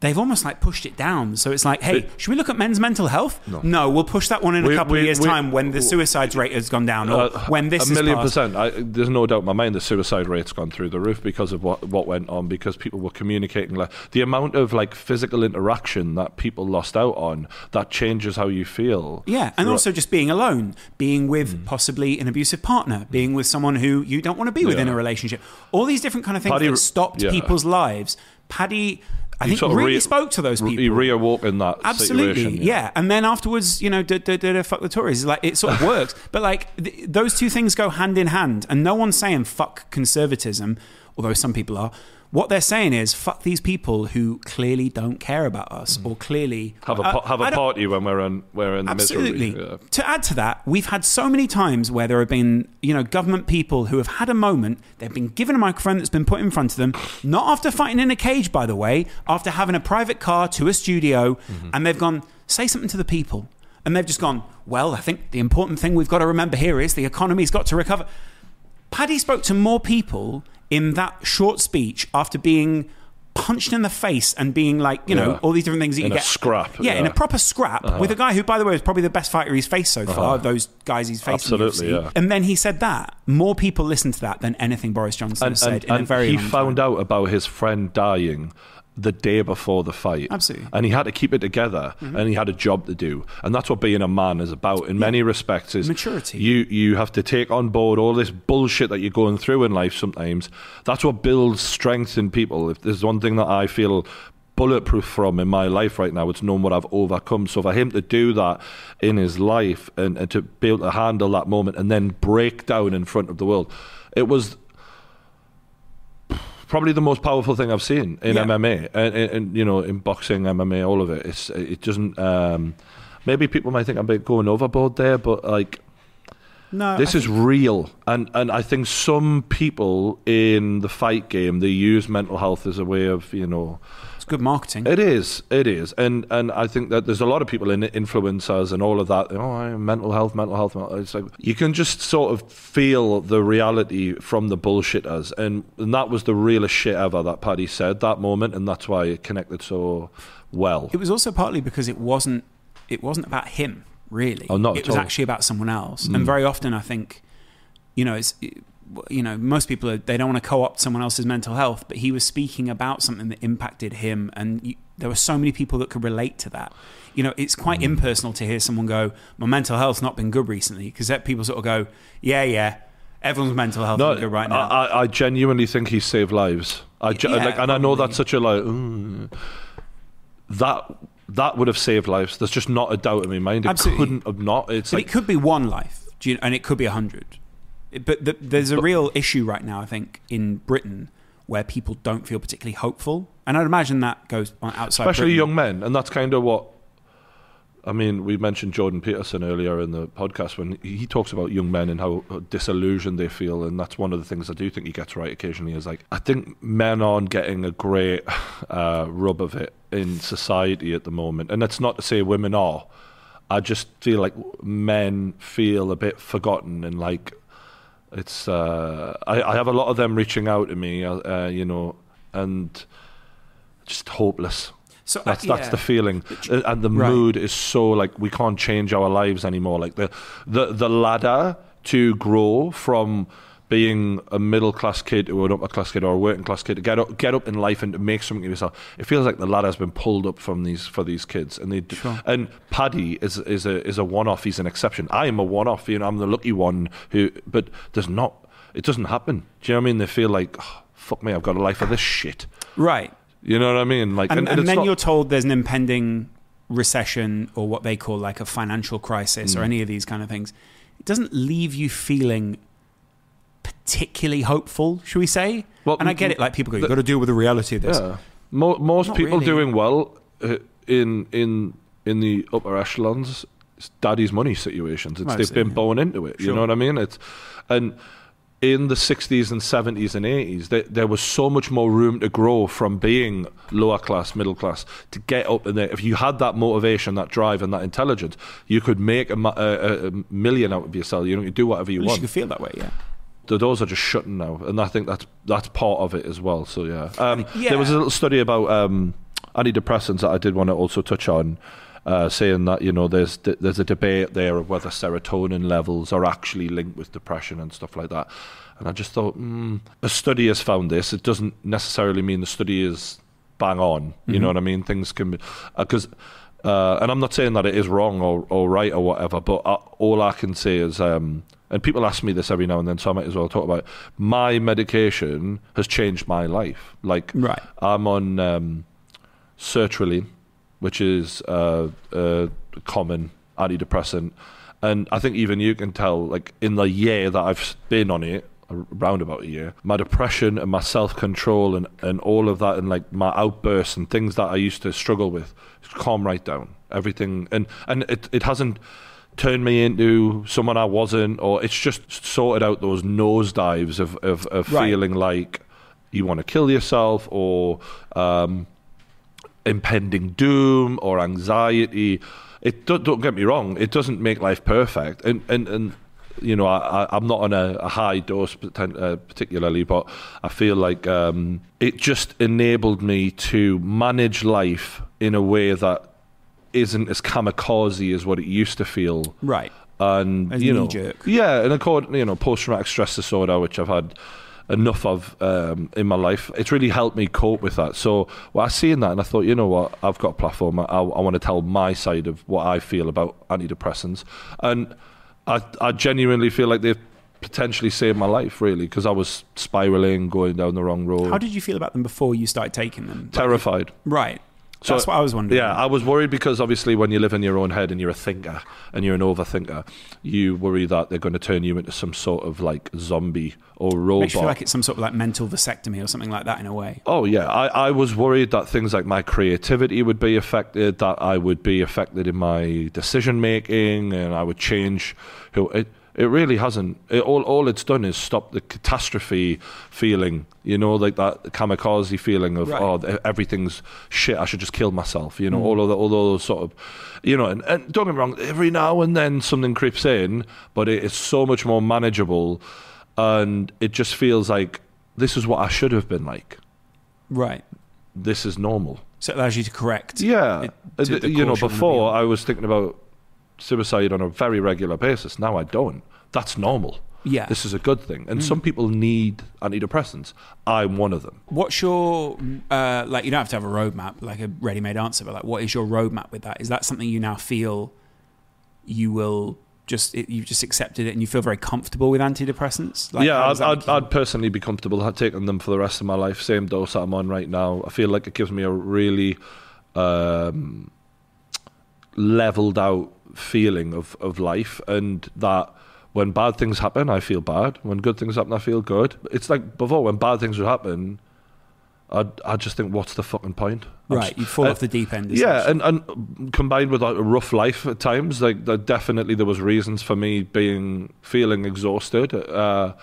Speaker 3: they've almost like pushed it down. So it's like, hey,
Speaker 4: It-
Speaker 3: should we look at men's mental health? No, we'll push that one in a
Speaker 4: We-
Speaker 3: couple of
Speaker 4: we-
Speaker 3: years'
Speaker 4: we-
Speaker 3: time when the suicide rate has gone down, or
Speaker 4: Uh,
Speaker 3: when this
Speaker 4: a million
Speaker 3: is passed.
Speaker 4: percent. I, there's no doubt in my mind the suicide rate's gone through the roof because of what what went on because people were communicating like the amount of like physical interaction that people lost out on that changes how you feel.
Speaker 3: Yeah, and also just being alone, being
Speaker 4: Hmm.
Speaker 3: with possibly an abusive partner, being with someone who you don't want to be with in a
Speaker 4: Yeah.
Speaker 3: relationship. All these different kind of things
Speaker 4: Paddy-
Speaker 3: that stopped
Speaker 4: yeah.
Speaker 3: people's lives. Paddy, I
Speaker 4: You
Speaker 3: think,
Speaker 4: sort of
Speaker 3: really
Speaker 4: re-
Speaker 3: spoke to those
Speaker 4: re-
Speaker 3: people.
Speaker 4: You reawoke in that
Speaker 3: Absolutely,
Speaker 4: situation.
Speaker 3: yeah. And then afterwards, you know, da, da, da, da, fuck the Tories. Like it
Speaker 4: *laughs*
Speaker 3: sort of works, but like th- those two things go hand in hand. And no one's saying fuck conservatism, although some people are. What they're saying is fuck these people who clearly don't care about us or clearly
Speaker 4: Mm. Have a
Speaker 3: I-
Speaker 4: pa- have
Speaker 3: Uh, I
Speaker 4: a
Speaker 3: don't-
Speaker 4: party when we're in we're in the
Speaker 3: Absolutely.
Speaker 4: misery. Yeah.
Speaker 3: To add to that, we've had so many times where there have been, you know, government people who have had a moment, they've been given a microphone that's been put in front of them, not after fighting in a cage, by the way, after having a private car to a studio,
Speaker 4: Mm-hmm.
Speaker 3: and they've gone, say something to the people. And they've just gone, well, I think the important thing we've got to remember here is the economy's got to recover. Paddy spoke to more people in that short speech after being punched in the face and being like, you know,
Speaker 4: Yeah.
Speaker 3: all these different things that
Speaker 4: In
Speaker 3: you
Speaker 4: a
Speaker 3: get.
Speaker 4: scrap,
Speaker 3: Yeah, in a
Speaker 4: yeah.
Speaker 3: proper scrap
Speaker 4: Uh-huh.
Speaker 3: with a guy who, by the way, is probably the best fighter he's faced so far. of Those guys he's faced. in the
Speaker 4: Absolutely,
Speaker 3: UFC.
Speaker 4: yeah.
Speaker 3: And then he said that more people listened to that than anything Boris Johnson has said in a very
Speaker 4: he
Speaker 3: long
Speaker 4: found
Speaker 3: time.
Speaker 4: out about his friend dying the day before the fight
Speaker 3: Absolutely. Mm-hmm.
Speaker 4: and he had to keep it together and he had a job to do and that's what being a man is about in many respects is
Speaker 3: Maturity.
Speaker 4: you you have to take on board all this bullshit that you're going through in life sometimes that's what builds strength in people if there's one thing that i feel bulletproof from in my life right now it's known what i've overcome so for him to do that in his life and, and to be able to handle that moment and then break down in front of the world it was probably the most powerful thing I've seen in
Speaker 3: Yeah.
Speaker 4: MMA, and, and, and, you know, in boxing, MMA, all of it. It's it doesn't. Um, maybe people might think I'm a bit going overboard there, but like
Speaker 3: No,
Speaker 4: this is real, and and I think some people in the fight game they use mental health as a way of you know.
Speaker 3: it's good marketing.
Speaker 4: It is, it is, and and I think that there's a lot of people in influencers and all of that. Oh, I- mental health, mental health. mental- It's like you can just sort of feel the reality from the bullshitters, and and that was the realest shit ever that Paddy said that moment, and that's why it connected so well.
Speaker 3: It was also partly because it wasn't it wasn't about him really.
Speaker 4: Oh, not
Speaker 3: it
Speaker 4: at
Speaker 3: was
Speaker 4: all. Mm.
Speaker 3: actually about someone else. And very often, I think you know, it's you know, most people are, they don't want to co-opt someone else's mental health, but he was speaking about something that impacted him, and you, there were so many people that could relate to that. You know, it's quite
Speaker 4: Mm.
Speaker 3: impersonal to hear someone go, "My mental health's not been good recently," because that people sort of go, "Yeah, yeah, everyone's mental health
Speaker 4: No,
Speaker 3: is good right now."
Speaker 4: I, I- I genuinely think he saved lives. I ge-
Speaker 3: Yeah,
Speaker 4: like, and I know
Speaker 3: probably.
Speaker 4: that's such a like mm, that that would have saved lives. There's just not a doubt in my mind. It
Speaker 3: Absolutely.
Speaker 4: couldn't have not. It's
Speaker 3: but
Speaker 4: like
Speaker 3: it could be one life, do you, and it could be a hundred. It- But the, there's a real issue right now, I think, in Britain where people don't feel particularly hopeful, and I'd imagine that goes on outside,
Speaker 4: especially
Speaker 3: Britain.
Speaker 4: young men, and that's kind of what. I mean, we mentioned Jordan Peterson earlier in the podcast when he he talks about young men and how disillusioned they feel, and that's one of the things I do think he gets right occasionally. Is like I think men aren't getting a great *laughs* uh, rub of it in society at the moment, and that's not to say women are. I just feel like men feel a bit forgotten and like it's. Uh, I, I have a lot of them reaching out to me, uh, uh, you know, and just hopeless.
Speaker 3: So, uh,
Speaker 4: that's that's
Speaker 3: yeah.
Speaker 4: the feeling, Uh, and the
Speaker 3: Right.
Speaker 4: mood is so like we can't change our lives anymore. Like the the the ladder to grow from being a middle class kid to an upper class kid or a working class kid to get up get up in life and to make something of yourself. It feels like the ladder has been pulled up from these for these kids, and they d- and Paddy is is a is a one off. He's an exception. I am a one off. You know, I'm the lucky one who. But there's not. It doesn't happen. Do you know what I mean? They feel like. "Oh, Fuck me! I've got a life of this shit.
Speaker 3: right?
Speaker 4: You know what I mean? Like,
Speaker 3: and, and
Speaker 4: it's
Speaker 3: then
Speaker 4: not-
Speaker 3: you're told there's an impending recession or what they call like a financial crisis
Speaker 4: Mm.
Speaker 3: or any of these kind of things it doesn't leave you feeling particularly hopeful should we say
Speaker 4: Well,
Speaker 3: and i get it like people go you've got to deal with the reality of this
Speaker 4: Yeah. Mo- most
Speaker 3: Not
Speaker 4: people
Speaker 3: really.
Speaker 4: doing well uh, in in in the upper echelons, it's daddy's money situations. It's they've
Speaker 3: Mostly,
Speaker 4: been
Speaker 3: yeah.
Speaker 4: born into it. You
Speaker 3: Sure.
Speaker 4: know what I mean? It's and in the 60s and 70s and 80s there, there was so much more room to grow from being lower class middle class to get up in there if you had that motivation that drive and that intelligence you could make a, ma- a, a- a million out of yourself you know you do whatever you
Speaker 3: at least
Speaker 4: want
Speaker 3: you can feel that way yeah
Speaker 4: the doors are just shutting now, and I think that's that's part of it as well. So yeah, um,
Speaker 3: yeah.
Speaker 4: there was a little study about um, antidepressants that I did want to also touch on, uh, saying that you know there's there's a debate there of whether serotonin levels are actually linked with depression and stuff like that. And I just thought, mm, a study has found this. It doesn't necessarily mean the study is bang on. You know what I mean? Things can be because. Uh, and I'm not saying that it is wrong or, or right or whatever, but I, all I can say is, um, and people ask me this every now and then, so I might as well talk about it. My medication has changed my life. Like,
Speaker 3: Right.
Speaker 4: I'm on um, sertraline, which is uh, a common antidepressant, and I think even you can tell, like in the year that I've been on it, around about a year, my depression and my self control and and all of that, and like my outbursts and things that I used to struggle with, it's calm right down. Everything and and it it hasn't turned me into someone I wasn't, or it's just sorted out those nosedives of of, of
Speaker 3: Right.
Speaker 4: feeling like you want to kill yourself or um, impending doom or anxiety. It don't, don't get me wrong; it doesn't make life perfect, and and and you know I, I, I'm not on a, a high dose paten- uh, particularly, but I feel like um, it just enabled me to manage life in a way that isn't as kamikaze as what it used to feel
Speaker 3: right
Speaker 4: and
Speaker 3: As
Speaker 4: you know,
Speaker 3: knee-jerk.
Speaker 4: yeah, and according you know, post traumatic stress disorder, which I've had enough of um, in my life, it's really helped me cope with that. So, well, I seen that, and I thought, you know what, I've got a platform. I, I, want to tell my side of what I feel about antidepressants, and I, I genuinely feel like they've potentially saved my life, really, because I was spiraling, going down the wrong road,
Speaker 3: how did you feel about them before you started taking them Like,
Speaker 4: terrified.
Speaker 3: right
Speaker 4: So-
Speaker 3: that's what i was wondering
Speaker 4: Yeah, I was worried because obviously when you live in your own head and you're a thinker and you're an overthinker, you worry that they're going to turn you into some sort of like zombie or robot.
Speaker 3: makes you feel like it's some sort of like mental vasectomy or something like that in a way
Speaker 4: Oh yeah, I, I was worried that things like my creativity would be affected, that I would be affected in my decision making, and I would change. Who it it really hasn't. It, all all it's done is stop the catastrophe feeling. You know, like that kamikaze feeling of
Speaker 3: Right.
Speaker 4: oh th- everything's shit. I should just kill myself. You know, all of the, all of those sort of, you know, and, and don't get me wrong. Every now and then something creeps in, but it is so much more manageable, and it just feels like. This is what I should have been like
Speaker 3: right
Speaker 4: this is normal.
Speaker 3: so it allows you to correct
Speaker 4: Yeah,
Speaker 3: it to
Speaker 4: Uh,
Speaker 3: the
Speaker 4: you
Speaker 3: caution and
Speaker 4: know,
Speaker 3: the
Speaker 4: before
Speaker 3: beyond.
Speaker 4: I was thinking about suicide on a very regular basis. Now I don't. That's normal.
Speaker 3: Yeah. Mm.
Speaker 4: This is a good thing. And some people need antidepressants. I'm one of them.
Speaker 3: What's your uh, like? You don't have to have a roadmap, like a ready-made answer, but like, what is your roadmap with that? Is that something you now feel you will just it, you've just accepted it and you feel very comfortable with antidepressants? Like,
Speaker 4: yeah,
Speaker 3: how does
Speaker 4: I'd,
Speaker 3: that make
Speaker 4: I'd,
Speaker 3: you-
Speaker 4: I'd personally be comfortable ha- taking them for the rest of my life. Same dose that I'm on right now. I feel like it gives me a really um, leveled out feeling of, of life, and that when bad things happen, I feel bad. When good things happen, I feel good. It's like before when bad things would happen. I I just think, what's the fucking point? I'm
Speaker 3: right,
Speaker 4: s-
Speaker 3: you fall
Speaker 4: uh,
Speaker 3: off the deep end.
Speaker 4: yeah,
Speaker 3: essentially.
Speaker 4: and, and combined with like, a rough life at times, like there definitely there was reasons for me being feeling exhausted. Uh,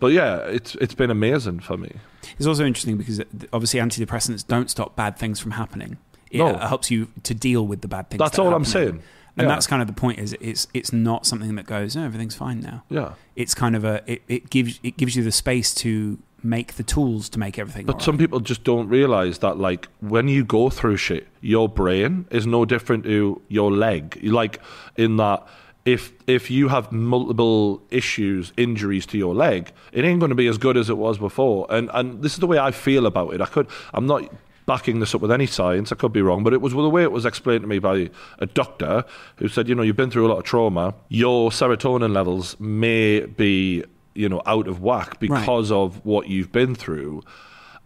Speaker 4: but yeah, it's it's been amazing for me.
Speaker 3: It's also interesting because uh, obviously antidepressants don't stop bad things from happening. It uh,
Speaker 4: No.
Speaker 3: helps you to deal with the bad things.
Speaker 4: That's
Speaker 3: that are
Speaker 4: all I'm
Speaker 3: happening.
Speaker 4: saying.
Speaker 3: And
Speaker 4: Yeah.
Speaker 3: that's kind of the point. Is it's it's not something that goes. No, everything's fine now.
Speaker 4: Yeah,
Speaker 3: It's kind of a it, it gives it gives you the space to make the tools to make everything.
Speaker 4: but
Speaker 3: all
Speaker 4: some
Speaker 3: right.
Speaker 4: people just don't realize that like when you go through shit, your brain is no different to your leg. Like in that. If if you have multiple issues, injuries to your leg, it ain't going to be as good as it was before. And and this is the way I feel about it. I could I'm not backing this up with any science. I could be wrong, but it was the way it was explained to me by a doctor who said, you know, you've been through a lot of trauma. Your serotonin levels may be, you know, out of whack because of what you've been through.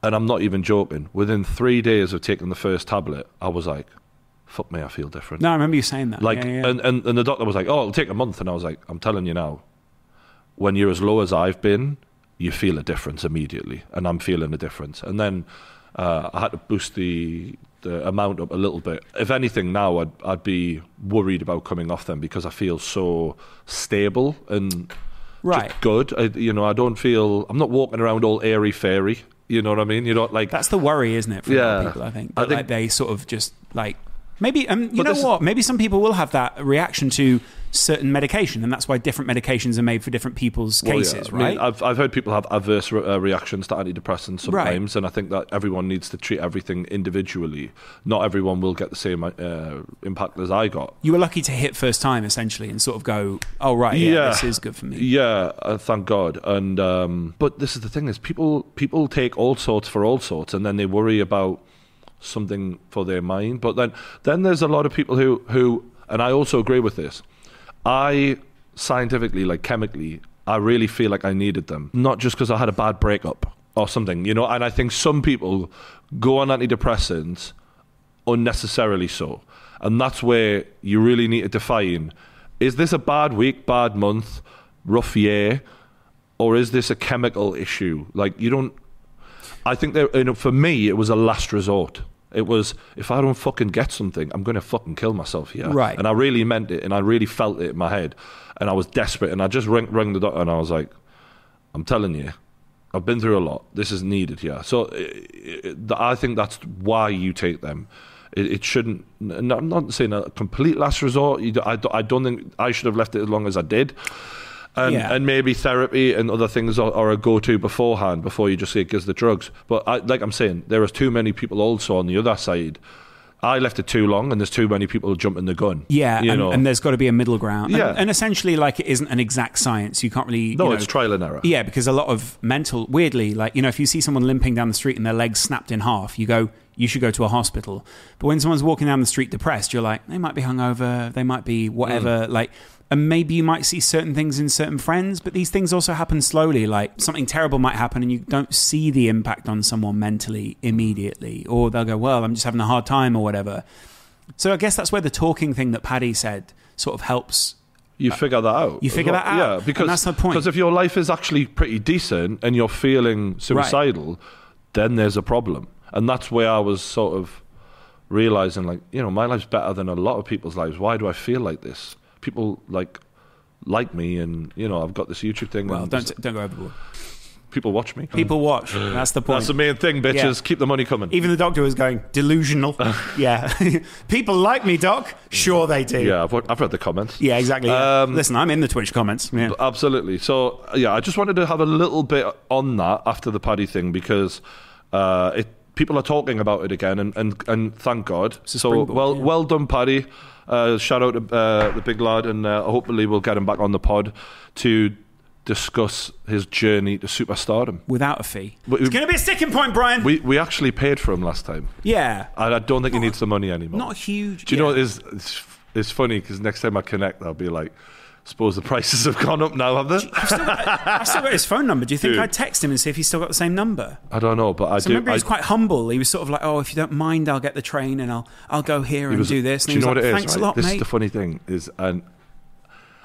Speaker 4: And I'm not even joking. Within three days of taking the first tablet, I was like, fuck me, I feel different.
Speaker 3: No, I remember you saying that.
Speaker 4: Like,
Speaker 3: Yeah, yeah.
Speaker 4: And, and, and the doctor was like, oh, it'll take a month. And I was like, I'm telling you now, when you're as low as I've been, you feel a difference immediately. And I'm feeling a difference. And then uh, I had to boost the, the amount up a little bit. If anything, now I'd, I'd be worried about coming off them because I feel so stable and
Speaker 3: right.
Speaker 4: just good. I, you know, I don't feel, I'm not walking around all airy fairy. You know what I mean? You're not like,
Speaker 3: That's the worry, isn't it? For a lot of
Speaker 4: Yeah.
Speaker 3: people, I think.
Speaker 4: I
Speaker 3: That,
Speaker 4: think-
Speaker 3: like, they sort of just like maybe. Um, you
Speaker 4: But
Speaker 3: know
Speaker 4: this-
Speaker 3: what? Maybe some people will have that reaction to certain medication, and that's why different medications are made for different people's
Speaker 4: Well, yeah,
Speaker 3: cases,
Speaker 4: I mean,
Speaker 3: right?
Speaker 4: I've, I've heard people have adverse re- uh, reactions to antidepressants
Speaker 3: Right.
Speaker 4: sometimes, and I think that everyone needs to treat everything individually. Not everyone will get the same uh, impact as I got.
Speaker 3: you were lucky to hit first time, essentially, and sort of go, "Oh right, yeah, this is good for me."
Speaker 4: Yeah, uh, thank God. And um, but this is the thing: is people people take all sorts for all sorts, and then they worry about something for their mind. But then then there's a lot of people who who, and I also agree with this. I scientifically, like chemically, I really feel like I needed them, not just because I had a bad breakup or something, you know. And I think some people go on antidepressants unnecessarily so. And that's where you really need to define is this a bad week, bad month, rough year, or is this a chemical issue? Like, you don't. I think that, you know, for me, it was a last resort. It was if I don't fucking get something, I'm going to fucking kill myself here.
Speaker 3: Right.
Speaker 4: And I really meant it and I really felt it in my head. And I was desperate. And I just rang, rang the doctor and I was like, I'm telling you, I've been through a lot. This is needed here. So i i i I think that's why you take them. It, it shouldn't. n- I'm not saying a complete last resort. You, don't- I, don't- I don't think I should have left it as long as I did. And,
Speaker 3: Yeah.
Speaker 4: and maybe therapy and other things are, are a go-to beforehand before you just say gives the drugs. But I, like I'm saying, there is too many people also on the other side. I left it too long, and there's too many people jumping the gun.
Speaker 3: Yeah,
Speaker 4: you
Speaker 3: and,
Speaker 4: know.
Speaker 3: and there's got to be a middle ground. And-
Speaker 4: Yeah.
Speaker 3: and, essentially, like it isn't an exact science. You can't really.
Speaker 4: no,
Speaker 3: you know,
Speaker 4: it's trial and error.
Speaker 3: Yeah, because a lot of mental, weirdly, like, you know, if you see someone limping down the street and their legs snapped in half, you go, you should go to a hospital. But when someone's walking down the street depressed, you're like, they might be hungover, they might be whatever, like, and maybe you might see certain things in certain friends, but these things also happen slowly. Like something terrible might happen and you don't see the impact on someone mentally immediately. Or they'll go, well, I'm just having a hard time or whatever. So I guess that's where the talking thing that Paddy said sort of helps.
Speaker 4: you figure that out.
Speaker 3: Uh, you
Speaker 4: as
Speaker 3: figure
Speaker 4: well.
Speaker 3: that out,
Speaker 4: Yeah,
Speaker 3: and
Speaker 4: because
Speaker 3: that's the point.
Speaker 4: Because if your life is actually pretty decent and you're feeling suicidal, then there's a problem, and that's where I was sort of realizing, like, you know, my life's better than a lot of people's lives. Why do I feel like this? People like like me, and you know, I've got this YouTube thing.
Speaker 3: Well,
Speaker 4: and
Speaker 3: don't, don't go overboard.
Speaker 4: people watch me?
Speaker 3: People watch. That's the point.
Speaker 4: That's the main thing, bitches.
Speaker 3: Yeah.
Speaker 4: Keep the money coming.
Speaker 3: Even the doctor was going
Speaker 4: *laughs*
Speaker 3: delusional. yeah, *laughs* people like me, doc. Sure they do.
Speaker 4: yeah, I've, I've read the comments.
Speaker 3: Yeah, exactly. yeah.
Speaker 4: Um, uh,
Speaker 3: Listen, I'm in the Twitch comments. Yeah.
Speaker 4: absolutely. So yeah, I just wanted to have a little bit on that after the paddy thing because uh, it people are talking about it again, and and, and thank God.
Speaker 3: a
Speaker 4: So
Speaker 3: springboard,
Speaker 4: well
Speaker 3: yeah.
Speaker 4: well done, paddy. Uh, shout out to uh, the big lad, and uh, hopefully we'll get him back on the pod to discuss his journey to superstardom.
Speaker 3: without a fee.
Speaker 4: But-
Speaker 3: it's going to be a sticking point, Brian.
Speaker 4: We we actually paid for him last time,
Speaker 3: yeah.
Speaker 4: and I don't think he needs the money anymore.
Speaker 3: Not huge.
Speaker 4: Do you know
Speaker 3: yeah.
Speaker 4: what is? It's, it's funny because next time I connect, I'll be like, "Suppose the *laughs* prices have gone up now, have they?" *laughs*
Speaker 3: I've still got his phone number. Do you think
Speaker 4: Dude.
Speaker 3: I'd text him and see if he's still got the same number?
Speaker 4: I don't know, but I
Speaker 3: So
Speaker 4: do.
Speaker 3: remember he
Speaker 4: I,
Speaker 3: was quite humble. He was sort of like, "Oh, if you don't mind, I'll get the train and I'll I'll go here
Speaker 4: he
Speaker 3: and
Speaker 4: was-
Speaker 3: do this." And
Speaker 4: you
Speaker 3: he
Speaker 4: know
Speaker 3: was
Speaker 4: what it
Speaker 3: like, Thanks
Speaker 4: is? right?
Speaker 3: a lot,
Speaker 4: this
Speaker 3: mate.
Speaker 4: is the funny thing is, and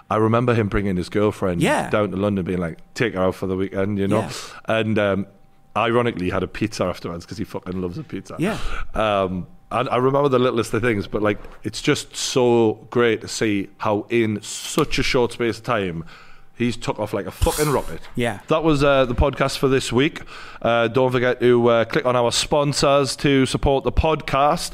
Speaker 4: I remember him bringing his girlfriend
Speaker 3: Yeah.
Speaker 4: down to London, being like, "Take her out for the weekend," you know,
Speaker 3: Yeah.
Speaker 4: and um, ironically, he had a pizza afterwards because he fucking loves a pizza.
Speaker 3: Yeah.
Speaker 4: Um, and I remember the littlest of things, but like, it's just so great to see how in such a short space of time. He's took off like a fucking rocket.
Speaker 3: Yeah.
Speaker 4: That was uh, the podcast for this week. Uh, don't forget to uh, click on our sponsors to support the podcast.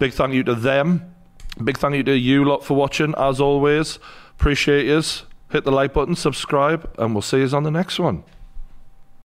Speaker 4: Big thank you to them. Big thank you to you lot for watching, as always. Appreciate yous. Hit the like button, subscribe, and we'll see yous on the next one.